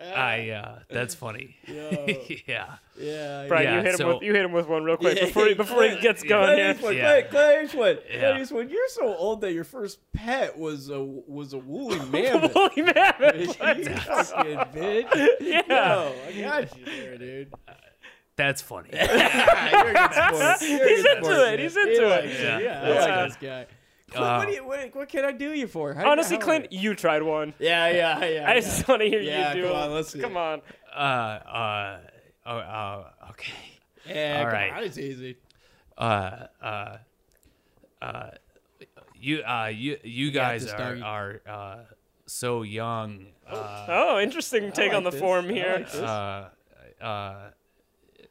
[SPEAKER 7] I uh, that's funny.
[SPEAKER 3] Yo.
[SPEAKER 7] yeah.
[SPEAKER 3] yeah.
[SPEAKER 1] Brian,
[SPEAKER 7] Yeah,
[SPEAKER 1] you hit
[SPEAKER 7] so-
[SPEAKER 1] him with you hit him with one real quick
[SPEAKER 3] Yeah,
[SPEAKER 1] before he, before he
[SPEAKER 3] yeah,
[SPEAKER 1] gets
[SPEAKER 7] yeah.
[SPEAKER 1] going
[SPEAKER 3] Clint
[SPEAKER 1] here.
[SPEAKER 3] Eastwood,
[SPEAKER 7] Yeah.
[SPEAKER 3] Clint, Clint Eastwood, Clint
[SPEAKER 7] Yeah.
[SPEAKER 3] Eastwood. You're so old that your first pet was a was a woolly mammoth.
[SPEAKER 1] Holy
[SPEAKER 3] you
[SPEAKER 1] mammoth.
[SPEAKER 3] fucking
[SPEAKER 1] Let's go.
[SPEAKER 3] bitch.
[SPEAKER 1] Yeah.
[SPEAKER 3] Yo, I got you there, dude.
[SPEAKER 7] That's funny.
[SPEAKER 3] You're a good sport. You're a
[SPEAKER 1] He's
[SPEAKER 3] good
[SPEAKER 1] into
[SPEAKER 3] sport,
[SPEAKER 1] it. He's
[SPEAKER 3] man.
[SPEAKER 1] into
[SPEAKER 3] He
[SPEAKER 1] it.
[SPEAKER 3] likes
[SPEAKER 7] Yeah.
[SPEAKER 3] Yeah,
[SPEAKER 1] Yeah.
[SPEAKER 3] I like this guy. Clint, what, do you, what, what can I do you for? How-
[SPEAKER 1] Honestly,
[SPEAKER 3] how-
[SPEAKER 1] Clint, you tried one.
[SPEAKER 3] Yeah, yeah, yeah.
[SPEAKER 1] I just want to hear
[SPEAKER 3] Yeah,
[SPEAKER 1] you do
[SPEAKER 3] come
[SPEAKER 1] it.
[SPEAKER 3] on, let's see
[SPEAKER 1] Come
[SPEAKER 3] it.
[SPEAKER 1] on.
[SPEAKER 7] Uh, uh, oh, uh, okay.
[SPEAKER 3] yeah. yeah
[SPEAKER 7] All
[SPEAKER 3] come
[SPEAKER 7] right.
[SPEAKER 3] on, it's easy.
[SPEAKER 7] Uh, uh, uh, you, uh, you, you guys
[SPEAKER 3] this,
[SPEAKER 7] are
[SPEAKER 3] doggy.
[SPEAKER 7] are uh, so young. Uh,
[SPEAKER 1] Oh, interesting take
[SPEAKER 3] like
[SPEAKER 1] on the
[SPEAKER 3] this.
[SPEAKER 1] form
[SPEAKER 3] I
[SPEAKER 1] here.
[SPEAKER 3] like this.
[SPEAKER 7] uh, uh,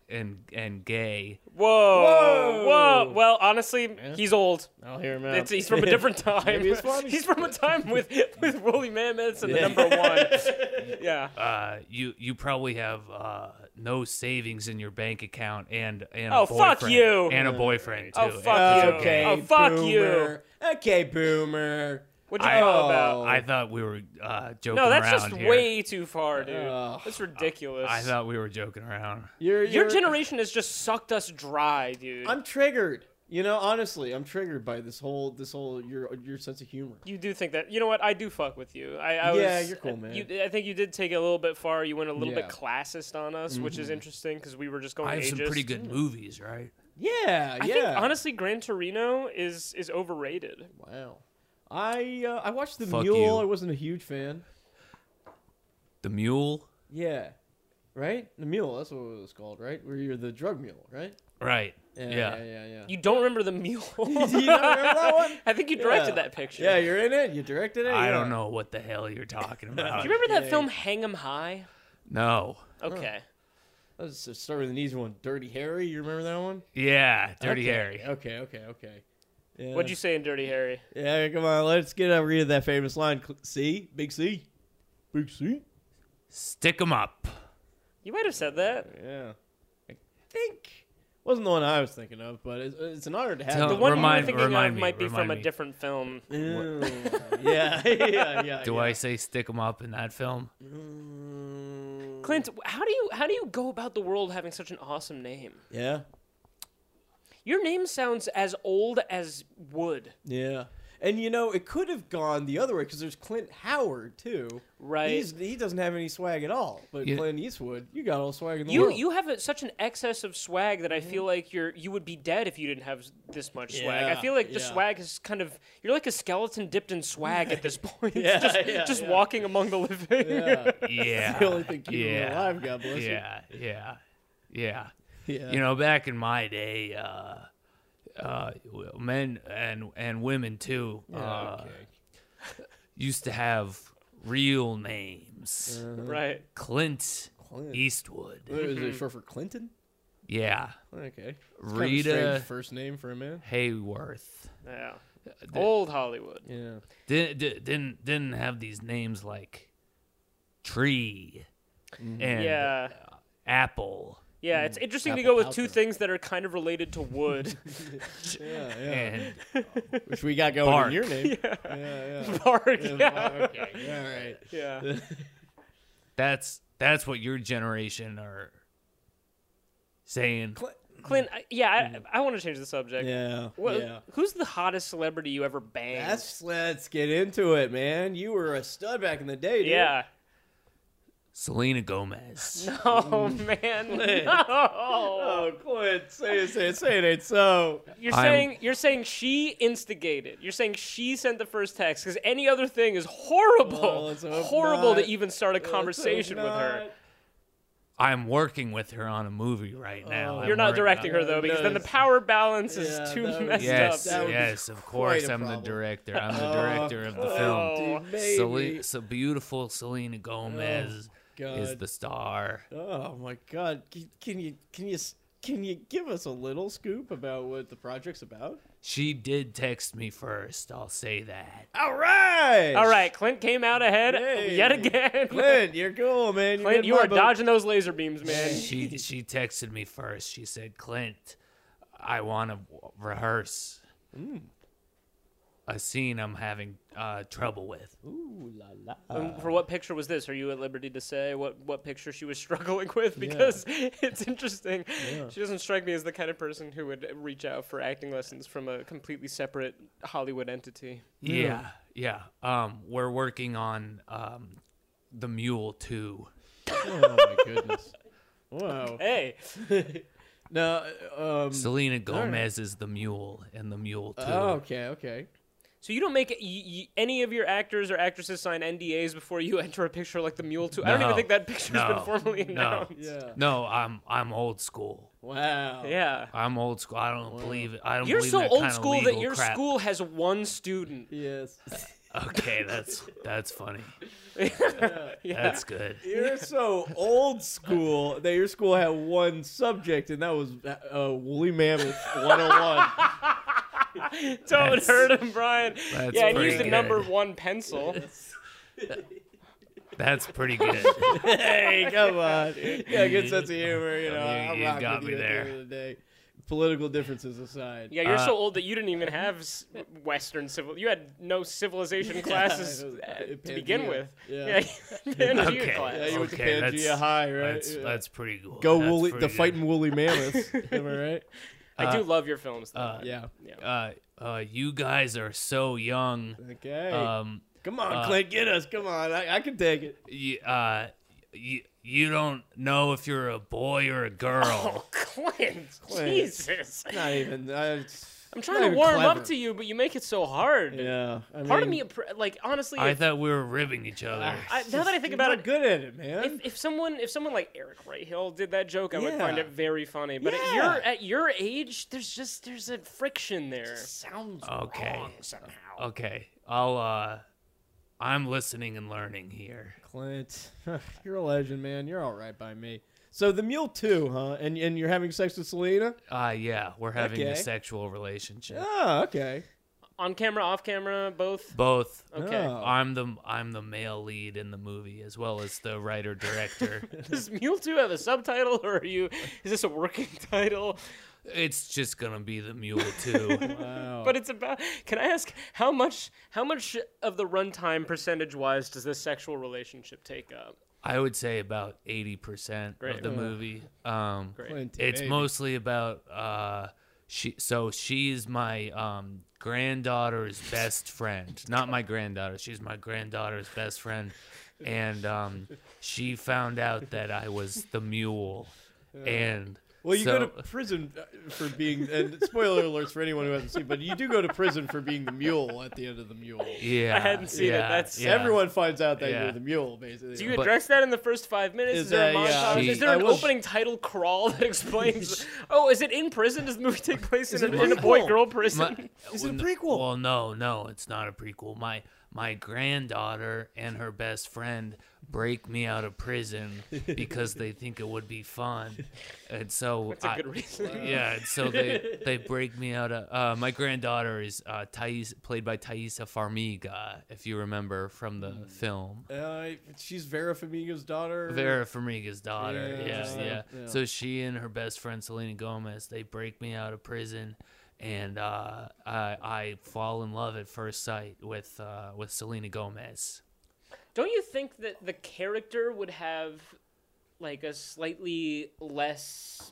[SPEAKER 7] and and gay.
[SPEAKER 1] Whoa.
[SPEAKER 3] Whoa.
[SPEAKER 1] Whoa. Well, honestly, he's old.
[SPEAKER 3] I'll hear him out.
[SPEAKER 1] It's, he's from a different time.
[SPEAKER 3] Maybe it's funny.
[SPEAKER 1] he's from a time with with woolly mammoths and
[SPEAKER 3] Yeah.
[SPEAKER 1] the number one. Yeah.
[SPEAKER 7] Uh, you you probably have uh, no savings in your bank account and and
[SPEAKER 1] Oh,
[SPEAKER 7] a
[SPEAKER 1] fuck
[SPEAKER 7] boyfriend,
[SPEAKER 1] you.
[SPEAKER 7] and a boyfriend too.
[SPEAKER 1] Oh, fuck
[SPEAKER 7] It's
[SPEAKER 1] you.
[SPEAKER 7] Okay.
[SPEAKER 1] Oh, fuck you.
[SPEAKER 3] boomer. Okay, boomer.
[SPEAKER 1] What'd you
[SPEAKER 7] I-
[SPEAKER 1] know about?
[SPEAKER 7] I thought we were uh, joking
[SPEAKER 1] No, that's
[SPEAKER 7] around
[SPEAKER 1] just
[SPEAKER 7] here.
[SPEAKER 1] way too far, dude.
[SPEAKER 3] Ugh.
[SPEAKER 1] that's ridiculous.
[SPEAKER 7] I thought we were joking around.
[SPEAKER 3] Uh, You're,
[SPEAKER 1] Your
[SPEAKER 3] you're-
[SPEAKER 1] generation has just sucked us dry, dude.
[SPEAKER 3] I'm triggered. You know, honestly, I'm triggered by this whole this whole your your sense of humor.
[SPEAKER 1] you do think that? You know what? I do fuck with you. I, I
[SPEAKER 3] Yeah,
[SPEAKER 1] was,
[SPEAKER 3] you're cool, man.
[SPEAKER 1] You, I think you did take it a little bit far. You went a little bit
[SPEAKER 3] Yeah. Mm-hmm.
[SPEAKER 1] classist on us, which is interesting because we were just going.
[SPEAKER 7] I have some
[SPEAKER 1] ageist.
[SPEAKER 7] pretty good movies, right?
[SPEAKER 3] Yeah,
[SPEAKER 1] I
[SPEAKER 3] yeah.
[SPEAKER 1] think honestly, Gran Torino is is overrated.
[SPEAKER 3] wow. I uh, I watched the
[SPEAKER 7] Fuck
[SPEAKER 3] mule.
[SPEAKER 7] you.
[SPEAKER 3] I wasn't a huge fan.
[SPEAKER 7] The Mule,
[SPEAKER 3] Yeah. Right? The mule, that's what it was called, right? Where you're the drug mule, right?
[SPEAKER 7] right?
[SPEAKER 3] Yeah,
[SPEAKER 7] yeah.
[SPEAKER 3] yeah, yeah. yeah.
[SPEAKER 1] You don't remember the mule.
[SPEAKER 3] you don't remember that one?
[SPEAKER 1] I think you directed
[SPEAKER 3] Yeah.
[SPEAKER 1] that picture.
[SPEAKER 3] Yeah, you're in it. You directed it.
[SPEAKER 7] I
[SPEAKER 3] yeah.
[SPEAKER 7] don't know what the hell you're talking about.
[SPEAKER 1] Do you remember that
[SPEAKER 3] Yeah.
[SPEAKER 1] film Hang 'em High?
[SPEAKER 7] no.
[SPEAKER 1] Okay.
[SPEAKER 3] Let's just start with an easy one. Dirty Harry, you remember that one?
[SPEAKER 7] Yeah, Dirty
[SPEAKER 3] Okay,
[SPEAKER 7] Harry.
[SPEAKER 3] Okay, okay, okay. Yeah.
[SPEAKER 1] What'd you say in Dirty Harry?
[SPEAKER 3] Yeah, come on. Let's get out rid of that famous line. Cl- C, big C, big C.
[SPEAKER 7] Stick 'em up.
[SPEAKER 1] You might have said that.
[SPEAKER 3] Yeah, I think wasn't the one I was thinking of, but it's, it's an honor to have
[SPEAKER 7] Tell-
[SPEAKER 1] The
[SPEAKER 3] you.
[SPEAKER 7] Uh,
[SPEAKER 1] one
[SPEAKER 7] remind-
[SPEAKER 1] you were thinking
[SPEAKER 7] remind
[SPEAKER 1] of
[SPEAKER 7] me,
[SPEAKER 1] might be
[SPEAKER 7] remind
[SPEAKER 1] from a
[SPEAKER 7] me.
[SPEAKER 1] different film.
[SPEAKER 3] Ew. yeah, yeah, yeah.
[SPEAKER 7] Do
[SPEAKER 3] yeah.
[SPEAKER 7] I say stick 'em up in that film?
[SPEAKER 3] Mm,
[SPEAKER 1] Clint, how do you how do you go about the world having such an awesome name?
[SPEAKER 3] Yeah,
[SPEAKER 1] Your name sounds as old as wood,
[SPEAKER 3] yeah. And you know, it could have gone the other way because there's Clint Howard too.
[SPEAKER 1] right?
[SPEAKER 3] He's he doesn't have any swag at all. But
[SPEAKER 7] You-
[SPEAKER 3] Clint Eastwood, you got all swag in the
[SPEAKER 1] you
[SPEAKER 3] world.
[SPEAKER 1] you have a, such an excess of swag
[SPEAKER 3] Mm-hmm.
[SPEAKER 1] that I feel like you're you would be dead if you didn't have s- this much swag. I
[SPEAKER 3] Yeah,
[SPEAKER 1] feel like the
[SPEAKER 3] yeah.
[SPEAKER 1] swag is kind of you're like a skeleton dipped in swag at this point.
[SPEAKER 3] Yeah,
[SPEAKER 1] just
[SPEAKER 3] yeah,
[SPEAKER 1] just
[SPEAKER 3] yeah.
[SPEAKER 1] walking among the living.
[SPEAKER 3] yeah.
[SPEAKER 7] Yeah.
[SPEAKER 3] the only thing keeping him
[SPEAKER 7] yeah.
[SPEAKER 3] alive. God bless you.
[SPEAKER 7] Yeah, yeah, yeah.
[SPEAKER 3] Yeah.
[SPEAKER 7] You know, back in my day, uh, uh, w- men and and women too uh,
[SPEAKER 3] okay.
[SPEAKER 7] used to have real names.
[SPEAKER 3] Mm-hmm.
[SPEAKER 1] Right.
[SPEAKER 7] Clint
[SPEAKER 3] Uh. Clint.
[SPEAKER 7] Eastwood.
[SPEAKER 3] What, Is it short for Clinton?
[SPEAKER 7] Yeah.
[SPEAKER 3] Okay. It's kind of a
[SPEAKER 7] Rita
[SPEAKER 3] strange first name for a man.
[SPEAKER 7] Hayworth.
[SPEAKER 1] Yeah.
[SPEAKER 3] Uh,
[SPEAKER 1] Old Hollywood.
[SPEAKER 3] Yeah.
[SPEAKER 7] Didn't di- didn't didn't have these names like tree
[SPEAKER 3] Mm-hmm.
[SPEAKER 7] and
[SPEAKER 1] Yeah.
[SPEAKER 7] apple
[SPEAKER 1] Yeah, it's interesting to
[SPEAKER 3] uh, mm, Apple
[SPEAKER 1] go with
[SPEAKER 3] Pie
[SPEAKER 1] two
[SPEAKER 3] Girl.
[SPEAKER 1] things that are kind of related to wood.
[SPEAKER 3] Yeah, yeah.
[SPEAKER 7] and
[SPEAKER 3] Which we got going
[SPEAKER 7] Bark.
[SPEAKER 3] in your name. Yeah, yeah.
[SPEAKER 1] Bark.
[SPEAKER 3] yeah.
[SPEAKER 1] Yeah.
[SPEAKER 3] bark, Okay. All right.
[SPEAKER 1] yeah.
[SPEAKER 7] that's that's what your generation are saying.
[SPEAKER 1] Clint, I, yeah,
[SPEAKER 3] Mm-hmm.
[SPEAKER 1] I, I want to change the subject.
[SPEAKER 3] Yeah.
[SPEAKER 1] Wha-
[SPEAKER 3] yeah.
[SPEAKER 1] Who's the hottest celebrity you ever banged?
[SPEAKER 3] That's let's get into it, man. You were a stud back in the day, dude.
[SPEAKER 1] yeah.
[SPEAKER 7] Selena Gomez.
[SPEAKER 1] Oh man, no.
[SPEAKER 3] Oh, Clint, say it, say it, say it ain't so.
[SPEAKER 1] You're
[SPEAKER 7] I'm-
[SPEAKER 1] saying you're saying she instigated. You're saying she sent the first text because any other thing is horrible,
[SPEAKER 3] Well, let's hope
[SPEAKER 1] horrible to
[SPEAKER 3] not.
[SPEAKER 1] even start a conversation with her.
[SPEAKER 7] I'm working with her on a movie right
[SPEAKER 3] Oh.
[SPEAKER 7] now. I'm
[SPEAKER 1] You're not
[SPEAKER 7] working
[SPEAKER 1] directing
[SPEAKER 7] on-
[SPEAKER 1] her though, because then the
[SPEAKER 3] Nice.
[SPEAKER 1] power balance is
[SPEAKER 3] Yeah,
[SPEAKER 1] too
[SPEAKER 3] that would-
[SPEAKER 1] messed
[SPEAKER 7] Yes,
[SPEAKER 1] up.
[SPEAKER 3] That would be
[SPEAKER 7] yes, of
[SPEAKER 3] quite
[SPEAKER 7] course.
[SPEAKER 3] a
[SPEAKER 7] I'm the
[SPEAKER 3] problem. Oh,
[SPEAKER 7] director. I'm the director of the film.
[SPEAKER 1] Oh,
[SPEAKER 3] Dude,
[SPEAKER 7] Sele-
[SPEAKER 3] maybe.
[SPEAKER 7] so beautiful Selena Gomez is
[SPEAKER 3] Oh, God.
[SPEAKER 7] the star.
[SPEAKER 3] Oh my God! C- Can you can you s- can you give us a little scoop about what the project's about?
[SPEAKER 7] She did text me first. I'll say that.
[SPEAKER 3] All right.
[SPEAKER 1] All right, Clint came out ahead
[SPEAKER 3] Hey.
[SPEAKER 1] yet again.
[SPEAKER 3] Clint, you're cool, man. You're
[SPEAKER 1] Clint,
[SPEAKER 3] in
[SPEAKER 1] you
[SPEAKER 3] my
[SPEAKER 1] are
[SPEAKER 3] boat.
[SPEAKER 1] dodging those laser beams, man.
[SPEAKER 7] She she texted me first. She said, "Clint, I want to rehearse
[SPEAKER 3] Mm.
[SPEAKER 7] a scene I'm having uh, trouble with."
[SPEAKER 3] Ooh la la.
[SPEAKER 7] Uh.
[SPEAKER 1] Um, For what picture was this? Are you at liberty to say what, what picture she was struggling with? Because it's interesting. She doesn't strike me as the kind of person who would reach out for acting lessons from a completely separate Hollywood entity.
[SPEAKER 7] Yeah, yeah. Um, we're working on um, the Mule Two.
[SPEAKER 3] Oh my goodness. Wow.
[SPEAKER 1] Hey,
[SPEAKER 3] No. Um.
[SPEAKER 7] Selena Gomez is the Mule, and the Mule Two.
[SPEAKER 3] oh, okay. Okay.
[SPEAKER 1] so you don't make y y any of your actors or actresses sign NDAs before you enter a picture like the Mule 2? I don't even
[SPEAKER 7] No.
[SPEAKER 1] think that picture's been
[SPEAKER 7] No.
[SPEAKER 1] formally
[SPEAKER 7] No.
[SPEAKER 1] announced.
[SPEAKER 3] Yeah.
[SPEAKER 7] No, I'm I'm old school.
[SPEAKER 3] Wow.
[SPEAKER 1] Yeah.
[SPEAKER 7] I'm old school. I don't believe it. I don't.
[SPEAKER 1] You're
[SPEAKER 7] believe
[SPEAKER 1] so
[SPEAKER 7] that
[SPEAKER 1] old
[SPEAKER 7] kinda
[SPEAKER 1] school that
[SPEAKER 7] legal
[SPEAKER 1] your
[SPEAKER 7] crap.
[SPEAKER 1] school has one student.
[SPEAKER 3] Yes.
[SPEAKER 7] Okay, that's that's funny.
[SPEAKER 1] Yeah.
[SPEAKER 7] That's good.
[SPEAKER 3] You're so old school that your school had one subject, and that was uh, uh, woolly mammoth 101.
[SPEAKER 1] Don't
[SPEAKER 7] That's-
[SPEAKER 1] hurt him, Brian.
[SPEAKER 7] that's
[SPEAKER 1] yeah, and
[SPEAKER 7] pretty
[SPEAKER 1] use the
[SPEAKER 7] good.
[SPEAKER 1] number one pencil.
[SPEAKER 7] That's pretty good.
[SPEAKER 3] hey, come on. Yeah, good sense of humor. You know,
[SPEAKER 7] You-
[SPEAKER 3] I'm
[SPEAKER 7] you
[SPEAKER 3] rocking
[SPEAKER 7] got
[SPEAKER 3] with
[SPEAKER 7] me
[SPEAKER 3] you at
[SPEAKER 7] there.
[SPEAKER 3] the end of the day. Political differences aside.
[SPEAKER 1] Yeah, you're
[SPEAKER 7] Uh,
[SPEAKER 1] so old that you didn't even have s- Western civil. You had no civilization classes
[SPEAKER 3] it was-
[SPEAKER 1] uh,
[SPEAKER 3] it
[SPEAKER 1] to begin
[SPEAKER 3] Pangea.
[SPEAKER 1] with.
[SPEAKER 3] Yeah.
[SPEAKER 1] yeah Pangea
[SPEAKER 7] Okay.
[SPEAKER 1] class.
[SPEAKER 3] Yeah, you went to
[SPEAKER 7] Okay,
[SPEAKER 3] Pangea
[SPEAKER 7] that's-
[SPEAKER 3] High, right?
[SPEAKER 7] That's
[SPEAKER 3] Yeah.
[SPEAKER 7] that's pretty cool.
[SPEAKER 3] Go
[SPEAKER 7] That's
[SPEAKER 3] woolly,
[SPEAKER 7] pretty
[SPEAKER 3] the
[SPEAKER 7] good.
[SPEAKER 3] fighting woolly mammoths. Am I right?
[SPEAKER 1] I do love your films, though.
[SPEAKER 7] uh,
[SPEAKER 3] Yeah.
[SPEAKER 7] Uh, uh, you guys are so young.
[SPEAKER 3] Okay.
[SPEAKER 7] Um,
[SPEAKER 3] come on,
[SPEAKER 7] uh,
[SPEAKER 3] Clint, get us. Come on, I, I can take it.
[SPEAKER 7] you, uh, you you don't know if you're a boy or a girl.
[SPEAKER 1] oh, Clint,
[SPEAKER 3] Clint.
[SPEAKER 1] Jesus.
[SPEAKER 3] Not even. I,
[SPEAKER 1] I'm trying to warm up to you, but you make it so hard.
[SPEAKER 3] Yeah. I
[SPEAKER 1] Part of me,
[SPEAKER 3] mean, ah,
[SPEAKER 1] appre- like, honestly,
[SPEAKER 7] I
[SPEAKER 1] if-
[SPEAKER 7] thought we were ribbing each other.
[SPEAKER 1] I- now that I think
[SPEAKER 3] you're
[SPEAKER 1] about
[SPEAKER 3] not
[SPEAKER 1] it,
[SPEAKER 3] good at it, man.
[SPEAKER 1] if, if someone if someone like Eric Rahill did that joke, I would find
[SPEAKER 3] Yeah.
[SPEAKER 1] it very funny. But at
[SPEAKER 3] Yeah.
[SPEAKER 1] your at your age, there's just there's a friction there.
[SPEAKER 3] sounds
[SPEAKER 7] Okay. wrong somehow. Okay. I'll uh I'm listening and learning here.
[SPEAKER 3] Clint, you're a legend, man. You're all right by me. So the mule too, huh? And and you're having sex with Selena?
[SPEAKER 7] Uh yeah, we're having a
[SPEAKER 3] Okay.
[SPEAKER 7] sexual relationship.
[SPEAKER 1] Ah.
[SPEAKER 3] Oh, okay.
[SPEAKER 1] On camera, off camera, both.
[SPEAKER 7] Both.
[SPEAKER 1] Okay.
[SPEAKER 3] Oh.
[SPEAKER 7] I'm the I'm the male lead in the movie as well as the writer director.
[SPEAKER 1] Does Mule 2 have a subtitle, or are you? Is this a working title?
[SPEAKER 7] it's just gonna be the mule too.
[SPEAKER 3] Wow.
[SPEAKER 1] But it's about. Can I ask how much? How much of the runtime percentage wise does this sexual relationship take up?
[SPEAKER 7] I would say about eighty percent
[SPEAKER 1] Great.
[SPEAKER 7] of the
[SPEAKER 1] Ugh.
[SPEAKER 7] movie. Um
[SPEAKER 1] Great.
[SPEAKER 3] Clint,
[SPEAKER 7] it's
[SPEAKER 3] baby.
[SPEAKER 7] mostly about uh she so she's my um granddaughter's best friend not my granddaughter she's my granddaughter's best friend and um she found out that i was the mule and
[SPEAKER 3] Well, you
[SPEAKER 7] so,
[SPEAKER 3] go to prison uh, for being. And spoiler alerts for anyone who hasn't seen, but you do go to prison for being the mule at the end of the mule.
[SPEAKER 7] yeah
[SPEAKER 1] I hadn't seen it,
[SPEAKER 7] yeah,
[SPEAKER 1] that's-
[SPEAKER 7] yeah.
[SPEAKER 3] Everyone finds out that
[SPEAKER 7] Yeah.
[SPEAKER 3] you're the mule, basically.
[SPEAKER 1] Do you
[SPEAKER 7] But-
[SPEAKER 1] address that in the first five minutes? Is,
[SPEAKER 3] Is
[SPEAKER 1] there a
[SPEAKER 3] that- yeah,
[SPEAKER 1] montage?
[SPEAKER 7] she-
[SPEAKER 1] is there an
[SPEAKER 3] I will-
[SPEAKER 1] opening title crawl that explains? oh, is it in prison? Does the movie take place in,
[SPEAKER 3] it
[SPEAKER 1] a, in a
[SPEAKER 3] prequel?
[SPEAKER 1] boy-girl prison?
[SPEAKER 7] is it a prequel? Well, no, no, it's not a prequel. My my granddaughter and her best friend break me out of prison because they think it would be fun, and so
[SPEAKER 1] That's a
[SPEAKER 7] I-
[SPEAKER 1] good reason.
[SPEAKER 7] yeah, and so they they break me out of. Uh, my granddaughter is uh, Thais, played by Thaisa Farmiga, if you remember from the
[SPEAKER 3] Mm.
[SPEAKER 7] film.
[SPEAKER 3] Uh, she's Vera Farmiga's daughter.
[SPEAKER 7] Vera Farmiga's daughter.
[SPEAKER 3] Yeah,
[SPEAKER 7] Yeah,
[SPEAKER 3] interesting.
[SPEAKER 7] yeah,
[SPEAKER 3] Yeah.
[SPEAKER 7] So she and her best friend Selena Gomez, they break me out of prison, and uh, I, I fall in love at first sight with uh, with Selena Gomez.
[SPEAKER 1] Don't you think that the character would have like a slightly less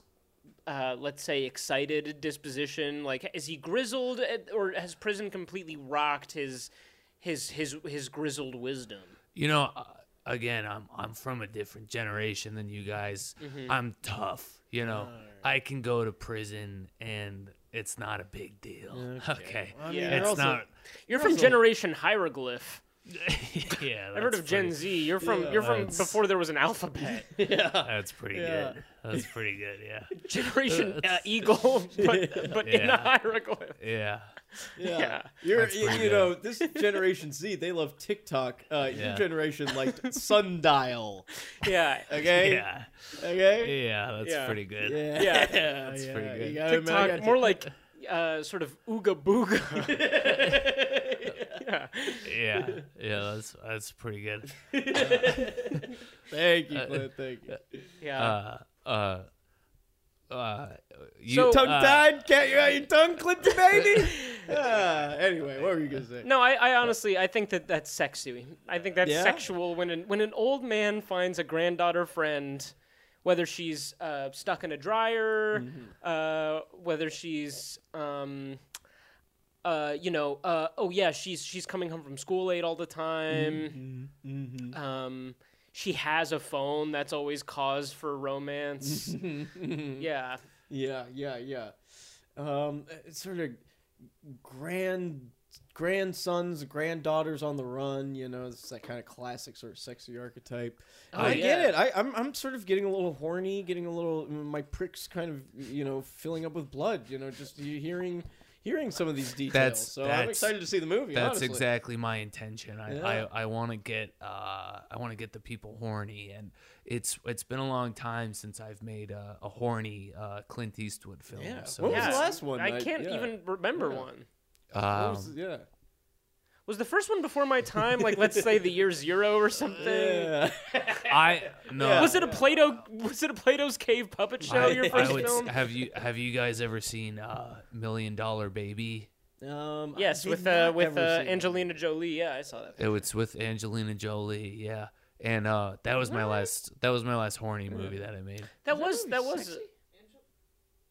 [SPEAKER 1] uh, let's say, excited disposition? Like, is he grizzled, at, or has prison completely rocked his his his his grizzled wisdom?
[SPEAKER 7] you know uh, again i'm i'm from a different generation than you guys
[SPEAKER 1] Mm-hmm.
[SPEAKER 7] i'm tough you know i can go to prison and it's not a big deal okay,
[SPEAKER 1] Yeah.
[SPEAKER 7] it's
[SPEAKER 3] you're also-
[SPEAKER 7] not
[SPEAKER 1] You're from Generation Hieroglyph.
[SPEAKER 7] yeah
[SPEAKER 1] I heard
[SPEAKER 7] that's
[SPEAKER 1] of Gen
[SPEAKER 7] pretty-
[SPEAKER 1] Z. You're from you're from
[SPEAKER 7] That's-
[SPEAKER 1] before there was an alphabet.
[SPEAKER 7] that's pretty good that's pretty good yeah
[SPEAKER 1] Generation uh, Eagle, but, but in a
[SPEAKER 7] Yeah.
[SPEAKER 1] hieroglyph.
[SPEAKER 7] yeah
[SPEAKER 3] Yeah.
[SPEAKER 1] Yeah.
[SPEAKER 3] You're,
[SPEAKER 7] That's
[SPEAKER 3] you,
[SPEAKER 7] pretty
[SPEAKER 3] you know, this generation Z, they love TikTok. Uh, Your
[SPEAKER 7] Yeah.
[SPEAKER 3] generation liked Sundial.
[SPEAKER 1] Yeah.
[SPEAKER 3] Okay?
[SPEAKER 7] yeah
[SPEAKER 3] Okay?
[SPEAKER 7] yeah that's
[SPEAKER 1] Yeah.
[SPEAKER 7] pretty good
[SPEAKER 3] Yeah.
[SPEAKER 1] Yeah.
[SPEAKER 3] That's
[SPEAKER 7] pretty good.
[SPEAKER 1] TikTok, more like uh, sort of ooga booga. yeah.
[SPEAKER 7] yeah yeah that's that's pretty good
[SPEAKER 3] Thank you, Clint. Thank you.
[SPEAKER 1] Yeah.
[SPEAKER 7] uh uh uh you
[SPEAKER 1] So-
[SPEAKER 3] tongue
[SPEAKER 7] uh,
[SPEAKER 3] tied? Can't you out your tongue, Clint, baby? uh, anyway, what were you going to say?
[SPEAKER 1] no, I, I honestly I think that that's sexy. I think that's
[SPEAKER 3] Yeah?
[SPEAKER 1] sexual when an when an old man finds a granddaughter friend, whether she's uh, stuck in a dryer, uh, whether she's um, uh, you know, uh, oh yeah, she's she's coming home from school late all the time. Um, she has a phone. That's always cause for
[SPEAKER 3] Mm-hmm.
[SPEAKER 1] romance. yeah.
[SPEAKER 3] Yeah, yeah, yeah. Um, it's sort of grand grandsons, granddaughters on the run. You know, it's that kind of classic sort of sexy archetype. And I
[SPEAKER 1] Oh, yeah.
[SPEAKER 3] get it. I, I'm I'm sort of getting a little horny, getting a little my pricks kind of you know filling up with blood. You know, just he- hearing hearing some of these details.
[SPEAKER 7] That's-
[SPEAKER 3] so I'm
[SPEAKER 7] that's-
[SPEAKER 3] excited to see the movie.
[SPEAKER 7] That's
[SPEAKER 3] honestly.
[SPEAKER 7] exactly my intention. I,
[SPEAKER 3] Yeah.
[SPEAKER 7] I, I want to get uh, I want to get the people horny, and it's it's been a long time since I've made a, a horny uh, Clint Eastwood film.
[SPEAKER 3] Yeah.
[SPEAKER 7] So
[SPEAKER 3] What was
[SPEAKER 1] yeah.
[SPEAKER 3] the last one?
[SPEAKER 1] I
[SPEAKER 3] I-
[SPEAKER 1] can't
[SPEAKER 3] yeah.
[SPEAKER 1] even remember
[SPEAKER 3] Yeah.
[SPEAKER 1] one.
[SPEAKER 3] What
[SPEAKER 7] um,
[SPEAKER 3] was- yeah.
[SPEAKER 1] Was the first one before my time? Like, let's say the year zero or something.
[SPEAKER 3] Yeah.
[SPEAKER 7] I no.
[SPEAKER 1] Was it a Plato? Was it a Plato's Cave puppet show?
[SPEAKER 7] I,
[SPEAKER 1] your
[SPEAKER 7] I
[SPEAKER 1] first
[SPEAKER 7] would s-
[SPEAKER 1] film?
[SPEAKER 7] have you have you guys ever seen uh, Million Dollar Baby?
[SPEAKER 3] Um, I
[SPEAKER 1] yes,
[SPEAKER 3] did
[SPEAKER 1] with uh,
[SPEAKER 3] not
[SPEAKER 1] with
[SPEAKER 3] ever
[SPEAKER 1] uh,
[SPEAKER 3] see it.
[SPEAKER 1] Angelina Jolie. Yeah, I saw that.
[SPEAKER 7] It was with Angelina Jolie. Yeah. And uh, that was my last that was my last horny movie that I made.
[SPEAKER 1] That was that was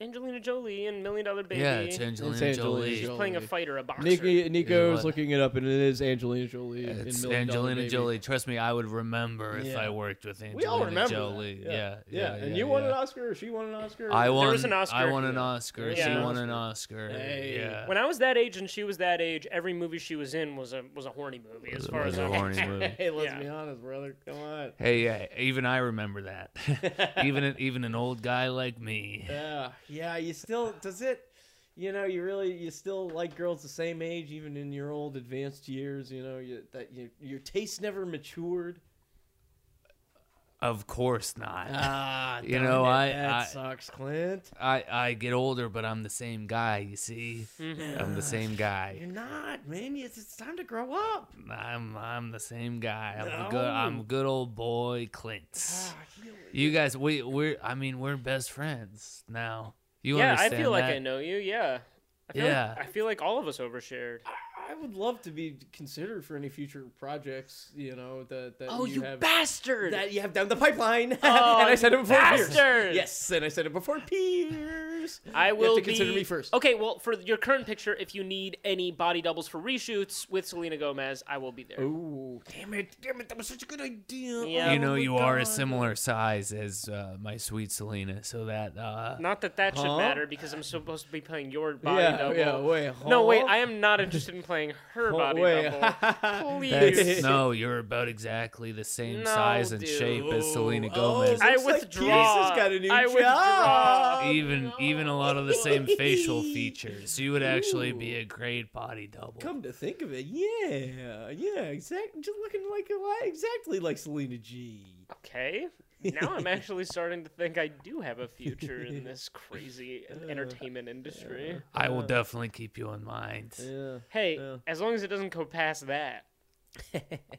[SPEAKER 1] Angelina Jolie and Million Dollar Baby.
[SPEAKER 7] Yeah, it's Angelina,
[SPEAKER 3] Angelina
[SPEAKER 7] Jolie.
[SPEAKER 3] Jolie.
[SPEAKER 1] playing a fighter, a boxer.
[SPEAKER 3] Nico, Nico's
[SPEAKER 7] what?
[SPEAKER 3] looking it up, and it is Angelina Jolie. in
[SPEAKER 7] It's
[SPEAKER 3] Million Dollar
[SPEAKER 7] Angelina
[SPEAKER 3] Baby.
[SPEAKER 7] Jolie. Trust me, I would remember if
[SPEAKER 3] Yeah.
[SPEAKER 7] I worked with Angelina
[SPEAKER 3] We all remember that.
[SPEAKER 7] Jolie. Yeah. Yeah,
[SPEAKER 3] yeah. And you
[SPEAKER 7] yeah.
[SPEAKER 3] won an Oscar, or she won an Oscar.
[SPEAKER 7] I won.
[SPEAKER 1] was an
[SPEAKER 7] I
[SPEAKER 1] Oscar.
[SPEAKER 7] won an
[SPEAKER 1] Yeah.
[SPEAKER 7] Oscar.
[SPEAKER 1] Yeah.
[SPEAKER 7] She won an Oscar.
[SPEAKER 3] Hey.
[SPEAKER 7] Yeah.
[SPEAKER 1] When I was that age and she was that age, every movie she was in was a was a horny movie. As
[SPEAKER 7] It
[SPEAKER 1] far
[SPEAKER 7] was
[SPEAKER 1] as
[SPEAKER 7] a
[SPEAKER 1] I'm
[SPEAKER 7] horny
[SPEAKER 1] concerned.
[SPEAKER 7] movie.
[SPEAKER 3] Hey, let's
[SPEAKER 1] Yeah.
[SPEAKER 3] be honest, brother. Come on.
[SPEAKER 7] Hey, yeah, even I remember that. even an, even an old guy like me.
[SPEAKER 3] Yeah, yeah. You still does it? You know, you really you still like girls the same age, even in your old advanced years. You know, you, that you, your taste never matured.
[SPEAKER 7] Of course not.
[SPEAKER 3] Ah,
[SPEAKER 7] You know,
[SPEAKER 3] darn
[SPEAKER 7] I-
[SPEAKER 3] that
[SPEAKER 7] I-
[SPEAKER 3] sucks, Clint.
[SPEAKER 7] I I get older, but I'm the same guy. You see,
[SPEAKER 1] Mhm.
[SPEAKER 7] I'm the same guy.
[SPEAKER 3] You're not, man. It's, it's time to grow up.
[SPEAKER 7] I'm I'm the same guy. I'm a
[SPEAKER 3] No. Ah.
[SPEAKER 7] good I'm good old boy Clint. You guys, we we're I mean we're best friends now. You
[SPEAKER 1] yeah, I
[SPEAKER 7] understand
[SPEAKER 1] feel like
[SPEAKER 7] that?
[SPEAKER 1] I know you. Yeah. I feel like-
[SPEAKER 7] Yeah.
[SPEAKER 1] I feel like all of us overshared.
[SPEAKER 3] I would love to be considered for any future projects. You know that that Oh, you, have.
[SPEAKER 1] bastard!
[SPEAKER 3] that you have down the pipeline.
[SPEAKER 1] Oh,
[SPEAKER 3] and I said it before
[SPEAKER 1] bastard!
[SPEAKER 3] Pierce. Yes, and I said it before Pierce.
[SPEAKER 1] I
[SPEAKER 3] you have
[SPEAKER 1] will
[SPEAKER 3] to consider
[SPEAKER 1] be-
[SPEAKER 3] me first.
[SPEAKER 1] Okay, well, for your current picture, if you need any body doubles for reshoots with Selena Gomez, I will be there.
[SPEAKER 3] Oh, damn it, damn it, that was such a good idea.
[SPEAKER 1] Yeah.
[SPEAKER 7] you know
[SPEAKER 3] Oh my
[SPEAKER 7] you are a
[SPEAKER 3] God.
[SPEAKER 7] similar size as uh, my sweet Selena, so that uh,
[SPEAKER 1] Not that that should
[SPEAKER 3] Huh?
[SPEAKER 1] matter because I'm supposed to be playing your body
[SPEAKER 3] Yeah,
[SPEAKER 1] double.
[SPEAKER 3] yeah, wait.
[SPEAKER 1] No, wait,
[SPEAKER 3] huh?
[SPEAKER 1] I am not interested in playing her
[SPEAKER 3] Oh,
[SPEAKER 1] body
[SPEAKER 3] wait.
[SPEAKER 1] double.
[SPEAKER 7] that's,
[SPEAKER 1] Please.
[SPEAKER 7] no, you're about exactly the same
[SPEAKER 1] No,
[SPEAKER 7] size and
[SPEAKER 1] dude.
[SPEAKER 7] shape as Selena
[SPEAKER 3] Oh,
[SPEAKER 7] Gomez.
[SPEAKER 1] I
[SPEAKER 3] Looks like
[SPEAKER 1] withdraw.
[SPEAKER 3] Pierce has got a new
[SPEAKER 1] I
[SPEAKER 3] job.
[SPEAKER 1] withdraw.
[SPEAKER 7] even even a lot of the same facial features. You would actually be a great body double.
[SPEAKER 3] Come to think of it, yeah, yeah, exactly. Just looking like a lot, exactly like Selena G.
[SPEAKER 1] Okay. Now I'm actually starting to think I do have a future in this crazy
[SPEAKER 3] Uh,
[SPEAKER 1] entertainment industry.
[SPEAKER 7] I will definitely keep you in mind.
[SPEAKER 3] Yeah,
[SPEAKER 1] Hey,
[SPEAKER 3] Yeah.
[SPEAKER 1] as long as it doesn't go past that.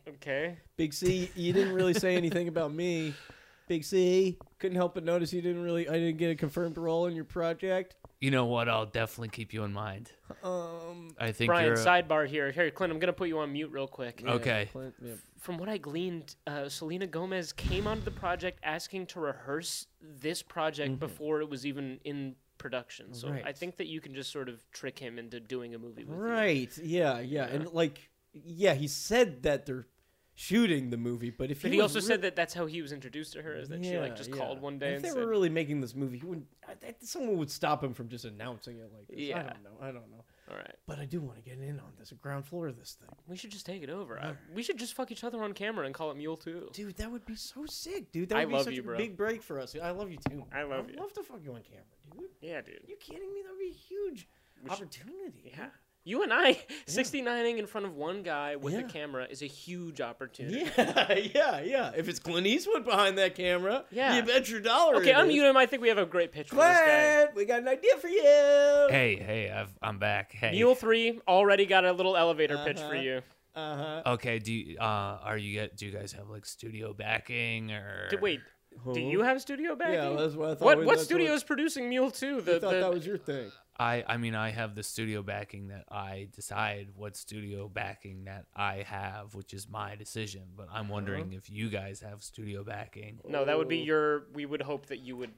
[SPEAKER 1] Okay.
[SPEAKER 3] Big C, you didn't really say anything about me. Big C, couldn't help but notice you didn't really. I didn't get a confirmed role in your project.
[SPEAKER 7] You know what? I'll definitely keep you in mind.
[SPEAKER 3] Um,
[SPEAKER 7] I think
[SPEAKER 1] Brian,
[SPEAKER 7] you're a-
[SPEAKER 1] sidebar here. Here, Clint, I'm going to put you on mute real quick.
[SPEAKER 7] okay.
[SPEAKER 3] Clint, yeah,
[SPEAKER 1] from what I gleaned, uh, Selena Gomez came onto the project asking to rehearse this project before it was even in production. So I
[SPEAKER 3] Mm-hmm. Right.
[SPEAKER 1] think that you can just sort of trick him into doing a movie with you.
[SPEAKER 3] Right. Yeah, yeah. And like yeah, he said that they're shooting the movie, but if
[SPEAKER 1] But
[SPEAKER 3] he,
[SPEAKER 1] he
[SPEAKER 3] was
[SPEAKER 1] also said
[SPEAKER 3] re-
[SPEAKER 1] that that's how he was introduced to her, is that she like
[SPEAKER 3] Yeah,
[SPEAKER 1] just
[SPEAKER 3] yeah.
[SPEAKER 1] called one day
[SPEAKER 3] If
[SPEAKER 1] and
[SPEAKER 3] they
[SPEAKER 1] said,
[SPEAKER 3] were really making this movie, he wouldn't. I, I, someone would stop him from just announcing it like this. I
[SPEAKER 1] Yeah.
[SPEAKER 3] don't know. I don't know.
[SPEAKER 1] "All right,
[SPEAKER 3] But I do want to get in on this ground floor of this thing,
[SPEAKER 1] we should just take it over. I, we should just fuck each other on camera and call it Mule Two.
[SPEAKER 3] dude. That would be so sick, dude. That would
[SPEAKER 1] I
[SPEAKER 3] be
[SPEAKER 1] love
[SPEAKER 3] such
[SPEAKER 1] you,
[SPEAKER 3] a
[SPEAKER 1] bro.
[SPEAKER 3] big break for us. I love you too.
[SPEAKER 1] I love
[SPEAKER 3] I'd
[SPEAKER 1] you.
[SPEAKER 3] Love to fuck you on camera, dude.
[SPEAKER 1] Yeah, dude.
[SPEAKER 3] you kidding me? That would be a huge opportunity.
[SPEAKER 1] Yeah. You and I, 69ing in front of one guy with a
[SPEAKER 3] Yeah.
[SPEAKER 1] camera is a huge opportunity.
[SPEAKER 3] Yeah, yeah, yeah. If it's Clint Eastwood behind that camera,
[SPEAKER 1] Yeah.
[SPEAKER 3] you bet your dollar.
[SPEAKER 1] Okay,
[SPEAKER 3] it
[SPEAKER 1] I'm
[SPEAKER 3] is.
[SPEAKER 1] him. I think we have a great pitch for this guy.
[SPEAKER 3] Clint, we got an idea for you.
[SPEAKER 7] Hey, hey, I've, I'm back. Hey.
[SPEAKER 1] Mule Three already got a little elevator pitch for
[SPEAKER 3] Uh-huh.
[SPEAKER 1] you.
[SPEAKER 3] Uh huh.
[SPEAKER 7] Okay, do you, uh, are you get do you guys have like studio backing or
[SPEAKER 1] D- wait, do you have studio backing?
[SPEAKER 3] Yeah, that's what I thought.
[SPEAKER 1] what
[SPEAKER 3] we-
[SPEAKER 1] what
[SPEAKER 3] that's
[SPEAKER 1] studio is producing Mule Two? The,
[SPEAKER 3] I thought
[SPEAKER 1] the-
[SPEAKER 3] that was your thing.
[SPEAKER 7] I I mean I have the studio backing that I decide what studio backing that I have, which is my decision. But I'm
[SPEAKER 3] Uh-huh.
[SPEAKER 7] wondering if you guys have studio backing.
[SPEAKER 1] no, that would be your. We would hope that you would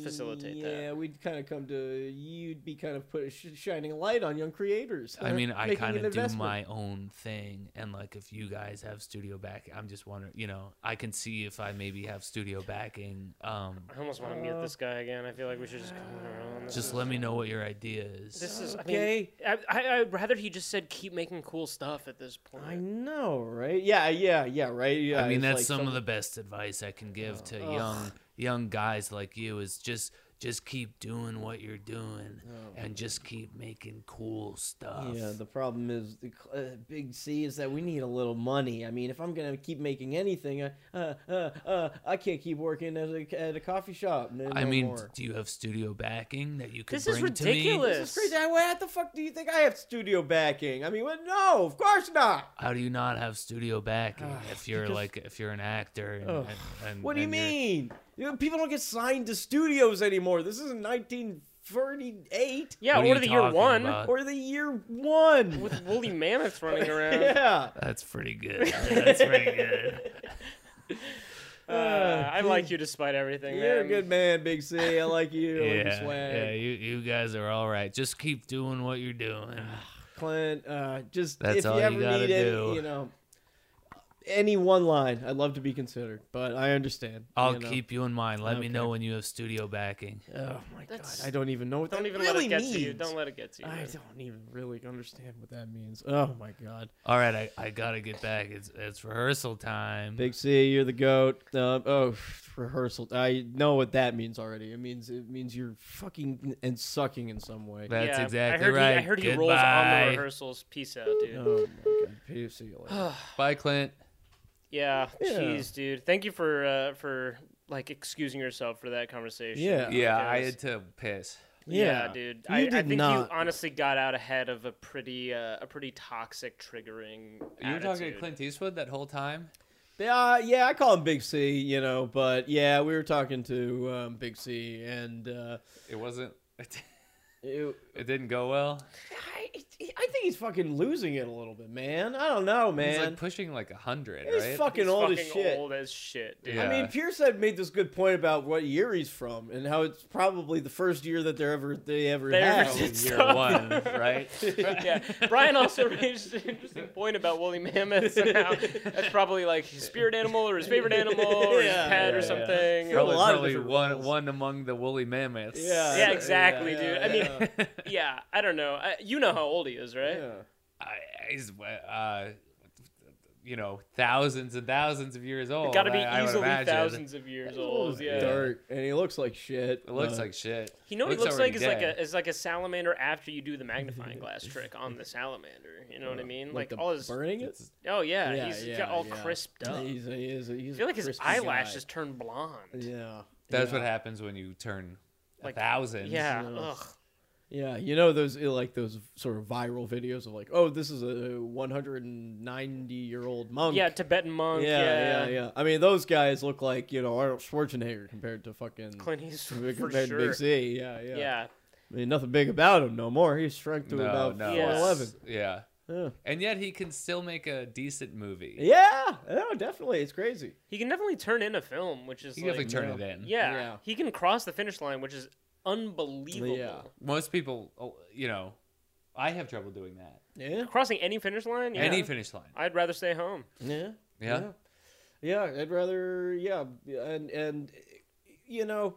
[SPEAKER 1] facilitate
[SPEAKER 3] yeah,
[SPEAKER 1] that.
[SPEAKER 3] we'd kind of come to you'd be kind of put sh- shining a light on young creators.
[SPEAKER 7] I
[SPEAKER 3] huh?
[SPEAKER 7] mean, I
[SPEAKER 3] Making
[SPEAKER 7] kind
[SPEAKER 3] an
[SPEAKER 7] of do
[SPEAKER 3] investment.
[SPEAKER 7] my own thing, and like if you guys have studio backing, I'm just wondering. You know, I can see if I maybe have studio backing. Um,
[SPEAKER 1] I almost want to
[SPEAKER 3] Uh.
[SPEAKER 1] mute this guy again. I feel like we should just come around. This
[SPEAKER 7] just
[SPEAKER 1] is-
[SPEAKER 7] let me know what your idea is.
[SPEAKER 1] This is
[SPEAKER 3] Okay.
[SPEAKER 1] I mean, I, I, I'd rather he just said keep making cool stuff at this point.
[SPEAKER 3] I know, right? Yeah, yeah, yeah, right. Yeah,
[SPEAKER 7] I mean,
[SPEAKER 3] it's
[SPEAKER 7] that's
[SPEAKER 3] like
[SPEAKER 7] some, of the best advice I can give to young young guys like you is just just keep doing what you're doing and just keep making cool stuff.
[SPEAKER 3] Oh, Yeah, the problem is the cl- uh, big C is that we need a little money. I mean, if I'm gonna keep making anything, I, uh, uh, uh, I can't keep working at a, at a coffee shop. No,
[SPEAKER 7] I
[SPEAKER 3] no
[SPEAKER 7] mean,
[SPEAKER 3] more.
[SPEAKER 7] do you have studio backing that you could
[SPEAKER 1] This is
[SPEAKER 7] bring to me?
[SPEAKER 1] ridiculous.
[SPEAKER 3] This is crazy. I- What the fuck do you think I have studio backing? I mean, what? No, of course not.
[SPEAKER 7] How do you not have studio backing if
[SPEAKER 3] Ah,
[SPEAKER 7] you're
[SPEAKER 3] because-
[SPEAKER 7] like if you're an actor? And,
[SPEAKER 3] Ugh.
[SPEAKER 7] and- and-
[SPEAKER 3] What do you
[SPEAKER 7] and you're-
[SPEAKER 3] mean? You know, people don't get signed to studios anymore. This isn't 1938
[SPEAKER 1] yeah,
[SPEAKER 7] What are
[SPEAKER 1] or
[SPEAKER 7] you
[SPEAKER 1] the year
[SPEAKER 7] talking
[SPEAKER 1] one
[SPEAKER 7] about?
[SPEAKER 3] or the year one.
[SPEAKER 1] with woolly mammoths running around.
[SPEAKER 3] yeah.
[SPEAKER 7] That's pretty good. That's pretty good.
[SPEAKER 1] Uh, I like you despite everything.
[SPEAKER 3] You're a
[SPEAKER 1] man.
[SPEAKER 3] good man, Big C. I like you. I like your
[SPEAKER 7] yeah,
[SPEAKER 3] swag.
[SPEAKER 7] yeah. You you guys are all right. Just keep doing what you're doing.
[SPEAKER 3] Ah, Clint, uh, just
[SPEAKER 7] That's
[SPEAKER 3] if you
[SPEAKER 7] all you
[SPEAKER 3] ever
[SPEAKER 7] gotta
[SPEAKER 3] need
[SPEAKER 7] do.
[SPEAKER 3] any, you know, any one line, I'd love to be considered, but I understand.
[SPEAKER 7] I'll
[SPEAKER 3] you know.
[SPEAKER 7] keep you in mind. Let me
[SPEAKER 3] Okay.
[SPEAKER 7] know when you have studio backing.
[SPEAKER 3] Oh my
[SPEAKER 1] That's-
[SPEAKER 3] god, I don't even know what
[SPEAKER 1] Don't
[SPEAKER 3] that
[SPEAKER 1] even let
[SPEAKER 3] really
[SPEAKER 1] it get
[SPEAKER 3] means.
[SPEAKER 1] to you. Don't let it get to you.
[SPEAKER 3] I don't even really understand what that means. Oh my god,
[SPEAKER 7] All right, I, I gotta get back. It's it's rehearsal time.
[SPEAKER 3] Big C, you're the goat. Um, oh, rehearsal. I know what that means already. It means it means you're fucking and sucking in some way.
[SPEAKER 7] That's
[SPEAKER 1] Yeah,
[SPEAKER 7] exactly
[SPEAKER 1] I heard
[SPEAKER 7] right.
[SPEAKER 1] He, I heard
[SPEAKER 7] Goodbye.
[SPEAKER 1] he rolls on the rehearsals. Peace out, dude.
[SPEAKER 3] oh my god, Peace, see you later.
[SPEAKER 7] Bye, Clint.
[SPEAKER 1] Yeah,
[SPEAKER 3] Yeah.
[SPEAKER 1] jeez, dude. Thank you for uh, for like excusing yourself for that conversation.
[SPEAKER 3] Yeah.
[SPEAKER 2] Yeah,
[SPEAKER 1] Okay,
[SPEAKER 2] I
[SPEAKER 1] let's-
[SPEAKER 2] had to piss.
[SPEAKER 1] Yeah,
[SPEAKER 3] Yeah.
[SPEAKER 1] dude.
[SPEAKER 3] You
[SPEAKER 1] I,
[SPEAKER 3] did
[SPEAKER 1] I think
[SPEAKER 3] not.
[SPEAKER 1] you honestly got out ahead of a pretty uh, a pretty toxic, triggering.
[SPEAKER 2] You were talking to
[SPEAKER 1] attitude.
[SPEAKER 2] Clint Eastwood that whole time?
[SPEAKER 3] Yeah, yeah, I call him Big C, you know, but yeah, we were talking to um, Big C, and uh,
[SPEAKER 2] It wasn't.
[SPEAKER 3] it-
[SPEAKER 2] It didn't go well.
[SPEAKER 3] I, I think he's fucking losing it a little bit, man. I don't know,
[SPEAKER 2] He's
[SPEAKER 3] man.
[SPEAKER 2] like pushing like a hundred,
[SPEAKER 3] He's,
[SPEAKER 2] right?
[SPEAKER 3] fucking
[SPEAKER 1] He's
[SPEAKER 3] old
[SPEAKER 1] fucking
[SPEAKER 3] as shit.
[SPEAKER 1] old as shit, dude.
[SPEAKER 2] Yeah.
[SPEAKER 3] I mean, Pierce had made this good point about what year he's from and how it's probably the first year that they're ever they ever
[SPEAKER 1] They ever
[SPEAKER 3] had.
[SPEAKER 1] did
[SPEAKER 2] year
[SPEAKER 1] stuff.
[SPEAKER 2] one, right?
[SPEAKER 1] yeah. Brian also raised an interesting point about woolly mammoths and how that's probably like his spirit animal or his favorite animal or his
[SPEAKER 3] Yeah,
[SPEAKER 1] pet
[SPEAKER 2] yeah,
[SPEAKER 1] or
[SPEAKER 2] yeah.
[SPEAKER 1] something.
[SPEAKER 3] Probably-
[SPEAKER 2] Probably,
[SPEAKER 3] lot of
[SPEAKER 2] probably
[SPEAKER 3] different
[SPEAKER 2] one
[SPEAKER 3] roles.
[SPEAKER 2] one among the woolly mammoths.
[SPEAKER 3] Yeah.
[SPEAKER 1] Yeah, exactly,
[SPEAKER 3] yeah,
[SPEAKER 1] dude.
[SPEAKER 3] yeah,
[SPEAKER 1] I mean,
[SPEAKER 3] yeah.
[SPEAKER 1] yeah, I don't know. I, you know how old he is, right?
[SPEAKER 3] Yeah.
[SPEAKER 2] I, he's uh, you know, thousands and thousands of years old.
[SPEAKER 1] Got to be
[SPEAKER 2] Oh, I, I would
[SPEAKER 1] easily
[SPEAKER 2] imagine.
[SPEAKER 1] thousands of years old. Yeah.
[SPEAKER 3] Dirt, and he looks like shit.
[SPEAKER 2] It looks
[SPEAKER 3] but-
[SPEAKER 2] like shit.
[SPEAKER 1] You know what he looks
[SPEAKER 2] already
[SPEAKER 1] like is like a is like a salamander after you do the magnifying glass trick on the salamander. You know what I mean? Like,
[SPEAKER 3] the
[SPEAKER 1] all his
[SPEAKER 3] burning it.
[SPEAKER 1] oh yeah,
[SPEAKER 3] Yeah,
[SPEAKER 1] he's
[SPEAKER 3] yeah,
[SPEAKER 1] got all
[SPEAKER 3] yeah.
[SPEAKER 1] crisped up.
[SPEAKER 3] He's, he is, he's
[SPEAKER 1] I feel like his eyelashes
[SPEAKER 3] eyelashes.
[SPEAKER 1] turned blonde.
[SPEAKER 3] Yeah,
[SPEAKER 2] That's
[SPEAKER 3] yeah.
[SPEAKER 2] what happens when you turn
[SPEAKER 1] Like-
[SPEAKER 2] a thousand.
[SPEAKER 1] Yeah.
[SPEAKER 3] Yeah.
[SPEAKER 1] Ugh.
[SPEAKER 3] Yeah, you know those uh, like those sort of viral videos of like, oh, this is a 190 year old monk.
[SPEAKER 1] Yeah, Tibetan monk.
[SPEAKER 3] yeah, yeah, yeah. I mean, those guys look like you know Arnold Schwarzenegger compared to fucking
[SPEAKER 1] Clint Eastwood for
[SPEAKER 3] compared to
[SPEAKER 1] sure.
[SPEAKER 3] Big C. Yeah, yeah.
[SPEAKER 1] Yeah.
[SPEAKER 3] I mean, nothing big about him no more. He's shrunk to
[SPEAKER 2] No,
[SPEAKER 3] about
[SPEAKER 2] no.
[SPEAKER 1] Yeah.
[SPEAKER 3] eleven.
[SPEAKER 2] Yeah.
[SPEAKER 3] Yeah.
[SPEAKER 2] and yet he can still make a decent movie.
[SPEAKER 3] Yeah. No, definitely. It's crazy.
[SPEAKER 1] He can definitely turn in a film, which is
[SPEAKER 2] He
[SPEAKER 1] like,
[SPEAKER 2] definitely turned it in.
[SPEAKER 1] Yeah,
[SPEAKER 3] Yeah.
[SPEAKER 1] he can cross the finish line, which is unbelievable.
[SPEAKER 3] Yeah.
[SPEAKER 2] Most people, oh, you know, I have trouble doing that.
[SPEAKER 3] Yeah.
[SPEAKER 1] Crossing any finish line, yeah.
[SPEAKER 2] Any finish line.
[SPEAKER 1] I'd rather stay home.
[SPEAKER 3] Yeah.
[SPEAKER 2] Yeah.
[SPEAKER 3] Yeah, I'd rather yeah, and and you know,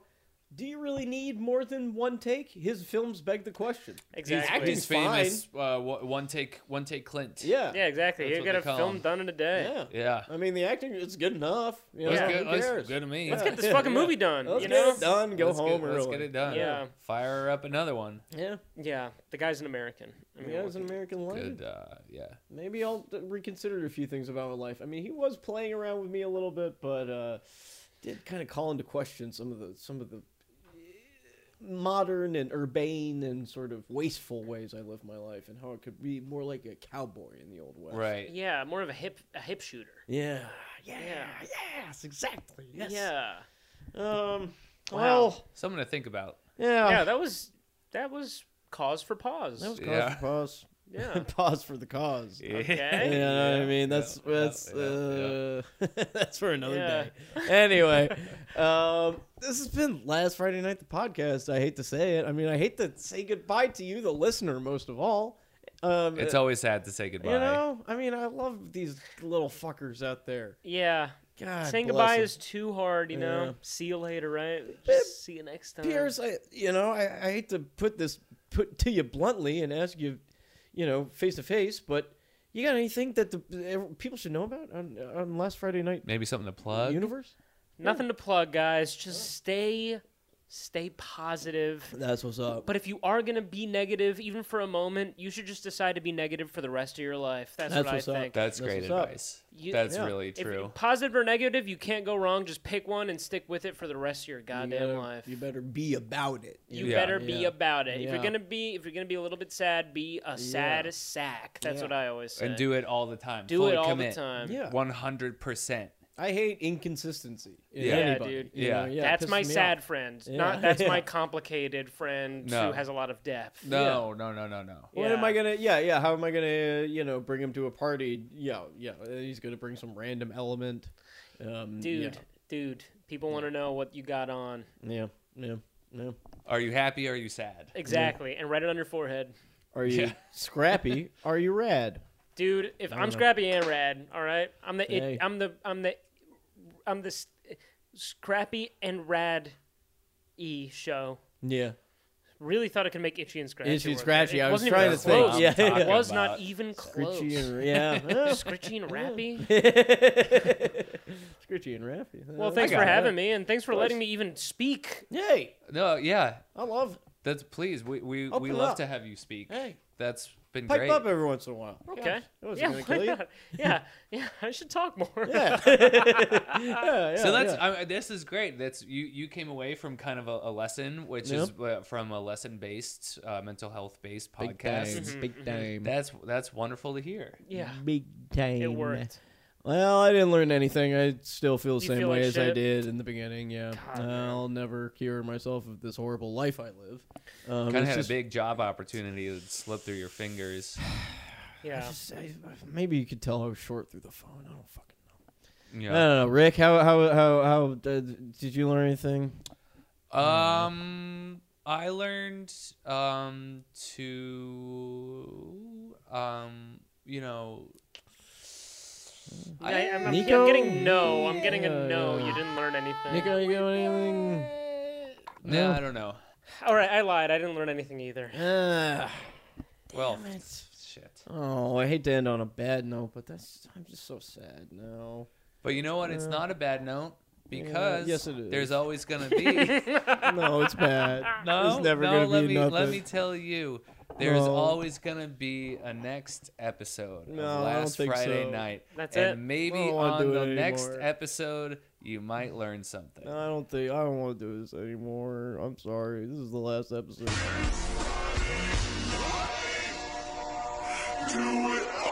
[SPEAKER 3] do you really need more than one take? His films beg the question.
[SPEAKER 1] Exactly.
[SPEAKER 3] acting
[SPEAKER 2] He's famous. Uh, wo- one take, one take Clint.
[SPEAKER 3] Yeah.
[SPEAKER 1] Yeah, exactly.
[SPEAKER 2] That's
[SPEAKER 1] You
[SPEAKER 2] what
[SPEAKER 1] got
[SPEAKER 2] they
[SPEAKER 1] a
[SPEAKER 2] call
[SPEAKER 1] film
[SPEAKER 2] 'em.
[SPEAKER 1] done in a day.
[SPEAKER 3] Yeah.
[SPEAKER 2] Yeah.
[SPEAKER 3] I mean, the acting is good enough. You know,
[SPEAKER 2] That's
[SPEAKER 1] Yeah.
[SPEAKER 2] good.
[SPEAKER 3] Who
[SPEAKER 2] that's
[SPEAKER 3] cares?
[SPEAKER 2] good to me.
[SPEAKER 1] Let's
[SPEAKER 2] Yeah.
[SPEAKER 1] get this fucking movie done.
[SPEAKER 3] Let's
[SPEAKER 1] you
[SPEAKER 3] get
[SPEAKER 1] know?
[SPEAKER 3] it done. Go
[SPEAKER 2] Let's get-
[SPEAKER 3] home
[SPEAKER 2] Let's
[SPEAKER 3] early.
[SPEAKER 2] get it done.
[SPEAKER 1] Yeah.
[SPEAKER 2] Fire up another one.
[SPEAKER 3] Yeah.
[SPEAKER 1] Yeah, the guy's an American. I mean,
[SPEAKER 3] Yeah, it's
[SPEAKER 1] what-
[SPEAKER 3] an American legend.
[SPEAKER 2] Good. Uh, yeah.
[SPEAKER 3] Maybe I'll d- reconsider a few things about my life. I mean, he was playing around with me a little bit, but uh, did kind of call into question some of the some of the eh, modern and urbane and sort of wasteful ways I live my life, and how it could be more like a cowboy in the old west.
[SPEAKER 2] Right.
[SPEAKER 1] yeah, more of a hip a hip shooter.
[SPEAKER 3] Yeah. Yeah.
[SPEAKER 1] Yeah.
[SPEAKER 3] Yes. Exactly. Yes.
[SPEAKER 1] Yeah.
[SPEAKER 3] Um.
[SPEAKER 1] Wow.
[SPEAKER 3] Well.
[SPEAKER 2] Something to think about.
[SPEAKER 3] Yeah.
[SPEAKER 1] yeah, that was that was cause for pause.
[SPEAKER 3] Oh. that was cause
[SPEAKER 2] Yeah.
[SPEAKER 3] for pause.
[SPEAKER 1] yeah.
[SPEAKER 3] pause for the cause.
[SPEAKER 1] Okay.
[SPEAKER 3] You know what I
[SPEAKER 2] Yeah,
[SPEAKER 3] mean? That's
[SPEAKER 2] yeah,
[SPEAKER 3] that's
[SPEAKER 2] yeah,
[SPEAKER 3] uh, that's for another
[SPEAKER 1] Yeah.
[SPEAKER 3] day. Anyway, um, this has been last Friday night the podcast. I hate to say it. I mean, I hate to say goodbye to you, the listener, most of all. Um,
[SPEAKER 2] It's always sad to say goodbye.
[SPEAKER 3] you know, I mean, I love these little fuckers out there.
[SPEAKER 1] Yeah.
[SPEAKER 3] God,
[SPEAKER 1] Saying
[SPEAKER 3] bless
[SPEAKER 1] goodbye
[SPEAKER 3] 'em.
[SPEAKER 1] is too hard, you know.
[SPEAKER 3] Yeah.
[SPEAKER 1] See you later, right?
[SPEAKER 3] Babe,
[SPEAKER 1] Just see you next
[SPEAKER 2] uh,
[SPEAKER 1] time.
[SPEAKER 3] Piers, I, you know, I, I hate to put this put to you bluntly and ask you, you know, face to face, but you got anything that the people should know about on on last Friday night
[SPEAKER 2] Maybe something to plug.
[SPEAKER 3] universe?
[SPEAKER 1] Nothing to plug, guys. Just stay stay positive.
[SPEAKER 3] That's what's up.
[SPEAKER 1] But if you are gonna be negative, even for a moment, you should just decide to be negative for the rest of your life. That's,
[SPEAKER 3] That's
[SPEAKER 1] what I
[SPEAKER 3] what's up.
[SPEAKER 1] think.
[SPEAKER 2] That's,
[SPEAKER 3] That's
[SPEAKER 2] great
[SPEAKER 3] what's up.
[SPEAKER 2] advice.
[SPEAKER 1] You-
[SPEAKER 2] That's
[SPEAKER 3] Yeah.
[SPEAKER 2] really
[SPEAKER 1] If-
[SPEAKER 2] true.
[SPEAKER 1] positive or negative, you can't go wrong. Just pick one and stick with it for the rest of your
[SPEAKER 3] you
[SPEAKER 1] goddamn
[SPEAKER 3] better,
[SPEAKER 1] life.
[SPEAKER 3] you better be about it.
[SPEAKER 1] You
[SPEAKER 2] Yeah.
[SPEAKER 1] better be
[SPEAKER 3] Yeah.
[SPEAKER 1] about it. If
[SPEAKER 3] Yeah.
[SPEAKER 1] you're gonna be, if you're gonna be a little bit sad, be a sad sack. That's
[SPEAKER 3] Yeah.
[SPEAKER 1] what I always say.
[SPEAKER 2] and do it all the time.
[SPEAKER 1] Do
[SPEAKER 2] Fully
[SPEAKER 1] it all
[SPEAKER 2] commit.
[SPEAKER 1] the time.
[SPEAKER 3] Yeah.
[SPEAKER 2] One hundred percent.
[SPEAKER 3] I hate inconsistency. in
[SPEAKER 2] Yeah. Yeah,
[SPEAKER 3] anybody,
[SPEAKER 1] dude.
[SPEAKER 3] you
[SPEAKER 2] Yeah.
[SPEAKER 3] know? it
[SPEAKER 1] that's
[SPEAKER 3] pisses
[SPEAKER 1] my
[SPEAKER 3] me
[SPEAKER 1] sad
[SPEAKER 3] off.
[SPEAKER 1] friend.
[SPEAKER 3] Yeah.
[SPEAKER 1] Not that's my
[SPEAKER 3] Yeah.
[SPEAKER 1] complicated friend
[SPEAKER 2] No.
[SPEAKER 1] who has a lot of depth.
[SPEAKER 2] No, no, no, no, no.
[SPEAKER 3] What am
[SPEAKER 1] Yeah.
[SPEAKER 3] I gonna? Yeah, yeah. How am I gonna? You know, bring him to a party? Yeah, yeah. uh, He's gonna bring some random element. Um,
[SPEAKER 1] Dude, dude, people want to know what you got on.
[SPEAKER 3] Yeah, yeah, yeah. yeah.
[SPEAKER 2] Are you happy? Are you sad?
[SPEAKER 1] Exactly. And write it on your forehead.
[SPEAKER 3] Are you
[SPEAKER 2] Yeah.
[SPEAKER 3] scrappy? Are you rad?
[SPEAKER 1] Dude, if I'm scrappy and rad, all right? I'm the it,
[SPEAKER 3] Hey.
[SPEAKER 1] I'm the I'm the I'm the s- scrappy and rad e show.
[SPEAKER 3] Yeah.
[SPEAKER 1] Really thought it could make itchy and scratchy.
[SPEAKER 3] Itchy and
[SPEAKER 1] work.
[SPEAKER 3] Scratchy,
[SPEAKER 1] It
[SPEAKER 3] I was
[SPEAKER 1] wasn't even
[SPEAKER 3] trying to think.
[SPEAKER 1] close.
[SPEAKER 3] Yeah,
[SPEAKER 1] It
[SPEAKER 2] yeah.
[SPEAKER 1] was not
[SPEAKER 2] About
[SPEAKER 1] even close.
[SPEAKER 3] Scritchy and yeah.
[SPEAKER 1] Scritchy and rappy.
[SPEAKER 3] Scritchy and Raffy.
[SPEAKER 1] Well, thanks
[SPEAKER 2] got
[SPEAKER 1] for
[SPEAKER 2] it.
[SPEAKER 1] having me, and thanks for
[SPEAKER 3] Of
[SPEAKER 1] letting
[SPEAKER 3] course.
[SPEAKER 1] me even speak.
[SPEAKER 3] Hey,
[SPEAKER 2] No, yeah.
[SPEAKER 3] I love.
[SPEAKER 2] That's please. We we, we
[SPEAKER 3] Open
[SPEAKER 2] love
[SPEAKER 3] up.
[SPEAKER 2] to have you speak.
[SPEAKER 3] Hey,
[SPEAKER 2] That's been
[SPEAKER 3] pipe
[SPEAKER 2] great.
[SPEAKER 3] up every once in a while.
[SPEAKER 1] Okay.
[SPEAKER 3] Oh, That wasn't
[SPEAKER 1] Yeah,
[SPEAKER 3] gonna
[SPEAKER 1] why
[SPEAKER 3] kill you.
[SPEAKER 1] not? yeah, yeah. I should talk more.
[SPEAKER 3] Yeah. yeah, yeah.
[SPEAKER 2] so that's
[SPEAKER 3] yeah.
[SPEAKER 2] I, this is great. That's you you came away from kind of a, a lesson, which is uh, from a lesson based uh, mental health based podcast.
[SPEAKER 3] Big Mm-hmm. time.
[SPEAKER 2] That's that's wonderful to hear.
[SPEAKER 1] Mm-hmm, Yeah,
[SPEAKER 3] Big time.
[SPEAKER 1] it worked.
[SPEAKER 3] Well, I didn't learn anything. I still feel the
[SPEAKER 1] You
[SPEAKER 3] same
[SPEAKER 1] feel
[SPEAKER 3] way
[SPEAKER 1] like
[SPEAKER 3] as I
[SPEAKER 1] shit?
[SPEAKER 3] did in the beginning. Yeah,
[SPEAKER 1] God, man.
[SPEAKER 3] I'll never cure myself of this horrible life I live. Um,
[SPEAKER 2] Kind of
[SPEAKER 3] it's
[SPEAKER 2] had
[SPEAKER 3] just-
[SPEAKER 2] a big job opportunity that slipped through your fingers.
[SPEAKER 1] Yeah.
[SPEAKER 3] just- I- maybe you could tell I was short through the phone. I don't fucking know.
[SPEAKER 2] Yeah.
[SPEAKER 3] I don't know, Rick. How how how how uh, did you learn anything?
[SPEAKER 2] Um, I learned um to um you know
[SPEAKER 1] I, am I'm,
[SPEAKER 3] Nico?
[SPEAKER 1] I'm getting no. I'm getting
[SPEAKER 3] Yeah,
[SPEAKER 1] a no.
[SPEAKER 3] yeah.
[SPEAKER 1] You didn't learn anything.
[SPEAKER 3] Nico, you got anything?
[SPEAKER 2] no,
[SPEAKER 3] No.
[SPEAKER 2] I don't know.
[SPEAKER 1] All right, I lied. I didn't learn anything either.
[SPEAKER 3] Ah,
[SPEAKER 2] Well,
[SPEAKER 3] damn it.
[SPEAKER 2] shit.
[SPEAKER 3] Oh, I hate to end on a bad note, but that's I'm just so sad now.
[SPEAKER 2] But you know what? It's
[SPEAKER 3] Uh,
[SPEAKER 2] not a bad note because
[SPEAKER 3] yes, it is.
[SPEAKER 2] there's always gonna be
[SPEAKER 3] No, it's bad.
[SPEAKER 2] no,
[SPEAKER 3] It's never
[SPEAKER 2] no.
[SPEAKER 3] gonna
[SPEAKER 2] let
[SPEAKER 3] be
[SPEAKER 2] me let
[SPEAKER 3] nothing.
[SPEAKER 2] me tell you, there's
[SPEAKER 3] No.
[SPEAKER 2] always gonna be a next episode
[SPEAKER 3] No, I
[SPEAKER 2] of
[SPEAKER 3] don't
[SPEAKER 2] Last
[SPEAKER 3] think
[SPEAKER 2] Friday
[SPEAKER 3] so.
[SPEAKER 2] night,
[SPEAKER 1] That's
[SPEAKER 2] and
[SPEAKER 1] it.
[SPEAKER 2] maybe
[SPEAKER 3] I don't wanna
[SPEAKER 2] on
[SPEAKER 3] do
[SPEAKER 2] the
[SPEAKER 3] it
[SPEAKER 2] next
[SPEAKER 3] anymore.
[SPEAKER 2] episode you might learn something.
[SPEAKER 3] No, I don't think I don't want to do this anymore. I'm sorry. This is the last episode.
[SPEAKER 6] Do it all.